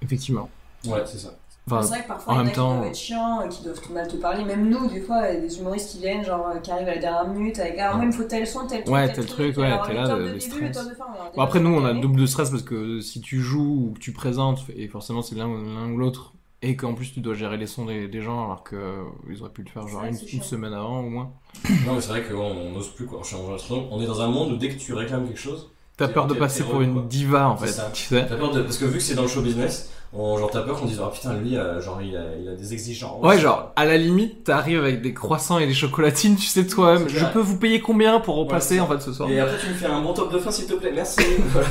Speaker 2: Effectivement.
Speaker 3: Ouais, c'est ça.
Speaker 2: Enfin,
Speaker 4: c'est vrai que parfois,
Speaker 2: en
Speaker 4: il y en
Speaker 2: même
Speaker 4: a
Speaker 2: temps-
Speaker 4: qui doivent être chiants, et qui doivent tout mal te parler. Même nous, des fois, il y a des humoristes qui viennent, genre, euh, qui arrivent à la dernière minute avec Ah, ouais, il me faut tel son, tel truc.
Speaker 2: Ouais, tel truc, ouais,
Speaker 4: Alors,
Speaker 2: t'es
Speaker 4: le
Speaker 2: là,
Speaker 4: top
Speaker 2: le-
Speaker 4: de
Speaker 2: le
Speaker 4: début,
Speaker 2: stress.
Speaker 4: le top de fin, alors,
Speaker 2: Bon, après, nous, on a
Speaker 4: des-
Speaker 2: double stress parce que si tu joues ou que tu présentes, et forcément, c'est l'un l'un ou l'autre, et qu'en plus, tu dois gérer les sons des, des gens alors qu'ils auraient pu le faire genre
Speaker 4: Ouais,
Speaker 2: une,
Speaker 4: c'est
Speaker 2: une
Speaker 4: chiant.
Speaker 2: semaine avant au moins.
Speaker 3: Non, mais c'est vrai qu'on on n'ose plus quoi. Je suis en- je suis en- On est dans un monde où dès que tu réclames quelque chose,
Speaker 2: T'as
Speaker 3: T'es-
Speaker 2: peur de
Speaker 3: t'es-
Speaker 2: passer
Speaker 3: t'es
Speaker 2: pour
Speaker 3: relou,
Speaker 2: une
Speaker 3: quoi.
Speaker 2: diva en
Speaker 3: C'est
Speaker 2: fait,
Speaker 3: ça.
Speaker 2: tu sais.
Speaker 3: t'as peur de. Parce que vu que c'est dans le show business, on- genre t'as peur qu'on dise, ah putain, lui, euh, genre il a, il a des exigences.
Speaker 2: Ouais, genre, à la limite, t'arrives avec des croissants et des chocolatines, tu sais toi-même,
Speaker 3: C'est
Speaker 2: je
Speaker 3: vrai.
Speaker 2: peux vous payer combien pour
Speaker 3: Ouais,
Speaker 2: repasser
Speaker 3: c'est
Speaker 2: en fait ce soir
Speaker 3: Et après, tu me fais un bon top de fin, s'il te plaît,
Speaker 2: [LAUGHS]
Speaker 3: merci. Voilà.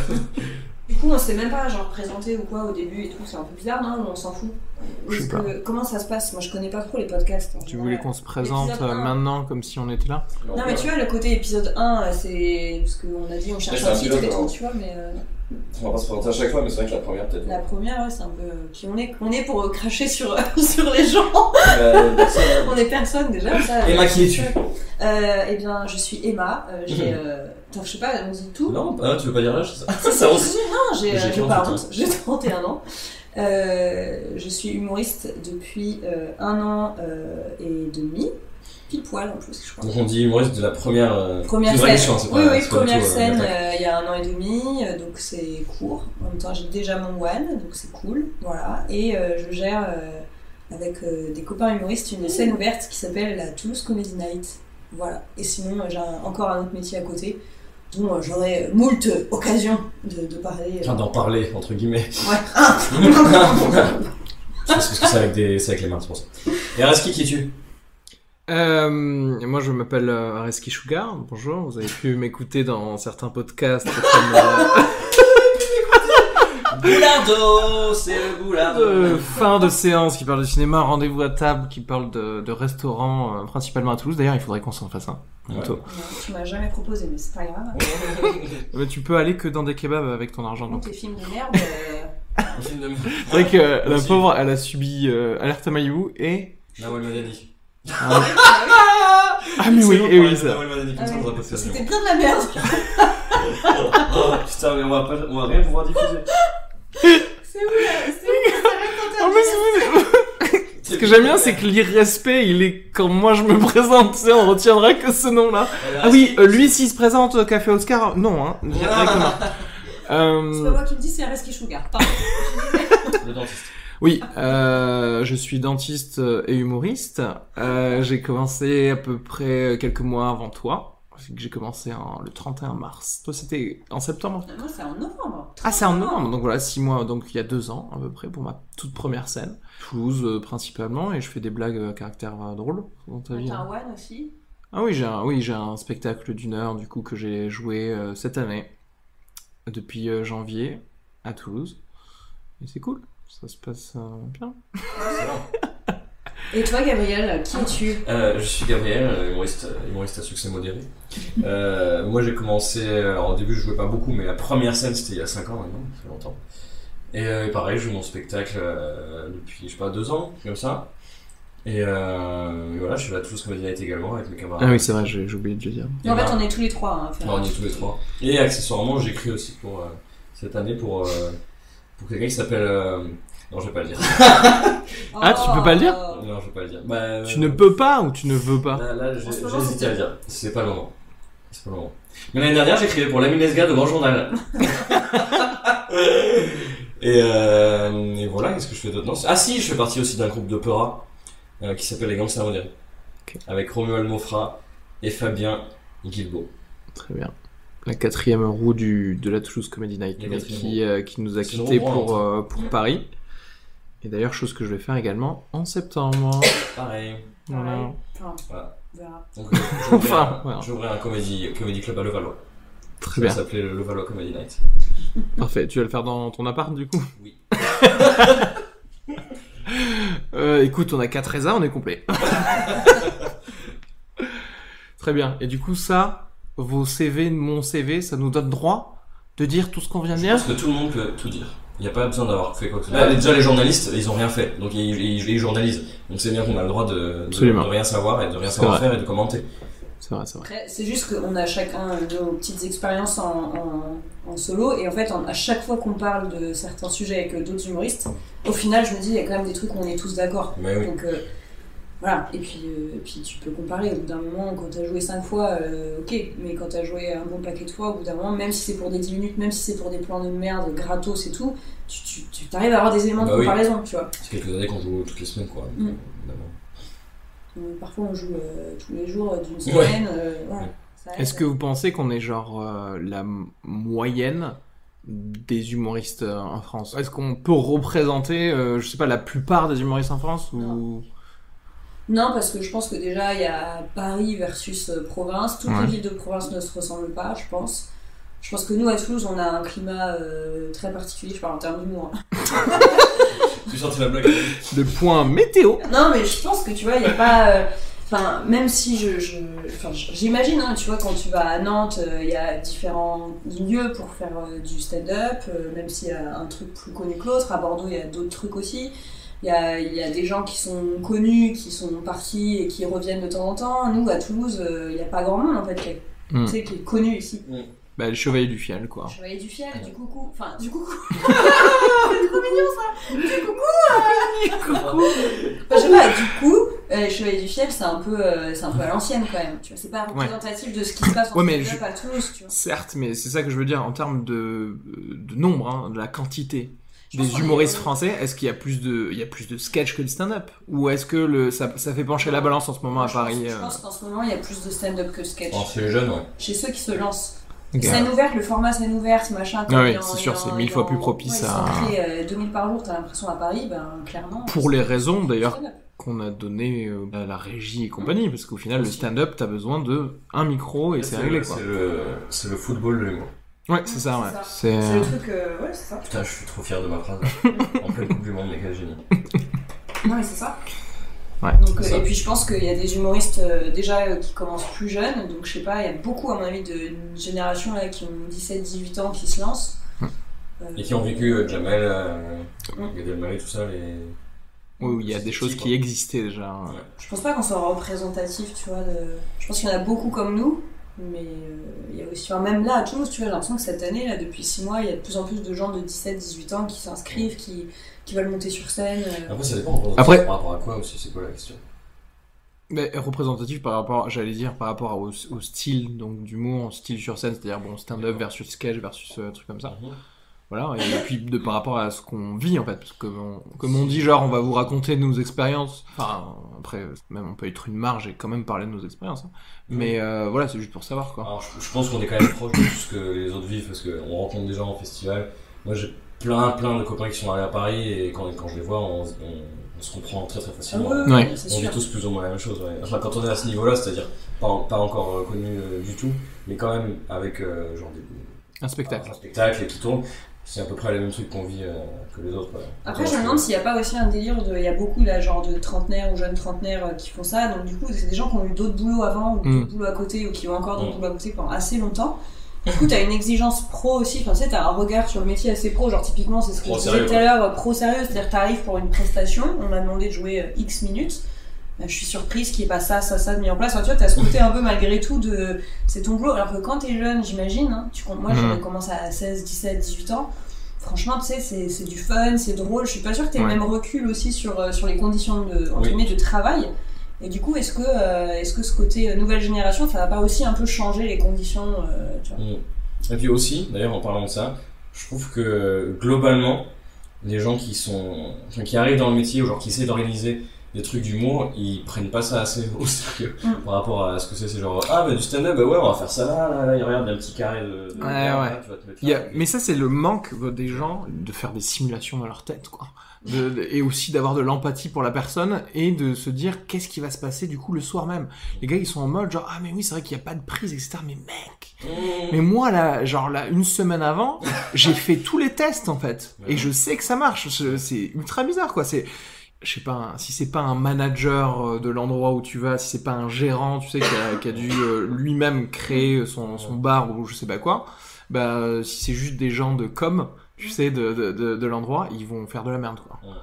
Speaker 4: Du coup, on s'est même pas, genre, présenté ou quoi au début et tout. C'est un peu bizarre, non On s'en fout.
Speaker 2: Je sais
Speaker 4: Est-ce
Speaker 2: pas.
Speaker 4: que- Comment ça se passe Moi, je connais pas trop les podcasts. en
Speaker 2: Tu
Speaker 4: général.
Speaker 2: voulais qu'on se présente
Speaker 4: Épisode
Speaker 2: euh,
Speaker 4: un.
Speaker 2: maintenant comme si on était là
Speaker 4: Non, mais tu vois, le côté épisode 1, euh, c'est. Parce qu'on a dit, on cherche
Speaker 3: c'est
Speaker 4: un
Speaker 3: un
Speaker 4: titre et
Speaker 3: pilote,
Speaker 4: tout,
Speaker 3: alors.
Speaker 4: tu vois, mais euh,
Speaker 3: On va pas se présenter à chaque fois, mais c'est vrai que la
Speaker 4: [LAUGHS]
Speaker 3: première, peut-être.
Speaker 4: la première, ouais, c'est un peu. euh, Qui on est On est pour euh, cracher sur [LAUGHS] sur les gens.
Speaker 3: Euh,
Speaker 4: On est personne déjà. Ça,
Speaker 3: Emma, qui es-tu
Speaker 4: euh, Eh bien, je suis Emma. euh,
Speaker 3: [LAUGHS]
Speaker 4: j'ai. Euh... attends, je sais pas, on dit tout.
Speaker 3: Non, bah, tu veux pas dire l'âge, c'est ça Ça aussi.
Speaker 4: Non, j'ai. euh,
Speaker 3: J'ai
Speaker 4: j'ai pas
Speaker 3: 48
Speaker 4: honte, j'ai 31 ans. Euh, je suis humoriste depuis euh, un an euh, et demi, pile poil en plus, je crois.
Speaker 3: Donc on dit humoriste de la première. euh,
Speaker 4: Première
Speaker 3: c'est une vraie
Speaker 4: scène.
Speaker 3: mission, c'est pas-
Speaker 4: Oui, oui,
Speaker 3: c'est pas du
Speaker 4: première
Speaker 3: tout, euh,
Speaker 4: scène
Speaker 3: une attaque.
Speaker 4: euh, il y a un an et demi, euh, donc c'est court. En même temps, j'ai déjà mon one, donc c'est cool. Voilà. Et euh, je gère euh, avec euh, des copains humoristes une scène ouverte qui s'appelle la Toulouse Comedy Night. Voilà. Et sinon, euh, j'ai un- encore un autre métier à côté dont euh, j'aurai moult occasion de, de parler. euh,
Speaker 3: Tiens, d'en parler, entre
Speaker 4: [LAUGHS]
Speaker 3: guillemets.
Speaker 4: Ouais. Ah
Speaker 3: C'est parce que c'est avec, des... c'est avec les mains, c'est pour ça. Et Araski, qui es-tu
Speaker 2: Euh, et moi, je m'appelle euh, Areski Sugar. Bonjour. Vous avez pu m'écouter dans certains podcasts. comme, euh,
Speaker 3: Boulardo C'est le Boulardo
Speaker 2: de fin de séance qui parle de cinéma, rendez-vous à table qui parle de, de restaurants, euh, principalement à Toulouse. D'ailleurs, il faudrait qu'on s'en fasse un. bientôt.
Speaker 4: Non, tu m'as jamais proposé, mais c'est pas grave.
Speaker 2: Mais Euh, tu peux aller que dans des kebabs avec ton argent.
Speaker 4: Bon,
Speaker 2: Donc.
Speaker 4: tes films de merde. euh,
Speaker 3: Un [LAUGHS] film de...
Speaker 2: C'est vrai que euh, la
Speaker 3: Aussi.
Speaker 2: pauvre, elle a subi euh, alerte à Mayou et.
Speaker 3: Nawal Madani.
Speaker 2: Ah, mais oui, et oui, ça.
Speaker 3: Nawal Madani, comme ça, on va pas se faire
Speaker 4: C'était bien de la merde.
Speaker 3: Oh, oh, Putain, mais on va, pas... on va rien pouvoir diffuser.
Speaker 4: C'est où là C'est où
Speaker 2: Ah,
Speaker 4: Ça reste interdit. hein.
Speaker 2: mais c'est vous- Ce que j'aime bien, c'est que l'irrespect, il est quand moi je me [LAUGHS] présente, tu sais, on retiendra que ce nom-là. Ah oui, euh, lui s'il se présente au Café Oscar, non, hein, directement.
Speaker 4: C'est pas
Speaker 2: Euh,
Speaker 4: moi qui le dis, c'est Reski Sugar. Pardon.
Speaker 3: Le dentiste.
Speaker 2: oui, euh, je suis dentiste et humoriste. Euh, j'ai commencé à peu près quelques mois avant toi. C'est que J'ai commencé en- le 31 mars. Toi, c'était en septembre
Speaker 4: Moi, c'est en novembre.
Speaker 2: Ah, c'est en novembre, donc voilà, six mois, donc il y a deux ans à peu près pour ma toute première scène. Toulouse euh, principalement, et je fais des blagues à caractère euh, drôle dans ta vie. hein.
Speaker 4: T'as un one aussi.
Speaker 2: Ah oui, j'ai un, oui, j'ai un spectacle d'une heure du coup que j'ai joué euh, cette année, depuis euh, janvier, à Toulouse. Et c'est cool, ça se passe euh, bien.
Speaker 3: Excellent.
Speaker 4: Et toi, Gabriel, qui es-tu
Speaker 3: Euh, je suis Gabriel, euh, humoriste, euh, humoriste à succès modéré. Euh, moi j'ai commencé, euh, au début je jouais pas beaucoup, mais la première scène c'était il y a 5 ans maintenant, ça fait longtemps. Et euh, pareil, je joue mon spectacle euh, depuis, je sais pas, 2 ans, comme ça. Et euh, et voilà, je suis là tous Comedy Night également avec mes camarades.
Speaker 2: Ah oui, c'est vrai, j'ai, j'ai oublié de le dire.
Speaker 3: Et
Speaker 4: En fait,
Speaker 3: voilà.
Speaker 4: on est tous les trois. hein, à faire-
Speaker 3: Ouais, on est tous les trois. Et accessoirement, j'écris aussi pour euh, cette année pour, euh, pour quelqu'un qui s'appelle. euh, Non, je vais pas le dire.
Speaker 4: Oh.
Speaker 2: Ah, tu peux pas le dire
Speaker 3: Non, je vais pas le dire. Bah, euh,
Speaker 2: Tu ne peux pas ou tu ne veux pas
Speaker 3: Là, là, j'ai
Speaker 4: En ce
Speaker 3: j'ai
Speaker 4: moment,
Speaker 3: hésité
Speaker 4: c'est-
Speaker 3: à le dire. C'est pas le moment. C'est pas le moment. Mais l'année dernière, j'écrivais pour l'ami Lesga de
Speaker 2: [LAUGHS]
Speaker 3: Grand Journal. et, euh, et voilà, qu'est-ce que je fais d'autre Non, c'est- Ah si, je fais partie aussi d'un groupe d'opéra euh, qui s'appelle Les Gangsters Modérés.
Speaker 2: Ok.
Speaker 3: Avec Romuald Mofra et Fabien Guilbeault.
Speaker 2: Très bien. La quatrième roue du, de la Toulouse Comedy Night,
Speaker 3: La
Speaker 2: mais
Speaker 3: quatrième
Speaker 2: qui, euh, qui nous a
Speaker 3: C'est hein. une
Speaker 2: quittés
Speaker 3: roue
Speaker 2: pour, euh, pour Paris. Et d'ailleurs, chose que je vais faire également en septembre.
Speaker 3: Pareil.
Speaker 2: Voilà.
Speaker 4: Enfin,
Speaker 3: Voilà.
Speaker 4: on verra.
Speaker 3: Donc, euh, j'ouvrais
Speaker 2: Enfin,
Speaker 3: un-
Speaker 2: voilà.
Speaker 3: j'ouvrais un comédie, comédie club à Levallois.
Speaker 2: Très
Speaker 3: Ça va
Speaker 2: bien.
Speaker 3: s'appeler le Levallois Comedy Night.
Speaker 2: Parfait. Tu vas le faire dans ton appart du coup
Speaker 3: Oui.
Speaker 2: [LAUGHS] Euh, écoute, on a 4 résas, on est complet. [LAUGHS] Très bien. Et du coup, ça, vos CV, mon CV, ça nous donne droit de dire tout ce qu'on vient de
Speaker 3: Je
Speaker 2: dire
Speaker 3: pense que tout le monde peut tout dire. Il n'y a pas besoin d'avoir fait quoi que ce soit. Là, les- déjà, les journalistes, ils ont rien fait. Donc, ils, ils, ils journalisent. Donc, c'est bien qu'on a le droit de, de,
Speaker 2: Absolument.
Speaker 3: de rien savoir et de rien
Speaker 2: C'est
Speaker 3: savoir
Speaker 2: vrai.
Speaker 3: faire et de commenter.
Speaker 2: C'est vrai, c'est vrai.
Speaker 4: Après, c'est juste qu'on a chacun euh, nos petites expériences en, en- en solo, et en fait, en- à chaque fois qu'on parle de certains sujets avec euh, d'autres humoristes, au final, je me dis, il y a quand même des trucs où on est tous d'accord.
Speaker 3: Mais oui.
Speaker 4: Donc euh, voilà, et puis, euh, et puis tu peux comparer. Au bout d'un moment, quand t'as joué 5 fois, euh, ok, mais quand t'as joué un bon paquet de fois, au bout d'un moment, même si c'est pour des 10 minutes, même si c'est pour des plans de merde, gratos et tout, tu, tu, tu t'arrives à avoir des éléments
Speaker 3: Bah
Speaker 4: de
Speaker 3: oui.
Speaker 4: comparaison, tu vois.
Speaker 3: C'est quelques années qu'on joue toutes les semaines, quoi.
Speaker 4: Mm.
Speaker 3: Évidemment.
Speaker 4: Donc, parfois, on joue euh, tous les jours euh, d'une semaine. euh, voilà.
Speaker 3: Ouais.
Speaker 4: Ça aide.
Speaker 2: Est-ce que vous pensez qu'on est genre euh, la m- moyenne des humoristes euh, en France Est-ce qu'on peut représenter, euh, je sais pas, la plupart des humoristes en France ou...
Speaker 4: Non, parce que je pense que déjà, il y a Paris versus euh, province. Toutes
Speaker 2: Ouais.
Speaker 4: les villes de province ne se ressemblent pas, je pense. Je pense que nous, à Toulouse, on a un climat euh, très particulier, je parle en termes d'humour. hein.
Speaker 3: Tu sortais la blague
Speaker 2: Le point météo
Speaker 4: Non, mais je pense que tu vois, il n'y a pas. euh, Enfin, même si je. je- enfin, je- J'imagine, hein, tu vois, quand tu vas à Nantes, euh, il y a différents lieux pour faire euh, du stand-up, euh, même s'il y a un truc plus connu que l'autre. À Bordeaux, il y a d'autres trucs aussi. Il y a, il y a des gens qui sont connus, qui sont partis et qui reviennent de temps en temps. Nous, à Toulouse, euh, il n'y a pas grand monde, en fait, qui est,
Speaker 2: Hmm.
Speaker 4: tu sais, qui est connu ici.
Speaker 2: Bah, le chevalier du fiel, quoi.
Speaker 4: Chevalier du Fiel, du coucou. Enfin, du coucou. c'est trop mignon ça Du coucou Enfin, Bah, je sais pas, du coup, euh, les Chevaliers du Fiel, c'est un peu, euh, c'est un peu à l'ancienne quand même. Tu vois, c'est pas représentatif de ce qui se passe en
Speaker 2: Ouais, mais
Speaker 4: stand-up à Toulouse, tu vois.
Speaker 2: Certes, mais c'est ça que je veux dire en termes de, de nombre, hein, de la quantité.
Speaker 4: Je pense
Speaker 2: des
Speaker 4: qu'on est-
Speaker 2: humoristes français, est-ce qu'il y a plus de, il y a plus de sketch que de stand-up Ou est-ce que le, ça, ça fait pencher la balance en ce moment à
Speaker 4: Je pense-
Speaker 2: Paris
Speaker 4: Je
Speaker 2: euh,
Speaker 4: pense qu'en ce moment, il y a plus de stand-up que de sketch.
Speaker 3: Alors, chez Oh, les jeunes, ouais.
Speaker 4: Chez ceux qui se lancent.
Speaker 2: ok.
Speaker 4: Scène ouverte, le format scène ouverte, machin. quand
Speaker 2: Ah oui,
Speaker 4: il y en-
Speaker 2: c'est
Speaker 4: il y
Speaker 2: sûr,
Speaker 4: en-
Speaker 2: c'est mille
Speaker 4: il y
Speaker 2: fois
Speaker 4: en-
Speaker 2: plus propice
Speaker 4: ouais, ils
Speaker 2: à-
Speaker 4: sont pris, euh, 2000 par jour, t'as l'impression à Paris, ben clairement.
Speaker 2: Pour les raisons d'ailleurs
Speaker 4: stand-up.
Speaker 2: qu'on a donné euh, à la régie et compagnie, parce qu'au final le stand-up t'as besoin de un micro et c'est réglé quoi.
Speaker 3: C'est le, c'est le football de l'humour.
Speaker 2: Ouais, c'est ça,
Speaker 4: C'est
Speaker 2: ouais.
Speaker 4: ça.
Speaker 2: C'est
Speaker 4: C'est le truc, euh, ouais, c'est ça.
Speaker 3: Putain, je suis trop fier de ma phrase. en pleine Coupe du Monde, les gars, génie.
Speaker 4: Non, mais c'est ça.
Speaker 2: Ouais.
Speaker 4: Donc, euh,
Speaker 3: C'est ça.
Speaker 4: et puis je pense qu'il y a des humoristes euh, déjà euh, qui commencent plus jeunes, donc je sais pas, il y a beaucoup à mon avis d'une génération là qui ont 17-18 ans qui se lancent.
Speaker 2: Hum.
Speaker 4: Euh,
Speaker 3: Et qui ont vécu euh, Jamel, euh,
Speaker 4: Mm.
Speaker 3: Gad Elmaleh, tout ça, les...
Speaker 2: oui, oui, il y a des choses qui existaient déjà. hein.
Speaker 3: Ouais.
Speaker 4: Je pense pas qu'on soit représentatif, tu vois. De... Je pense qu'il y en a beaucoup comme nous, mais euh, il y a aussi, enfin, même là à Toulouse, tu vois, j'ai l'impression que cette année, là, depuis 6 mois, il y a de plus en plus de gens de 17-18 ans qui s'inscrivent, qui, qui veulent monter sur scène. euh.
Speaker 3: Après, ça dépend. on pense
Speaker 2: Après-
Speaker 3: Par rapport à quoi aussi, c'est quoi la question
Speaker 2: Mais représentatif par rapport, j'allais dire, par rapport au, au style donc d'humour, style sur scène, c'est-à-dire bon stand-up versus sketch versus euh, truc comme ça.
Speaker 3: Hein
Speaker 2: Voilà, et puis de par rapport à ce qu'on vit en fait, parce que comme on, comme on dit, genre on va vous raconter nos expériences, enfin après, même on peut être une marge et quand même parler de nos expériences, hein. mais euh, voilà, c'est juste pour savoir quoi.
Speaker 3: Alors, je, je pense qu'on est quand même proche de ce que les autres vivent parce qu'on rencontre des gens en festival. Moi, j'ai plein, plein de copains qui sont allés à Paris et quand, quand je les vois, on, on- on se comprend très, très
Speaker 4: Ah
Speaker 3: facilement.
Speaker 4: ouais,
Speaker 2: Ouais.
Speaker 4: ouais, c'est
Speaker 3: On vit
Speaker 4: sûr.
Speaker 3: tous plus ou moins la même chose. ouais. Enfin, quand on est à ce niveau-là, c'est-à-dire pas, en- pas encore euh, connu euh, du tout, mais quand même avec euh, genre des,
Speaker 2: Un spectacle.
Speaker 3: un spectacle et qui tourne, c'est à peu près les mêmes trucs qu'on vit euh, que les autres. quoi.
Speaker 4: Après, je me demande s'il n'y a pas aussi un délire de. Il y a beaucoup, là, genre de trentenaires ou jeunes trentenaires euh, qui font ça. Donc, du coup, c'est des gens qui ont eu d'autres boulots avant, ou
Speaker 2: Mm.
Speaker 4: d'autres boulots à côté, ou qui ont encore d'autres
Speaker 3: Mm.
Speaker 4: boulots à côté pendant assez longtemps. Du coup, t'as une exigence pro aussi. Enfin, tu sais, t'as un regard sur le métier assez pro. Genre, typiquement, c'est ce que
Speaker 3: Pro
Speaker 4: je disais
Speaker 3: sérieux,
Speaker 4: tout à
Speaker 3: ouais.
Speaker 4: l'heure, euh, pro sérieux. C'est-à-dire, t'arrives pour une prestation, on m'a demandé de jouer euh, X minutes. Euh, Je suis surprise qu'il n'y ait pas ça, ça, ça de mis en place. Enfin, tu vois, t'as ce côté un peu malgré tout de. C'est ton boulot. Alors que quand t'es jeune, j'imagine, hein, tu... com- moi
Speaker 2: Mm.
Speaker 4: j'ai commencé à 16, 17, 18 ans. Franchement, tu sais, c'est c'est du fun, c'est drôle. Je suis pas sûre que tu
Speaker 2: Ouais.
Speaker 4: le même recul aussi sur, euh, sur les conditions de, entre
Speaker 3: Oui.
Speaker 4: guillemets, de travail. Et du coup, est-ce que, euh, est-ce que ce côté euh, nouvelle génération, ça va pas aussi un peu changer les conditions euh, tu vois
Speaker 3: Et puis aussi, d'ailleurs, en parlant de ça, je trouve que euh, globalement, les gens qui sont, enfin, qui arrivent dans le métier ou genre qui essaient d'organiser des trucs d'humour, ils prennent pas ça assez au [LAUGHS] sérieux
Speaker 4: Mm.
Speaker 3: par rapport à ce que c'est. C'est genre ah bah du stand-up, bah ouais, on va faire ça là, là, là, il regarde il y a un petit carré de. de
Speaker 2: Ouais,
Speaker 3: là,
Speaker 2: ouais.
Speaker 3: là, tu vas te mettre
Speaker 2: Il y
Speaker 3: là.
Speaker 2: a- mais ça c'est le manque euh, des gens de faire des simulations dans leur tête quoi. De- de- et aussi d'avoir de l'empathie pour la personne et de se dire qu'est-ce qui va se passer du coup le soir même. Les gars ils sont en mode genre ah mais oui c'est vrai qu'il n'y a pas de prise etc. Mais mec Mais moi, là, genre là, une semaine avant, j'ai fait tous les tests en fait,
Speaker 3: Bah Ouais.
Speaker 2: et je sais que ça marche. Je- C'est ultra bizarre, quoi. C'est, je sais pas, un- si c'est pas un manager euh, de l'endroit où tu vas, si c'est pas un gérant, tu sais, qui a, qui a dû euh, lui-même créer son, son bar ou je sais pas quoi. Bah, euh, si c'est juste des gens de com, tu sais, de, de, de, de l'endroit, ils vont faire de la merde, quoi.
Speaker 3: Ouais.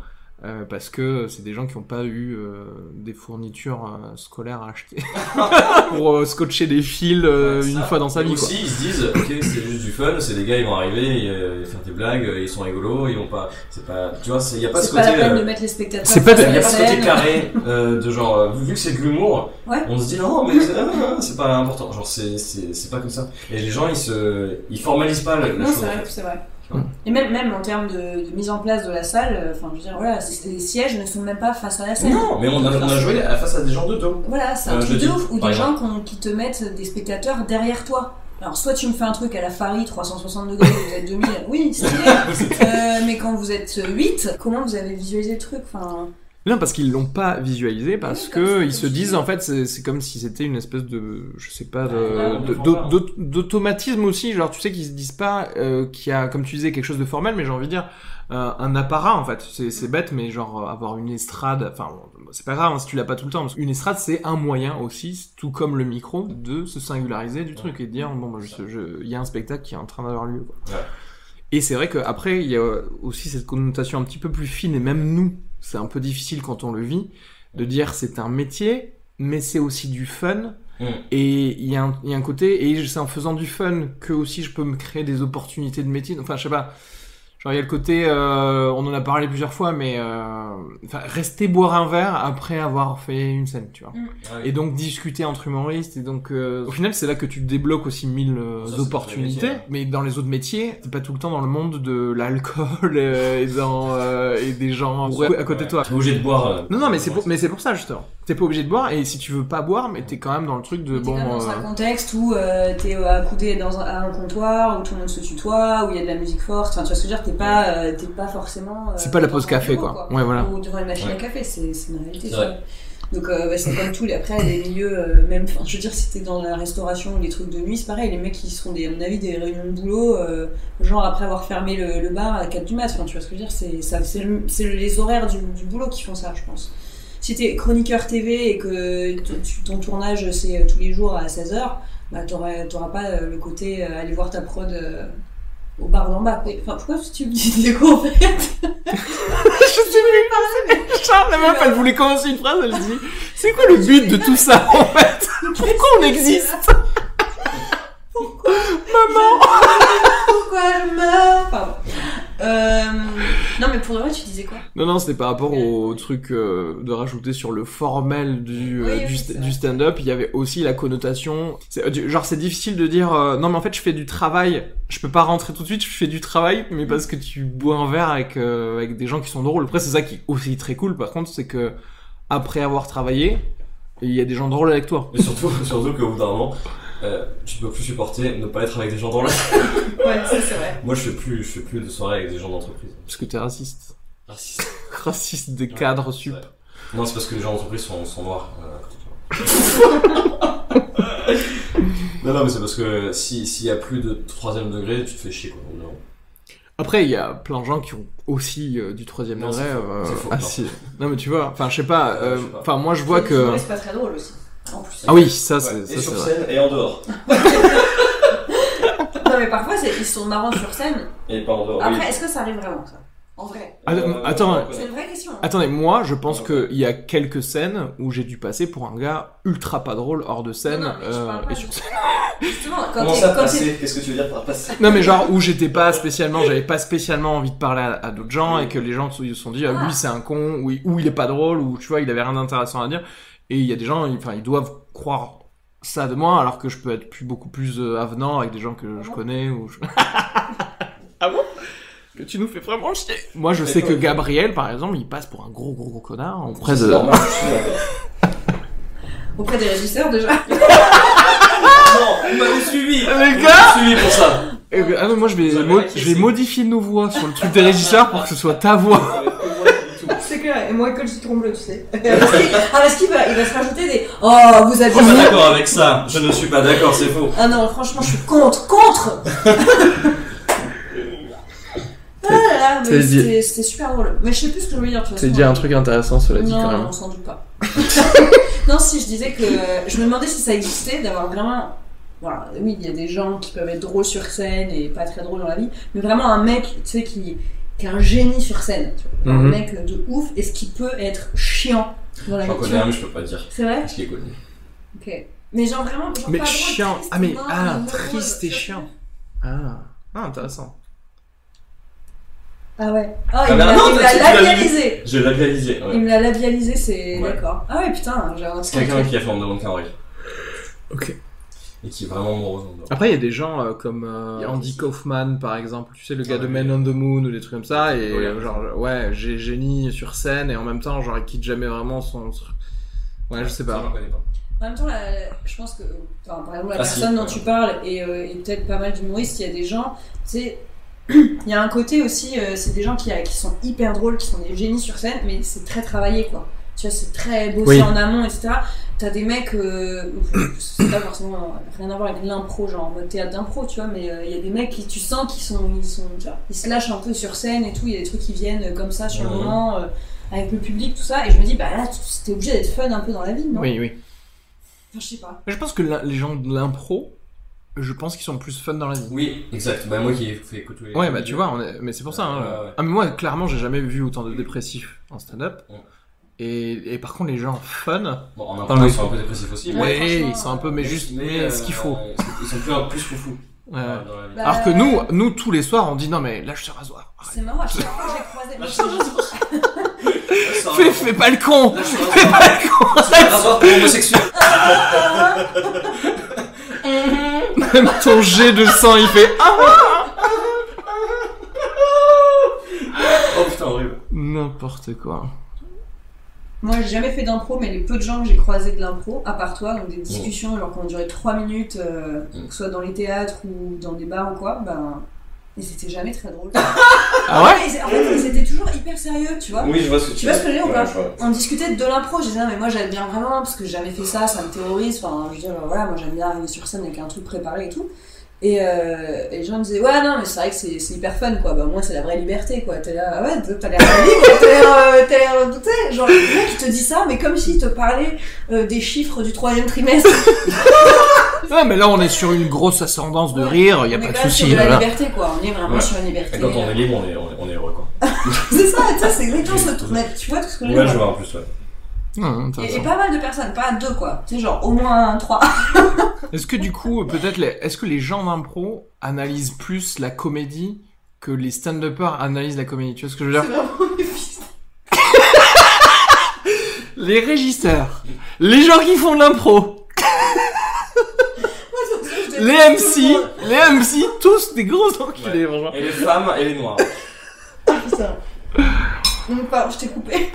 Speaker 2: Euh, parce que c'est des gens qui n'ont pas eu euh, des fournitures euh, scolaires à
Speaker 3: [LAUGHS]
Speaker 2: acheter pour euh, scotcher des fils euh,
Speaker 3: Ouais,
Speaker 2: une
Speaker 3: ça.
Speaker 2: fois dans sa
Speaker 3: Et
Speaker 2: vie. quoi.
Speaker 3: aussi, ils se disent, ok, c'est juste du fun, c'est des gars, ils vont arriver, ils vont faire des blagues, ils sont rigolos, ils vont pas, c'est pas, tu vois, c'est- il y a pas ce
Speaker 4: C'est pas
Speaker 3: côté,
Speaker 4: la peine
Speaker 3: euh,
Speaker 4: de mettre les spectateurs
Speaker 2: c'est pas
Speaker 4: sur
Speaker 3: il y a
Speaker 4: la
Speaker 3: pas ce côté
Speaker 4: scène.
Speaker 3: carré euh, de genre, euh, vu que c'est de l'humour,
Speaker 4: Ouais.
Speaker 3: on se dit non, mais c'est- euh, c'est pas important, genre c'est, c'est, c'est pas comme ça. Et les gens, ils se, ils formalisent pas la, la
Speaker 4: Non,
Speaker 3: chose.
Speaker 4: c'est
Speaker 3: en
Speaker 4: vrai,
Speaker 3: fait.
Speaker 4: c'est vrai.
Speaker 2: Mm.
Speaker 4: Et même, même en termes de, de mise en place de la salle, euh, enfin, je veux dire, voilà, c'est- les sièges ne sont même pas face à la scène.
Speaker 3: Non, mais on a, on a joué à- face à des gens de dos.
Speaker 4: Voilà, c'est un
Speaker 3: Euh,
Speaker 4: truc
Speaker 3: je
Speaker 4: de
Speaker 3: dis,
Speaker 4: ouf, ou
Speaker 3: par
Speaker 4: des gens qu'on- qui te mettent des spectateurs derrière toi. Alors, soit tu me fais un truc à la Farid 360 degrés, vous êtes 2000,
Speaker 3: [LAUGHS]
Speaker 4: oui, stylé. Euh, mais quand vous êtes 8, comment vous avez visualisé le truc enfin,
Speaker 2: Non, parce qu'ils l'ont pas visualisé, parce
Speaker 4: Oui, comme ça,
Speaker 2: que
Speaker 4: comme
Speaker 2: ils se
Speaker 4: tu
Speaker 2: disent
Speaker 4: dis.
Speaker 2: en fait, c'est c'est comme si c'était une espèce de, je sais pas,
Speaker 3: Ah, Ouais,
Speaker 2: de-
Speaker 3: de
Speaker 2: de-
Speaker 3: fanfare.
Speaker 2: d'au- d'automatisme aussi. Genre, tu sais qu'ils se disent pas euh, qu'il y a, comme tu disais, quelque chose de formel, mais j'ai envie de dire euh, un apparat en fait. C'est c'est bête, mais genre euh, avoir une estrade. Enfin, bon, c'est pas grave hein, si tu l'as pas tout le temps. Parce qu'une estrade, c'est un moyen aussi, tout comme le micro, de se singulariser du truc et de dire bon, bah, je- je- il y a un spectacle qui est en train d'avoir lieu. quoi.
Speaker 3: Ouais.
Speaker 2: Et c'est vrai qu'après, il y a aussi cette connotation un petit peu plus fine, et même nous, c'est un peu difficile quand on le vit, de dire c'est un métier, mais c'est aussi du fun.
Speaker 3: Mm.
Speaker 2: Et il y, a un- il y a un côté, et c'est en faisant du fun que aussi je peux me créer des opportunités de métier. Enfin, je sais pas. Je- Genre, il y a le côté, euh, on en a parlé plusieurs fois, mais euh, enfin, rester boire un verre après avoir fait une scène, tu vois. Et donc discuter entre humoristes. Et donc, euh, au final, c'est là que tu débloques aussi mille euh,
Speaker 3: Ça, c'est
Speaker 2: opportunités.
Speaker 3: dans les métiers, ouais.
Speaker 2: Mais dans les autres métiers, t'es pas tout le temps dans le monde de l'alcool euh, et, dans, euh, et des gens bourrés à côté de toi.
Speaker 3: T'es obligé de boire. euh,
Speaker 2: Non, non, mais c'est pour, mais c'est pour ça justement. T'es pas obligé de boire. Et si tu veux pas boire, mais t'es quand même dans le truc de
Speaker 4: T'es quand même
Speaker 2: bon.
Speaker 4: dans un
Speaker 2: euh,
Speaker 4: contexte où euh, t'es euh, accoudé dans un, à un comptoir, où tout le monde se tutoie, où il y a de la musique forte. Enfin, tu vois ce que je veux dire, t'es pas, euh, t'es pas forcément. euh,
Speaker 2: C'est pas la
Speaker 4: dans
Speaker 2: pause
Speaker 4: un
Speaker 2: café,
Speaker 4: bureau,
Speaker 2: quoi. Ouais, voilà.
Speaker 4: Ou devant une machine à
Speaker 3: Ouais.
Speaker 4: café, c'est c'est une réalité.
Speaker 3: C'est
Speaker 4: tu vois.
Speaker 3: vrai.
Speaker 4: Donc euh, bah, c'est comme tout, les- après les milieux, euh, même, enfin, je veux dire, si t'es dans la restauration ou les trucs de nuit, c'est pareil, les mecs qui sont, des, à mon avis, des réunions de boulot, euh, genre après avoir fermé le, le bar à 4 du mat, enfin, tu vois ce que je veux dire, c'est ça- c'est le- c'est les horaires du, du boulot qui font ça, je pense. Si t'es chroniqueur TV et que t- tu- ton tournage c'est euh, tous les jours à 16h, bah t'auras t'auras pas euh, le côté euh, aller voir ta prod euh, au bar d'en bas. quoi. Enfin, pourquoi tu me [LAUGHS] dis des quoi en fait
Speaker 2: [LAUGHS] je sais plus parler. Charles, la meuf, elle voulait commencer une phrase. Elle se dit, c'est quoi le but de tout ça en fait Pourquoi on existe
Speaker 4: Pourquoi Maman Pourquoi je meurs Pardon. Euh, non, mais pour le vrai, tu disais quoi
Speaker 2: Non, non, c'était par rapport au truc euh, de rajouter sur le formel du, euh,
Speaker 4: Oui, oui,
Speaker 2: du,
Speaker 4: c'est
Speaker 2: sta-
Speaker 4: vrai.
Speaker 2: du stand-up. Il y avait aussi la connotation. c'est- euh, du- Genre, c'est difficile de dire euh, non, mais en fait, je fais du travail. Je peux pas rentrer tout de suite. Je fais du travail, mais parce que tu bois un verre avec euh, avec des gens qui sont drôles. Après, c'est ça qui est aussi très cool. Par contre, c'est que après avoir travaillé, il y a des gens drôles avec toi.
Speaker 3: Mais surtout, [LAUGHS] surtout qu'au bout d'un moment, euh, tu peux plus supporter ne pas être avec des gens dans la.
Speaker 4: Ouais, ça c'est vrai.
Speaker 3: Moi, je fais plus, je fais plus de soirées avec des gens d'entreprise.
Speaker 2: Parce que t'es raciste. [LAUGHS]
Speaker 3: Merci.
Speaker 2: Raciste des cadres sup.
Speaker 3: Ouais. Non, c'est parce que les gens d'entreprise sont, sont noirs. euh, quand tu vois. [LAUGHS] non, non, mais c'est parce que si- s'il y a plus de troisième degré, tu te fais chier quoi. Non.
Speaker 2: Après, il y a plein de gens qui ont aussi euh, du troisième
Speaker 3: Non,
Speaker 2: degré.
Speaker 3: c'est faux.
Speaker 2: euh,
Speaker 3: C'est faux,
Speaker 2: ah,
Speaker 3: non.
Speaker 2: si. non, mais tu vois. Enfin, je sais pas. euh,
Speaker 3: Je sais pas.
Speaker 2: Enfin, moi, je vois que.
Speaker 4: C'est pas très drôle aussi. En plus.
Speaker 2: Ah oui, ça c'est
Speaker 3: Ouais,
Speaker 2: ça,
Speaker 3: Et
Speaker 2: c'est
Speaker 3: sur
Speaker 2: vrai.
Speaker 3: scène et en dehors.
Speaker 4: Non, mais parfois, c'est- ils sont marrants sur scène.
Speaker 3: Et pas
Speaker 2: Oh
Speaker 3: en dehors. oui.
Speaker 4: Après, est-ce que ça arrive vraiment, ça En vrai
Speaker 2: Ah,
Speaker 3: Euh,
Speaker 2: attends.
Speaker 4: C'est une vraie question. hein.
Speaker 2: Attendez, moi je pense
Speaker 3: Ouais.
Speaker 2: qu'il y a quelques scènes où j'ai dû passer pour un gars ultra pas drôle hors de scène
Speaker 4: Non, non, mais je
Speaker 2: euh,
Speaker 4: parle pas
Speaker 2: et
Speaker 4: de-
Speaker 2: sur-
Speaker 4: [LAUGHS] Justement, quand
Speaker 3: Comment
Speaker 4: t'es-
Speaker 3: ça
Speaker 4: quand t'es.
Speaker 3: passer Qu'est-ce que tu veux dire par passer
Speaker 2: Non mais genre où j'étais pas spécialement, j'avais pas spécialement envie de parler à, à d'autres gens et que les gens se se sont dit ah, lui c'est un con ou, il- ou il est pas drôle ou tu vois il avait rien d'intéressant à dire et il y a des gens ils- enfin ils doivent croire ça de moi alors que je peux être plus beaucoup plus euh, avenant avec des gens que je
Speaker 4: bon
Speaker 2: connais ou je- [LAUGHS] Ah bon que tu nous fais vraiment chier. Moi, je
Speaker 3: Et
Speaker 2: sais
Speaker 3: toi,
Speaker 2: que
Speaker 3: toi
Speaker 2: Gabriel, par exemple, il passe pour un gros gros gros connard auprès
Speaker 3: C'est
Speaker 2: de,
Speaker 3: normal, je suis d'accord.
Speaker 4: Auprès des régisseurs, déjà.
Speaker 3: Non, vous m'avez suivi
Speaker 2: Les
Speaker 3: Vous m'avez suivi pour ça
Speaker 2: Eh ben, ah non, moi je vais,
Speaker 3: Vous avez
Speaker 2: mo-
Speaker 3: la
Speaker 2: je vais
Speaker 3: caisse.
Speaker 2: modifier nos voix sur le truc des régisseurs pour que ce soit ta voix.
Speaker 4: C'est clair. Et moi, que le citron bleu, tu sais. [LAUGHS] ah, parce qu'il va, il va se rajouter des. Oh, vous
Speaker 3: Je suis pas
Speaker 4: avez.
Speaker 3: d'accord avec ça, je ne suis pas d'accord, c'est faux.
Speaker 4: Ah non, franchement, je suis contre,
Speaker 2: [LAUGHS]
Speaker 4: contre Ah là là, mais
Speaker 2: t'as dit-
Speaker 4: c'était c'était super drôle. Mais je sais plus ce que je voulais dire, tu vois.
Speaker 2: C'est dire un truc intéressant, cela dit
Speaker 4: Non,
Speaker 2: quand
Speaker 4: non,
Speaker 2: même.
Speaker 4: on s'en doute pas. [LAUGHS] non, si, je disais que euh, je me demandais si ça existait d'avoir vraiment. Voilà, oui, il y a des gens qui peuvent être drôles sur scène et pas très drôles dans la vie, mais vraiment un mec, tu sais, qui, qui est un génie sur scène, tu vois, un
Speaker 2: Mhm.
Speaker 4: mec de ouf, et ce qui peut être chiant dans la vie.
Speaker 3: J'en
Speaker 4: tu
Speaker 3: connais un,
Speaker 4: vois.
Speaker 3: mais je peux pas dire.
Speaker 4: C'est vrai
Speaker 3: Parce qu'il est connu.
Speaker 4: Ok. Mais genre vraiment. Genre
Speaker 2: Mais
Speaker 4: pas drôle,
Speaker 2: chiant.
Speaker 4: triste,
Speaker 2: Ah, mais-
Speaker 4: mort, euh,
Speaker 2: ah,
Speaker 4: morose,
Speaker 2: triste et
Speaker 4: tu vois.
Speaker 2: chiant. Ah. ah, intéressant.
Speaker 4: Ah ouais. Ah,
Speaker 3: Ah
Speaker 4: il me
Speaker 3: bah
Speaker 4: l'a-
Speaker 3: non,
Speaker 4: il me
Speaker 3: t'as-
Speaker 4: l'a
Speaker 3: tu l'as vu.
Speaker 4: labialisé.
Speaker 3: Je l'ai réalisé,
Speaker 4: Il
Speaker 3: ouais.
Speaker 4: me l'a labialisé, c'est
Speaker 3: Ouais.
Speaker 4: d'accord. Ah ouais, putain, j'ai un
Speaker 3: C'est quelqu'un qui a fait en demande Carré.
Speaker 2: Ok.
Speaker 3: Et qui est vraiment amoureux en
Speaker 2: Après, il y a des gens euh, comme euh, Andy Kaufman, par exemple. Tu sais, le gars
Speaker 3: Ah,
Speaker 2: de
Speaker 3: oui.
Speaker 2: Men on the Moon ou des trucs comme ça. Et
Speaker 3: Ouais.
Speaker 2: euh, genre, ouais, j'ai génie sur scène et en même temps, genre, il quitte jamais vraiment son. Ouais, Ah, je sais
Speaker 3: Ça, j'en
Speaker 2: pas.
Speaker 3: connais pas.
Speaker 4: En même temps, la- la- je pense que, enfin, par exemple, la
Speaker 3: Ah, si,
Speaker 4: personne dont
Speaker 3: ouais.
Speaker 4: tu parles et, euh, et peut-être pas mal d'humoristes, il y a des gens, tu sais, [CLEARS THROAT] il y a un côté aussi, euh, c'est des gens qui, qui sont hyper drôles, qui sont des génies sur scène, mais c'est très travaillé, quoi. Tu vois, c'est très bossé
Speaker 2: Oui.
Speaker 4: en amont, etc. T'as des mecs, euh, [CLEARS THROAT] c'est pas forcément euh, rien à voir avec l'impro, genre en mode théâtre d'impro, tu vois, mais euh, il y a des mecs qui, tu sens qu'ils sont, ils sont, tu vois, ils se lâchent un peu sur scène et tout, il y a des trucs qui viennent euh, comme ça sur le
Speaker 3: Mhm.
Speaker 4: moment, euh, avec le public, tout ça, et je me dis, bah là, tu- t'es obligé d'être fun un peu dans la vie, non
Speaker 2: Oui, oui.
Speaker 4: Enfin, je sais pas.
Speaker 2: Je pense que la- les gens de l'impro, je pense qu'ils sont plus fun dans la vie.
Speaker 3: Oui, exact. Bah, moi qui ai fait écouter.
Speaker 2: Ouais, bah tu vois, on est- mais c'est pour ça. hein.
Speaker 3: Ouais, ouais.
Speaker 2: Ah, mais moi, clairement, j'ai jamais vu autant de dépressifs en stand-up.
Speaker 3: Ouais.
Speaker 2: Et, et par contre, les gens fun,
Speaker 3: Bon, en
Speaker 2: Dans
Speaker 3: impro,
Speaker 2: le-
Speaker 3: ils sont un peu dépressifs aussi.
Speaker 2: ouais,
Speaker 4: Ouais, franchement, euh,
Speaker 2: ils sont un peu, mais juste, mais
Speaker 3: euh,
Speaker 2: ce qu'il faut.
Speaker 3: Ils sont plus, plus foufou.
Speaker 2: Ouais.
Speaker 3: dans- dans la vie.
Speaker 4: Bah,
Speaker 2: Alors que nous, nous tous les soirs, on dit non mais lâche ce rasoir.
Speaker 4: C'est marrant, à chaque fois que j'ai croisé.
Speaker 3: Lâche ton rasoir. Lâche ton
Speaker 2: Fais,
Speaker 3: rasoir.
Speaker 2: fais pas le con. [LAUGHS]
Speaker 3: Lâche ton
Speaker 2: Fais
Speaker 3: rasoir.
Speaker 2: pas le con.
Speaker 3: C'est un rasoir pour homosexuel.
Speaker 2: Même ton jet de sang, il fait. Ah
Speaker 3: Oh putain, horrible.
Speaker 2: N'importe quoi.
Speaker 4: [LAUGHS] Moi, j'ai jamais fait d'impro, mais les peu de gens que j'ai croisés de l'impro, à part toi, donc des discussions genre qui ont duré 3 minutes, euh,
Speaker 3: Mm.
Speaker 4: que ce soit dans les théâtres ou dans des bars ou quoi, ben. Et c'était jamais très drôle.
Speaker 2: Ah ouais
Speaker 4: Et c'est- En fait, c'était toujours hyper sérieux, tu vois.
Speaker 3: Oui, je vois ce que
Speaker 4: Tu vois ce que je veux dire ou pas
Speaker 3: Ouais, je vois.
Speaker 4: On discutait de l'impro, je disais, Ah, mais moi j'aime bien vraiment, parce que j'ai jamais fait ça, ça me terrorise. Enfin, je disais, Bah, voilà, moi j'aime bien arriver sur scène avec un truc préparé et tout. Et, euh, et les gens me disaient, ouais, non, mais c'est vrai que c'est c'est hyper fun, quoi. Bah, moi, c'est la vraie liberté, quoi. T'es là, Ah ouais, t'as- t'as l'air libre, t'as l'air. euh, t'as l'air- tu sais, genre, le mec, il te dit ça, mais comme s'il te parlait euh, des chiffres du troisième trimestre.
Speaker 2: Ouais, mais là on est sur une grosse ascendance de rire, y a
Speaker 4: On est
Speaker 2: pas de
Speaker 4: quand même sur
Speaker 2: souci.
Speaker 4: de la
Speaker 2: Voilà.
Speaker 4: liberté, quoi. On est vraiment
Speaker 3: Ouais.
Speaker 4: sur une liberté.
Speaker 3: Et quand on est libre, on est, on est, on est heureux quoi.
Speaker 4: C'est ça, tu sais, c'est exactement ce truc. Mais Tu vois tout ce que je veux
Speaker 3: Ouais,
Speaker 4: dire
Speaker 3: je vois en plus, ouais.
Speaker 2: Hum,
Speaker 4: Et,
Speaker 2: intéressant.
Speaker 4: et pas mal de personnes, pas deux, quoi. Tu sais, genre, au moins trois.
Speaker 2: Est-ce que du coup, peut-être, les- est-ce que les gens d'impro analysent plus la comédie que les stand-uppers analysent la comédie Tu vois ce que je veux
Speaker 4: [LAUGHS]
Speaker 2: dire Les régisseurs, les gens qui font de l'impro, les MC, les MC, tous des gros enculés, franchement.
Speaker 3: Et les femmes et les noirs.
Speaker 4: Donc, pardon, je t'ai coupé.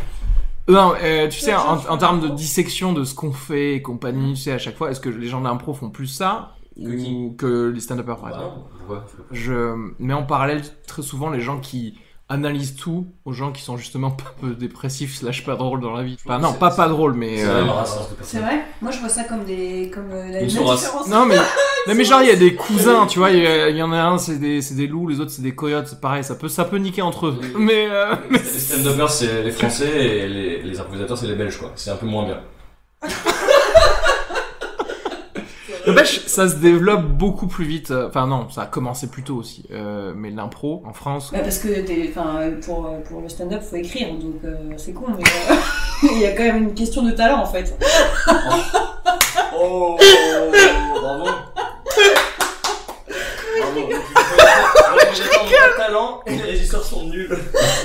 Speaker 2: Non, euh, tu sais,
Speaker 4: Les gens
Speaker 2: en,
Speaker 4: qui
Speaker 2: en
Speaker 4: font
Speaker 2: termes
Speaker 4: de
Speaker 2: de
Speaker 4: l'impro.
Speaker 2: dissection de ce qu'on fait et compagnie, tu sais, à chaque fois, est-ce que les gens d'impro font plus ça
Speaker 3: Que qui
Speaker 2: ou que les stand-uppers, par
Speaker 3: Bah,
Speaker 2: exemple
Speaker 3: Pourquoi tu peux pas
Speaker 2: Je mets en parallèle très souvent les gens qui analysent tout aux gens qui sont justement pas peu dépressifs slash pas drôles dans la vie. Enfin, non,
Speaker 3: C'est-
Speaker 2: pas pas drôles, mais...
Speaker 3: C'est la
Speaker 2: euh,
Speaker 3: même race, hein, cette
Speaker 4: C'est
Speaker 3: personne.
Speaker 4: vrai Moi, je vois ça comme des. comme euh, la, la
Speaker 3: Une sorace.
Speaker 4: différence.
Speaker 2: Non mais, non, mais genre il y a des cousins, tu vois, il y, a- il y en a un c'est des, c'est des loups, les autres c'est des coyotes, c'est pareil, ça peut, ça peut niquer entre eux. Mais... euh,
Speaker 3: [LAUGHS] Les stand-uppers, c'est les français et les, les improvisateurs, c'est les belges quoi. C'est un peu moins bien.
Speaker 2: Le bêche, ça se développe beaucoup plus vite. euh, Enfin non, ça a commencé plus tôt aussi. euh, mais l'impro en France...
Speaker 4: Bah, parce que t'es- enfin, euh, pour, euh, pour le stand-up, faut écrire, donc euh, c'est con, mais. euh, [LAUGHS] Il y a quand même une question de talent en fait.
Speaker 3: Oh Bravo Bravo Le talent et les régisseurs sont nuls.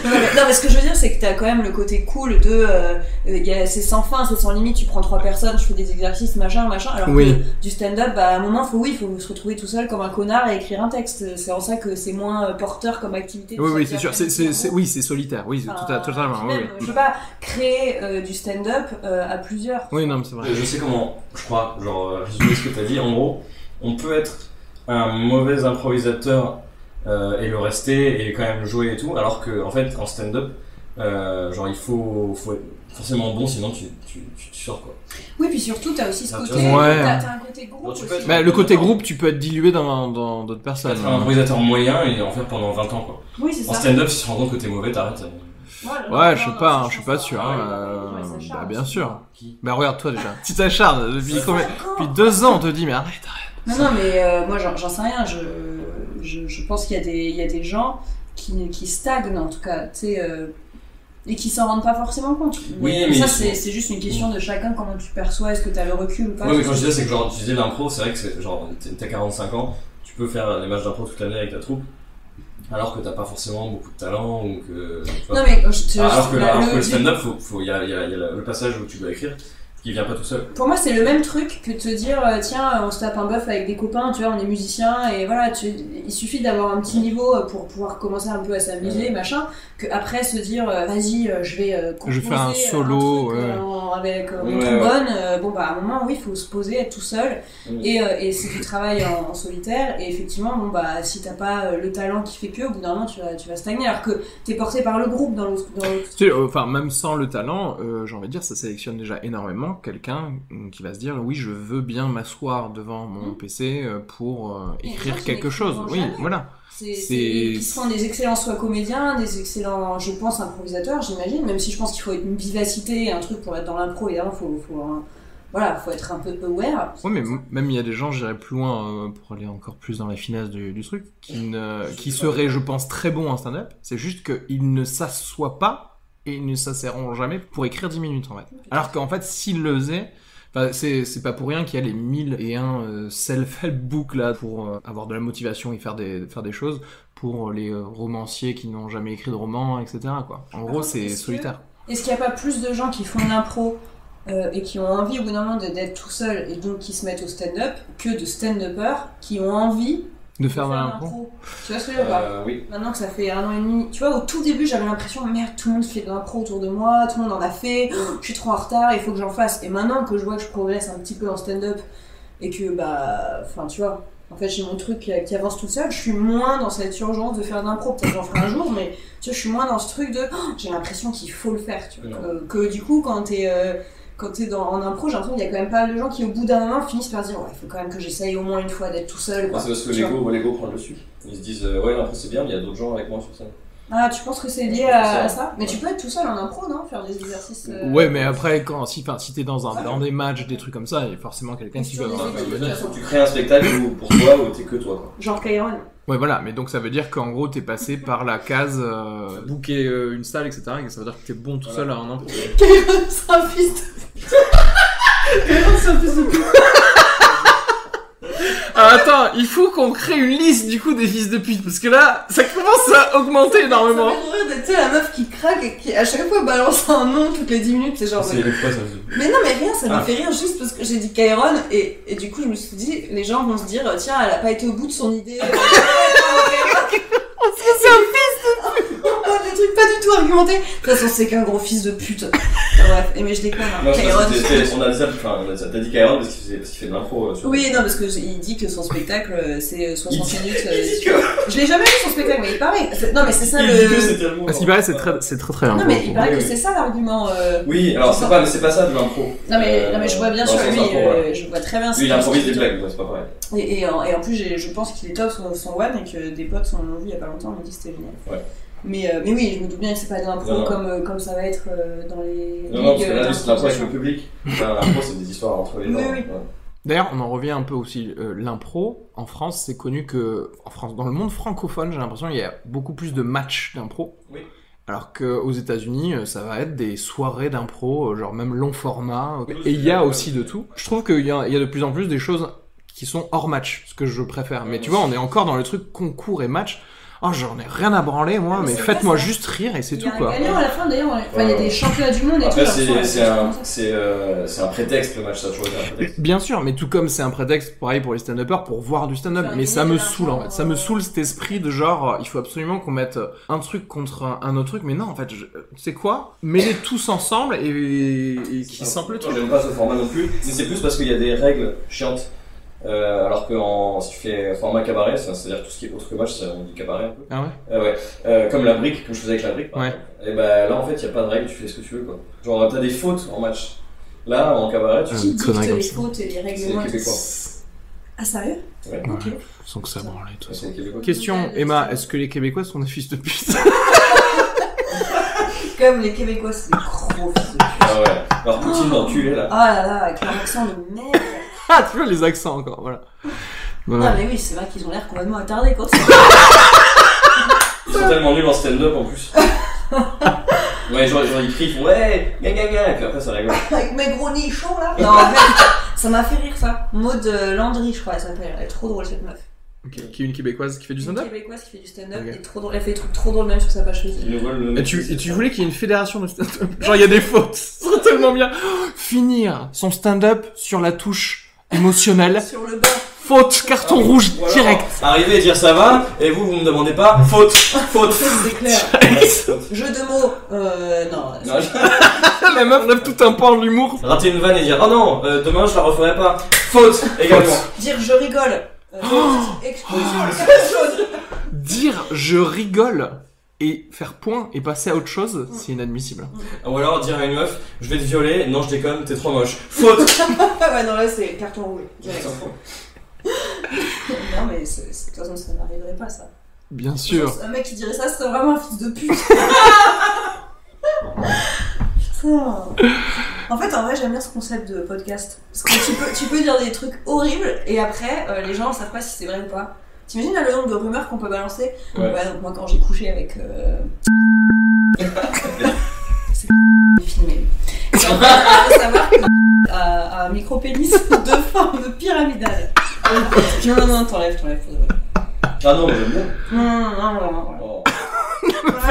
Speaker 4: Non mais, non, mais ce que je veux dire c'est que t'as quand même le côté cool de euh, euh, il y a- c'est sans fin, c'est sans limite, tu prends trois personnes, je fais des exercices, machin, machin. Alors
Speaker 2: Oui.
Speaker 4: que du stand-up, bah, à un moment faut oui, faut se retrouver tout seul comme un connard et écrire un texte. C'est en ça que c'est moins euh, porteur comme activité.
Speaker 2: Oui,
Speaker 4: tout
Speaker 2: oui,
Speaker 4: ça,
Speaker 2: c'est
Speaker 4: qui
Speaker 2: sûr. euh,
Speaker 4: apprennent
Speaker 2: C'est, c'est,
Speaker 4: beaucoup.
Speaker 2: c'est- oui, c'est solitaire. Oui, c'est tout à,
Speaker 4: Enfin,
Speaker 2: totalement.
Speaker 4: puis
Speaker 2: Oui,
Speaker 4: même,
Speaker 2: oui.
Speaker 4: Je veux pas créer euh, du stand-up euh, à plusieurs.
Speaker 2: Oui, non, mais c'est vrai.
Speaker 3: Je sais comment, je crois, genre, euh, résumer ce que t'as dit. En gros, on peut être un mauvais improvisateur euh, et le rester et quand même jouer et tout, alors que en fait, en stand-up, euh, genre, il faut, faut être forcément bon, sinon tu, tu, tu, tu sors quoi.
Speaker 4: Oui, puis surtout t'as aussi ce
Speaker 3: Ah,
Speaker 4: côté.
Speaker 3: tu
Speaker 2: vois. Ouais.
Speaker 4: T'as t'as un côté groupe
Speaker 3: Bon, tu
Speaker 4: aussi.
Speaker 3: peux être-
Speaker 2: Bah, le côté groupe, tu peux être dilué dans, dans d'autres
Speaker 3: Tu peux
Speaker 2: personnes.
Speaker 3: être un improvisateur moyen et en faire pendant 20 ans quoi.
Speaker 4: Oui, c'est
Speaker 3: En
Speaker 4: ça.
Speaker 3: stand-up, si tu te rends compte que t'es mauvais, t'arrêtes.
Speaker 2: Ouais, je sais pas, hein, je suis pas sûr.
Speaker 4: Ah,
Speaker 2: hein,
Speaker 4: ouais,
Speaker 2: euh,
Speaker 4: ouais, ça charme,
Speaker 2: bah, bien
Speaker 4: c'est
Speaker 2: sûr.
Speaker 4: bon.
Speaker 2: Bah, regarde-toi déjà. Tu t'acharnes depuis
Speaker 3: C'est
Speaker 2: combien
Speaker 4: Cinq ans.
Speaker 2: Depuis deux ans, on te dit, mais arrête.
Speaker 4: Non, non, mais euh, moi j'en j'en sais rien. Je, je, je pense qu'il y, a des- il y a des gens qui, qui stagnent en tout cas, tu sais, euh, et qui s'en rendent pas forcément compte.
Speaker 3: Oui, mais
Speaker 4: ça
Speaker 3: ils
Speaker 4: c'est
Speaker 3: sont-
Speaker 4: c'est juste une question de chacun, comment tu perçois, est-ce que t'as le recul ou pas.
Speaker 3: Oui, mais quand je disais, c'est que genre, tu disais l'impro, c'est vrai que c'est genre, t'es- t'as 45 ans, tu peux faire des matchs d'impro toute l'année avec ta troupe, alors que t'as pas forcément beaucoup de talent ou que. tu vois.
Speaker 4: Non, mais je, je-
Speaker 3: Bah, alors que,
Speaker 4: la-
Speaker 3: alors que
Speaker 4: le-
Speaker 3: le stand-up, faut, faut, y a, y a- y a le passage où tu dois écrire qui vient pas tout seul.
Speaker 4: Pour moi, c'est le même truc que de te dire euh, tiens, on se tape un bœuf avec des copains, tu vois, on est musicien et voilà, tu, il suffit d'avoir un petit niveau euh, pour pouvoir commencer un peu à s'amuser, machin, que après se dire euh, vas-y, euh, je vais euh,
Speaker 2: Je vais faire un
Speaker 4: composer, euh,
Speaker 2: solo,
Speaker 4: truc,
Speaker 2: ouais.
Speaker 4: euh, en- avec euh, mon
Speaker 3: Ouais,
Speaker 4: trombone. euh, bon, bah à un moment, oui, il faut se poser, être tout seul
Speaker 3: Mm.
Speaker 4: et, euh, et c'est du travail en, en solitaire. Et effectivement, bon, bah si t'as pas euh, le talent qui fait que, au bout d'un moment, tu vas, tu vas stagner alors que t'es porté par le groupe dans le. Dans le...
Speaker 2: Tu sais, euh, enfin, même sans le talent, euh, j'ai envie de dire, ça sélectionne déjà énormément quelqu'un mm, qui va se dire, oui, je veux bien m'asseoir devant mon
Speaker 4: Mhm.
Speaker 2: PC euh, pour euh,
Speaker 4: Et les gens
Speaker 2: écrire
Speaker 4: qui
Speaker 2: quelque chose.
Speaker 4: n'écrivent
Speaker 2: Oui,
Speaker 4: jamais.
Speaker 2: voilà.
Speaker 4: C'est
Speaker 2: C'est-
Speaker 4: qui sont des excellents soit comédiens, des excellents, je pense, improvisateurs, j'imagine, même si je pense qu'il faut être une vivacité, un truc pour être dans l'impro, évidemment, faut, faut, un- voilà, faut être un peu aware.
Speaker 2: Ouais, mais m- même il y a des gens, j'irais plus loin euh, pour aller encore plus dans la finesse du, du truc, qui, ne, qui seraient, je pense, très bons en stand-up. C'est juste qu'ils ne s'assoient pas et ils ne s'asserront jamais pour écrire 10 minutes, en fait. Alors qu'en fait, s'ils le faisaient, Bah, c'est c'est pas pour rien qu'il y a les 1001 euh, self-help books là pour euh, avoir de la motivation et faire des, faire des choses pour les euh, romanciers qui n'ont jamais écrit de roman, etc. Quoi. En gros,
Speaker 4: contre,
Speaker 2: Ah c'est
Speaker 4: est-ce que-
Speaker 2: solitaire.
Speaker 4: Est-ce qu'il n'y a pas plus de gens qui font de l'impro euh, et qui ont envie au bout d'un moment de- d'être tout seul et donc qui se mettent au stand-up que de stand-uppers qui ont envie
Speaker 2: De
Speaker 4: de
Speaker 2: faire de l'impro.
Speaker 4: Tu vois ce que je veux dire ou pas
Speaker 3: Euh, oui.
Speaker 4: Maintenant que ça fait un an et demi, tu vois, au tout début j'avais l'impression, merde, tout le monde fait de l'impro autour de moi, tout le monde en a fait,
Speaker 3: Oh.
Speaker 4: je suis trop en retard, il faut que j'en fasse. Et maintenant que je vois que je progresse un petit peu en stand-up et que, bah, enfin, tu vois, en fait j'ai mon truc euh, qui avance tout seul, je suis moins dans cette urgence de faire de l'impro. Peut-être j'en ferai un jour, mais tu vois, je suis moins dans ce truc de, Oh, j'ai l'impression qu'il faut le faire, tu vois.
Speaker 3: Non.
Speaker 4: Euh, que du coup, quand t'es. euh, quand t'es dans, en impro, j'ai l'impression qu'il y a quand même pas mal de gens qui, au bout d'un moment, finissent par dire Ouais, il faut quand même que j'essaye au moins une fois d'être tout seul.
Speaker 3: Ah,
Speaker 4: quoi.
Speaker 3: c'est parce que
Speaker 4: Tu vois.
Speaker 3: l'ego l'ego prend le dessus. Ils se disent, euh, ouais, non, après c'est bien, mais il y a d'autres gens avec moi sur scène.
Speaker 4: Ah, tu penses que c'est lié
Speaker 3: Je pense que
Speaker 4: à,
Speaker 3: ça-
Speaker 4: à ça Mais tu
Speaker 3: ouais.
Speaker 4: peux être tout seul en impro, non Faire des exercices. euh,
Speaker 2: Ouais, mais après, quand, si, enfin, si t'es dans, un,
Speaker 4: Ah.
Speaker 2: dans des matchs, des trucs comme ça, il y a forcément quelqu'un qui va
Speaker 4: Sur les
Speaker 2: avoir
Speaker 3: Enfin,
Speaker 4: équipes,
Speaker 2: une
Speaker 3: de
Speaker 2: bonne
Speaker 3: toute
Speaker 2: idée.
Speaker 3: façon, tu crées un spectacle où- pour toi où t'es que toi. Quoi.
Speaker 4: Genre Kairon.
Speaker 2: Ouais, voilà, mais donc ça veut dire qu'en gros, t'es passé par la case euh, booker euh, une salle, etc. Et ça veut dire que t'es bon tout
Speaker 3: Voilà.
Speaker 2: seul à un impro.
Speaker 4: Ah, Kairon, c'est un fils
Speaker 2: Ah, attends, il faut qu'on crée une liste du coup des fils de pute, parce que là, ça commence à augmenter énormément.
Speaker 4: Ça fait trop rire d'être, tu sais, la meuf qui craque et qui à chaque fois balance un nom toutes les 10 minutes, c'est genre.
Speaker 3: C'est avec quoi ça se dit
Speaker 4: Mais non, mais rien, ça m'a
Speaker 3: Ah.
Speaker 4: fait rire juste parce que j'ai dit Kairon et, et du coup, je me suis dit, les gens vont se dire, tiens, elle a pas été au bout de son [LAUGHS] idée. euh,
Speaker 2: C'est un-
Speaker 4: [LAUGHS] Des trucs pas du tout argumentés. De toute façon, c'est qu'un gros fils de pute. Enfin, bref, et mais je déconne. Hein.
Speaker 3: Non, ça,
Speaker 4: Kairon,
Speaker 3: c'était- c'était- on a dit ça, enfin, on a dit ça. T'as dit Kairon parce qu'il faisait- parce qu'il fait de l'impro. euh, sur-
Speaker 4: Oui, non, parce que j- il dit que son spectacle euh, c'est euh, 60 minutes. euh,
Speaker 3: Il dit que.
Speaker 4: Je l'ai jamais vu son spectacle, mais il paraît. C'est- Non, mais c'est ça
Speaker 3: Il
Speaker 4: le.
Speaker 3: dit que c'était le mot.
Speaker 2: Parce qu'il Ah, paraît, bah, c'est très, c'est très très bien.
Speaker 4: Non, mais il paraît
Speaker 3: Oui,
Speaker 4: que
Speaker 3: oui.
Speaker 4: c'est ça l'argument. euh,
Speaker 3: Oui, alors c'est pas, mais c'est pas ça de l'impro.
Speaker 4: Non, mais,
Speaker 3: Euh,
Speaker 4: non, mais je vois bien
Speaker 3: dans
Speaker 4: sûr,
Speaker 3: le sens
Speaker 4: lui,
Speaker 3: impro,
Speaker 4: euh,
Speaker 3: voilà.
Speaker 4: je vois très bien
Speaker 3: Lui, il improvise des blagues, ouais, c'est pas pareil.
Speaker 4: Et, et en, et en plus, j'ai- je pense qu'il est top son, son one et que des potes sont l'ont vu il y a pas longtemps, on m'a dit que c'était génial.
Speaker 3: Ouais.
Speaker 4: Mais, euh, mais oui, je me doute bien que c'est pas de l'impro
Speaker 3: Non, non.
Speaker 4: comme, euh, comme ça va être euh, dans les.
Speaker 3: Non, non,
Speaker 4: ligues,
Speaker 3: parce que
Speaker 4: euh,
Speaker 3: là, lui, c'est de l'impro avec
Speaker 4: d'improvisation.
Speaker 3: le public. Enfin, euh, L'impro, c'est des histoires entre les gens.
Speaker 4: Oui,
Speaker 3: ouais.
Speaker 4: oui.
Speaker 2: D'ailleurs, on en revient un peu aussi. euh, L'impro, en France, c'est connu que. En France, dans le monde francophone, j'ai l'impression qu'il y a beaucoup plus de matchs d'impro.
Speaker 3: Oui.
Speaker 2: Alors qu'aux États-Unis, euh, ça va être des soirées d'impro, euh, genre même long format. euh,
Speaker 3: Oui,
Speaker 2: Et il y a
Speaker 3: oui.
Speaker 2: aussi de tout. Je trouve qu'il y, a il y a de plus en plus des choses qui sont hors match, ce que je préfère. Mais
Speaker 3: Ouais,
Speaker 2: tu
Speaker 3: moi
Speaker 2: vois, on est encore dans le truc concours et match. Oh, j'en ai rien à branler, moi,
Speaker 4: Ah, mais
Speaker 2: mais
Speaker 4: c'est
Speaker 2: faites-moi
Speaker 4: pas ça.
Speaker 2: juste rire et c'est
Speaker 4: Il y
Speaker 2: tout,
Speaker 4: a un
Speaker 2: quoi.
Speaker 4: gagnant à la fin d'ailleurs, enfin, il y a
Speaker 3: Ouais.
Speaker 4: des championnats du monde et
Speaker 3: Après,
Speaker 4: tout.
Speaker 3: c'est c'est un,
Speaker 4: un
Speaker 3: c'est, euh, c'est un prétexte le match, ça, tu vois, c'est un prétexte.
Speaker 2: Bien sûr, mais tout comme c'est un prétexte pareil pour les stand-uppers pour voir du stand-up,
Speaker 4: Faire
Speaker 2: mais ça
Speaker 4: gagner
Speaker 2: me
Speaker 4: de l'argent,
Speaker 2: saoule en fait. Ça me
Speaker 4: euh,
Speaker 2: saoule cet esprit de genre euh, il faut absolument qu'on mette un truc contre un- un autre truc, mais non en fait, je- euh, tu sais quoi Mets-les tous ensemble et, et qui
Speaker 3: Moi,
Speaker 2: semble le truc.
Speaker 3: J'aime pas ce format non plus, mais c'est plus parce qu'il y a des règles chiantes. Euh, alors que en, si tu fais format cabaret, c'est- c'est-à-dire tout ce qui est autre que match, ça, on dit cabaret un peu.
Speaker 2: Ah ouais
Speaker 3: Euh, ouais. Euh, comme la brique, comme je faisais avec la brique. par
Speaker 2: Ouais.
Speaker 3: exemple. Et ben là, en fait, il n'y a pas de règle, tu fais ce que tu veux. quoi. Genre, t'as des fautes en match. Là, en cabaret, tu
Speaker 2: Ah,
Speaker 4: Qui
Speaker 2: une
Speaker 4: dicte
Speaker 2: connerie comme
Speaker 4: les
Speaker 2: ça.
Speaker 4: fautes et les
Speaker 3: c'est les
Speaker 4: règlements.
Speaker 3: Québécois.
Speaker 4: Ah, sérieux
Speaker 3: Ouais.
Speaker 2: Ouais,
Speaker 4: Ok.
Speaker 2: je sens que ça branle et tout.
Speaker 3: C'est les Québécois.
Speaker 2: Question, Emma, est-ce que les Québécois sont des fils de pute [LAUGHS]
Speaker 4: Comme les Québécois, c'est des gros fils de pute.
Speaker 3: Ah ouais. Alors, Poutine d'enculé là.
Speaker 4: Ah là là, avec leur accent de merde.
Speaker 2: Ah, tu vois les accents encore, voilà.
Speaker 4: Non,
Speaker 2: Voilà.
Speaker 4: mais oui, c'est vrai qu'ils ont l'air complètement attardés quand c'est.
Speaker 3: Ils sont tellement nuls en stand-up en plus. ouais, genre, genre ils crient, ils font ouais, gagne, gagne, gagne, et puis après ça rigole.
Speaker 4: [LAUGHS] Avec mes gros nichons là. Non, en fait, ça m'a fait rire ça. Maud euh, Landry, je crois, elle s'appelle. Elle est trop drôle cette meuf.
Speaker 2: Ok, Qui est une Québécoise qui fait du
Speaker 4: Une
Speaker 2: stand-up
Speaker 4: québécoise qui fait du stand-up.
Speaker 2: Ok.
Speaker 4: Elle est trop drôle. Elle fait des trucs trop drôles même sur sa page
Speaker 3: Ils
Speaker 4: Facebook.
Speaker 3: nous volent le
Speaker 2: et tu, et tu voulais qu'il y ait une fédération de stand-up Genre, il y a des [LAUGHS] fautes. Ce serait tellement bien. Finir son stand-up sur la touche émotionnelle.
Speaker 4: Sur le bord.
Speaker 2: Faute, carton rouge,
Speaker 3: Ou alors,
Speaker 2: direct.
Speaker 3: Arriver et dire ça va, et vous, vous me demandez pas, faute,
Speaker 2: [LAUGHS]
Speaker 3: faute.
Speaker 4: C'est clair.
Speaker 3: Ouais.
Speaker 4: Jeu de mots. Euh, non.
Speaker 3: Non, je-
Speaker 2: [LAUGHS] la meuf lève tout un pan de l'humour.
Speaker 3: Rater une vanne et dire oh non, euh, demain je la referai pas, faute également.
Speaker 4: Dire je rigole. Euh, Exclusion.
Speaker 2: Dire je rigole et faire point et passer à autre chose, c'est inadmissible.
Speaker 3: Ou alors dire à une meuf, je vais te violer, non je déconne, t'es trop moche, faute.
Speaker 4: Ah [LAUGHS] ouais, non, là c'est carton rouge. Direct. Non, mais c'est- c'est- de toute façon, ça n'arriverait pas ça.
Speaker 2: Bien sûr.
Speaker 4: Genre, Un mec qui dirait ça, ce serait vraiment un fils de pute. Putain. En fait, en vrai, j'aime bien ce concept de podcast. Parce que tu peux, tu peux dire des trucs horribles et après, euh, les gens ne savent pas si c'est vrai ou pas. T'imagines là, le nombre de rumeurs qu'on peut balancer
Speaker 3: Ouais.
Speaker 4: Ouais, donc moi, quand j'ai couché avec. euh, c'est filmé. Et, Il faut savoir que a a un micro-pénis de forme pyramidale. Non, non, non, t'enlèves, t'enlèves. faut-
Speaker 3: Ah non, mais bon.
Speaker 4: Non, non, non, non, non, non.
Speaker 3: Oh.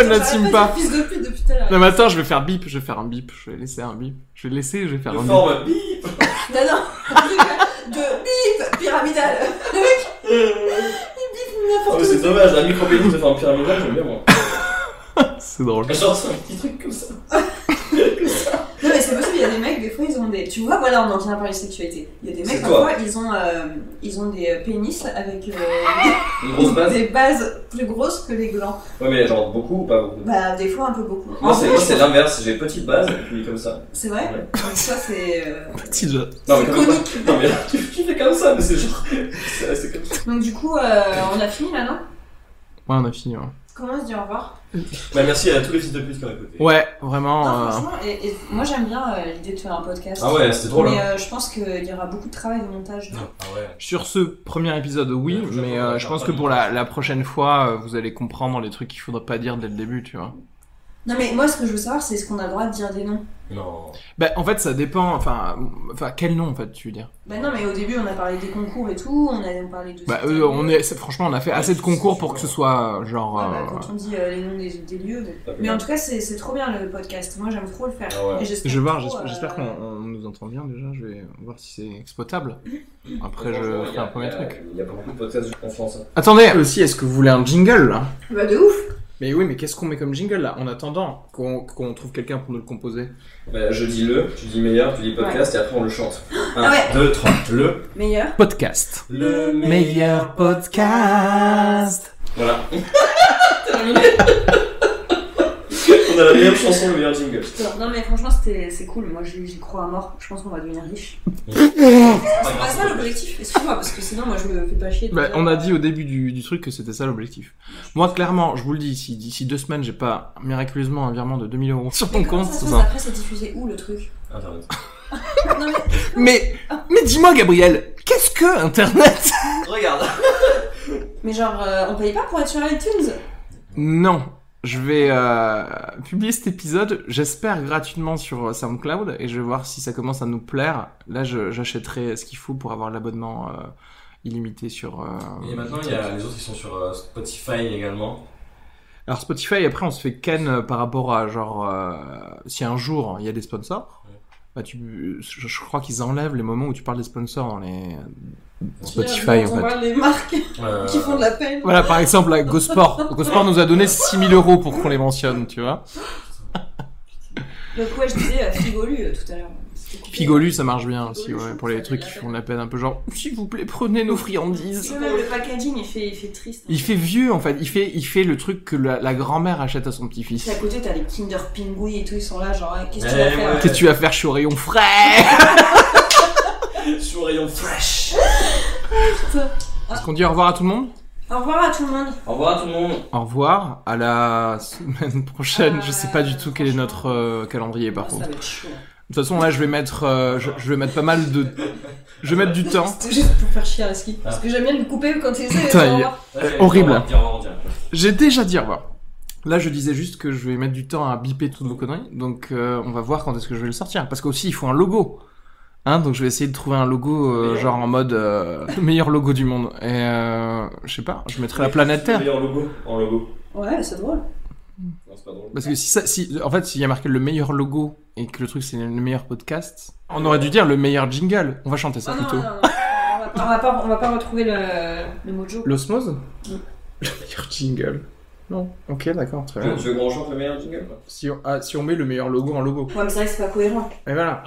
Speaker 2: Elle l'assume pas.
Speaker 4: Fils de pute depuis tout à l'heure.
Speaker 2: Non, mais attends, je vais faire bip, je vais faire un bip, je vais laisser un bip. Je vais laisser, je vais faire
Speaker 3: De
Speaker 2: un bip.
Speaker 3: forme bip. [LAUGHS]
Speaker 4: Non, non, euh, de bip pyramidale. Le mec, il bip
Speaker 3: Oh,
Speaker 4: n'importe où.
Speaker 3: mais Ah c'est dommage, un micro-pénis de forme pyramidale, j'aime bien moi. [LAUGHS]
Speaker 2: C'est drôle.
Speaker 3: Genre, c'est un petit truc comme ça.
Speaker 4: Non, mais c'est possible, il y a des mecs, des fois, ils ont des. Tu vois, voilà, on en vient à parler de sexualité. Il y a des mecs,
Speaker 3: C'est toi.
Speaker 4: parfois, ils ont, euh, ils ont des pénis avec euh,
Speaker 3: Une [LAUGHS] grosse base.
Speaker 4: des bases plus grosses que les glands.
Speaker 3: Ouais, mais genre beaucoup ou pas beaucoup
Speaker 4: Bah, des fois, un peu beaucoup.
Speaker 3: Moi,
Speaker 4: En
Speaker 3: Ah, c'est
Speaker 4: vrai,
Speaker 3: moi, c'est l'inverse, j'ai petite base, puis comme ça.
Speaker 4: c'est vrai
Speaker 3: Ouais.
Speaker 4: Donc, ça, c'est. euh,
Speaker 2: Petit jeu.
Speaker 3: Non, mais
Speaker 4: c'est
Speaker 3: comme
Speaker 4: conique.
Speaker 3: Non, mais tu, tu fais comme ça, mais c'est genre. [LAUGHS] C'est c'est comme ça.
Speaker 4: Donc, du coup, euh, on a fini là, non
Speaker 2: Ouais, on a fini. Ouais,
Speaker 4: Comment on se dit au revoir
Speaker 3: Bah, merci à tous les fils de pute qui ont écouté.
Speaker 2: Ouais,
Speaker 4: Non,
Speaker 2: vraiment. euh,
Speaker 4: franchement, et, et moi, j'aime bien euh, l'idée de faire un podcast.
Speaker 3: Ah ouais, c'était drôle.
Speaker 4: Mais
Speaker 3: Hein.
Speaker 4: euh, je pense qu'il y aura beaucoup de travail de montage.
Speaker 3: Ah ouais.
Speaker 2: Sur ce premier épisode, oui,
Speaker 3: Ouais, je
Speaker 2: mais
Speaker 3: vois.
Speaker 2: euh, je pense que pour la, la prochaine fois, euh, vous allez comprendre les trucs qu'il faudrait pas dire dès le début, tu vois.
Speaker 4: Non, mais moi, ce que je veux savoir, c'est est-ce qu'on a le droit de dire des noms
Speaker 3: Non.
Speaker 2: Bah, en fait, ça dépend. Enfin, enfin, quel nom, en fait, tu veux dire
Speaker 4: Bah, non, mais au début, on a parlé des concours et tout, on a parlé de.
Speaker 2: Bah, eux, on est. c'est- Franchement, on a fait
Speaker 3: Ouais,
Speaker 2: assez de
Speaker 3: c'est-
Speaker 2: concours
Speaker 3: c'est-
Speaker 2: pour que ce soit euh, genre.
Speaker 4: Ouais,
Speaker 2: euh,
Speaker 4: bah, quand on dit euh, les noms des, des lieux. mais-
Speaker 3: pas plus
Speaker 4: Mais en
Speaker 3: mal.
Speaker 4: tout cas, c'est c'est trop bien le podcast. Moi, j'aime trop le faire.
Speaker 3: Ah ouais.
Speaker 4: Et j'espère
Speaker 2: Je vais voir,
Speaker 4: trop,
Speaker 2: j'espère
Speaker 4: euh,
Speaker 2: j'espère qu'on on nous entend bien déjà. Je vais voir si c'est exploitable. Après,
Speaker 3: Franchement,
Speaker 2: je
Speaker 3: il
Speaker 2: fais
Speaker 3: y a-
Speaker 2: un premier
Speaker 3: il y a-
Speaker 2: truc.
Speaker 3: Il y a beaucoup de podcasts en France. hein.
Speaker 2: Euh, Attendez aussi, est-ce que vous voulez un jingle là
Speaker 4: Bah, de ouf
Speaker 2: Mais oui, mais qu'est-ce qu'on met comme jingle là En attendant qu'on qu'on trouve quelqu'un pour nous le composer.
Speaker 3: Bah, je dis le, tu dis meilleur, tu dis podcast, et après on le chante. 1,
Speaker 4: Ah ouais.
Speaker 3: 2, 3. Le.
Speaker 4: Meilleur
Speaker 2: Podcast.
Speaker 3: Le
Speaker 2: Meilleur podcast.
Speaker 3: Voilà. on a la meilleure chanson, le meilleur jingle.
Speaker 4: Non, Non, mais franchement, c'était- c'est cool. Moi, j'y j'y crois à mort. Je pense qu'on va devenir riche.
Speaker 3: Ah,
Speaker 4: C'est pas ça l'objectif, excuse-moi, parce que sinon, moi, je me fais pas chier. de
Speaker 2: Bah,
Speaker 4: dire-
Speaker 2: on a dit au début du, du truc que c'était ça l'objectif. Moi, clairement, je vous le dis, si d'ici deux semaines j'ai pas miraculeusement un virement de 2000 euros sur
Speaker 4: Mais
Speaker 2: ton
Speaker 4: comment
Speaker 2: compte,
Speaker 4: ça se
Speaker 2: c'est
Speaker 4: passe
Speaker 2: ça.
Speaker 4: Après, c'est diffusé où le truc
Speaker 3: Internet.
Speaker 4: Non, mais
Speaker 2: Mais,
Speaker 4: Ah.
Speaker 2: mais dis-moi, Gabriel, qu'est-ce que Internet
Speaker 3: Regarde.
Speaker 4: mais genre, euh, on paye pas pour être sur iTunes
Speaker 2: Non, je vais euh, publier cet épisode, j'espère gratuitement sur SoundCloud, et je vais voir si ça commence à nous plaire. Là, je- j'achèterai ce qu'il faut pour avoir l'abonnement euh, illimité sur. euh,
Speaker 3: Et maintenant, il y a les autres qui sont sur euh, Spotify également.
Speaker 2: Alors Spotify, après, on se fait ken euh, par rapport à genre euh, si un jour il y a des sponsors.
Speaker 3: Ouais.
Speaker 2: Bah tu, je, je crois qu'ils enlèvent les moments où tu parles des sponsors dans les
Speaker 4: Genre,
Speaker 2: Spotify
Speaker 4: On
Speaker 2: en fait.
Speaker 4: voit les marques
Speaker 3: Euh,
Speaker 4: qui font de la peine.
Speaker 2: Voilà, par exemple, là, GoSport. GoSport nous a donné 6000 euros pour qu'on les mentionne, tu vois.
Speaker 4: Donc, ouais, je disais euh, Figolu euh, tout à l'heure. C'était coupé.
Speaker 2: Pigolu, ça marche bien aussi,
Speaker 4: Pigolu, je
Speaker 2: ouais,
Speaker 4: trouve
Speaker 2: pour
Speaker 4: que
Speaker 2: les
Speaker 4: ça
Speaker 2: trucs
Speaker 4: fait
Speaker 2: qui
Speaker 4: la
Speaker 2: font de la peine un peu genre, s'il vous plaît, prenez nos
Speaker 4: Tu
Speaker 2: friandises.
Speaker 4: vois, même le packaging, il fait, il fait triste. hein.
Speaker 2: Il fait vieux, en fait. Il fait, il fait le truc que la, la grand-mère achète à son petit-fils.
Speaker 4: Puis à côté, t'as les Kinder Pingouis et tout, ils sont là, genre, hey, qu'est-ce que tu
Speaker 3: Eh
Speaker 4: vas faire
Speaker 3: ouais.
Speaker 2: Qu'est-ce que tu vas faire, chez Orion, frère?
Speaker 3: Sur rayon fresh.
Speaker 2: Est-ce qu'on dit au revoir à tout le monde?
Speaker 4: Au revoir à tout le monde.
Speaker 3: Au revoir tout le monde.
Speaker 2: Au revoir, à la semaine prochaine.
Speaker 4: Euh,
Speaker 2: je sais pas du tout quel est notre euh, calendrier par
Speaker 4: Ah, Ça
Speaker 2: contre.
Speaker 4: va
Speaker 2: De
Speaker 4: être chaud. hein.
Speaker 2: toute façon, là, je vais mettre, euh, je, je vais mettre pas mal de, je vais mettre du temps.
Speaker 4: C'était juste pour faire chier à ski. Parce que j'aime bien le couper quand il est.
Speaker 2: Putain, il y a- horrible.
Speaker 3: Au revoir, au revoir, au revoir.
Speaker 2: J'ai déjà dit au revoir. Là, je disais juste que je vais mettre du temps à biper toutes vos conneries. Donc, euh, on va voir quand est-ce que je vais le sortir. Parce qu'aussi, il faut un logo. Hein, donc je vais essayer de trouver un logo euh, genre en mode euh, [LAUGHS] le meilleur logo du monde. Et euh, je sais pas, je mettrai la planète Terre.
Speaker 3: Meilleur logo. En logo.
Speaker 4: Ouais, c'est drôle.
Speaker 3: Non, c'est pas drôle.
Speaker 2: Parce que si ça, si, en fait, s'il y a marqué le meilleur logo et que le truc c'est le meilleur podcast, on aurait dû dire le meilleur jingle. On va chanter ça
Speaker 4: Ah, non,
Speaker 2: plutôt.
Speaker 4: non, non, non. On va pas- on va pas- On va pas retrouver le, le mojo.
Speaker 2: L'osmose
Speaker 4: Oui.
Speaker 2: Le meilleur jingle. Non. Ok, d'accord, très
Speaker 3: Tu
Speaker 4: Mm.
Speaker 3: veux-
Speaker 2: bien.
Speaker 3: tu veux qu'on chante le meilleur jingle quoi
Speaker 2: Si on, ah, si on met le meilleur logo en logo.
Speaker 4: Ouais, mais c'est vrai que c'est pas cohérent.
Speaker 2: Et voilà.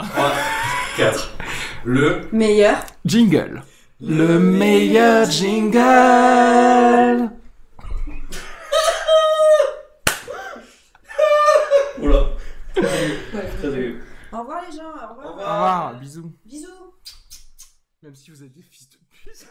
Speaker 3: 4. Le.
Speaker 4: Meilleur.
Speaker 2: Jingle. Le meilleur jingle.
Speaker 3: Oula.
Speaker 4: Ouais.
Speaker 3: Très dégueu.
Speaker 4: Au revoir les gens, au
Speaker 3: Au
Speaker 2: Au revoir, bisous.
Speaker 4: Bisous.
Speaker 2: Même si vous êtes des fils de pute.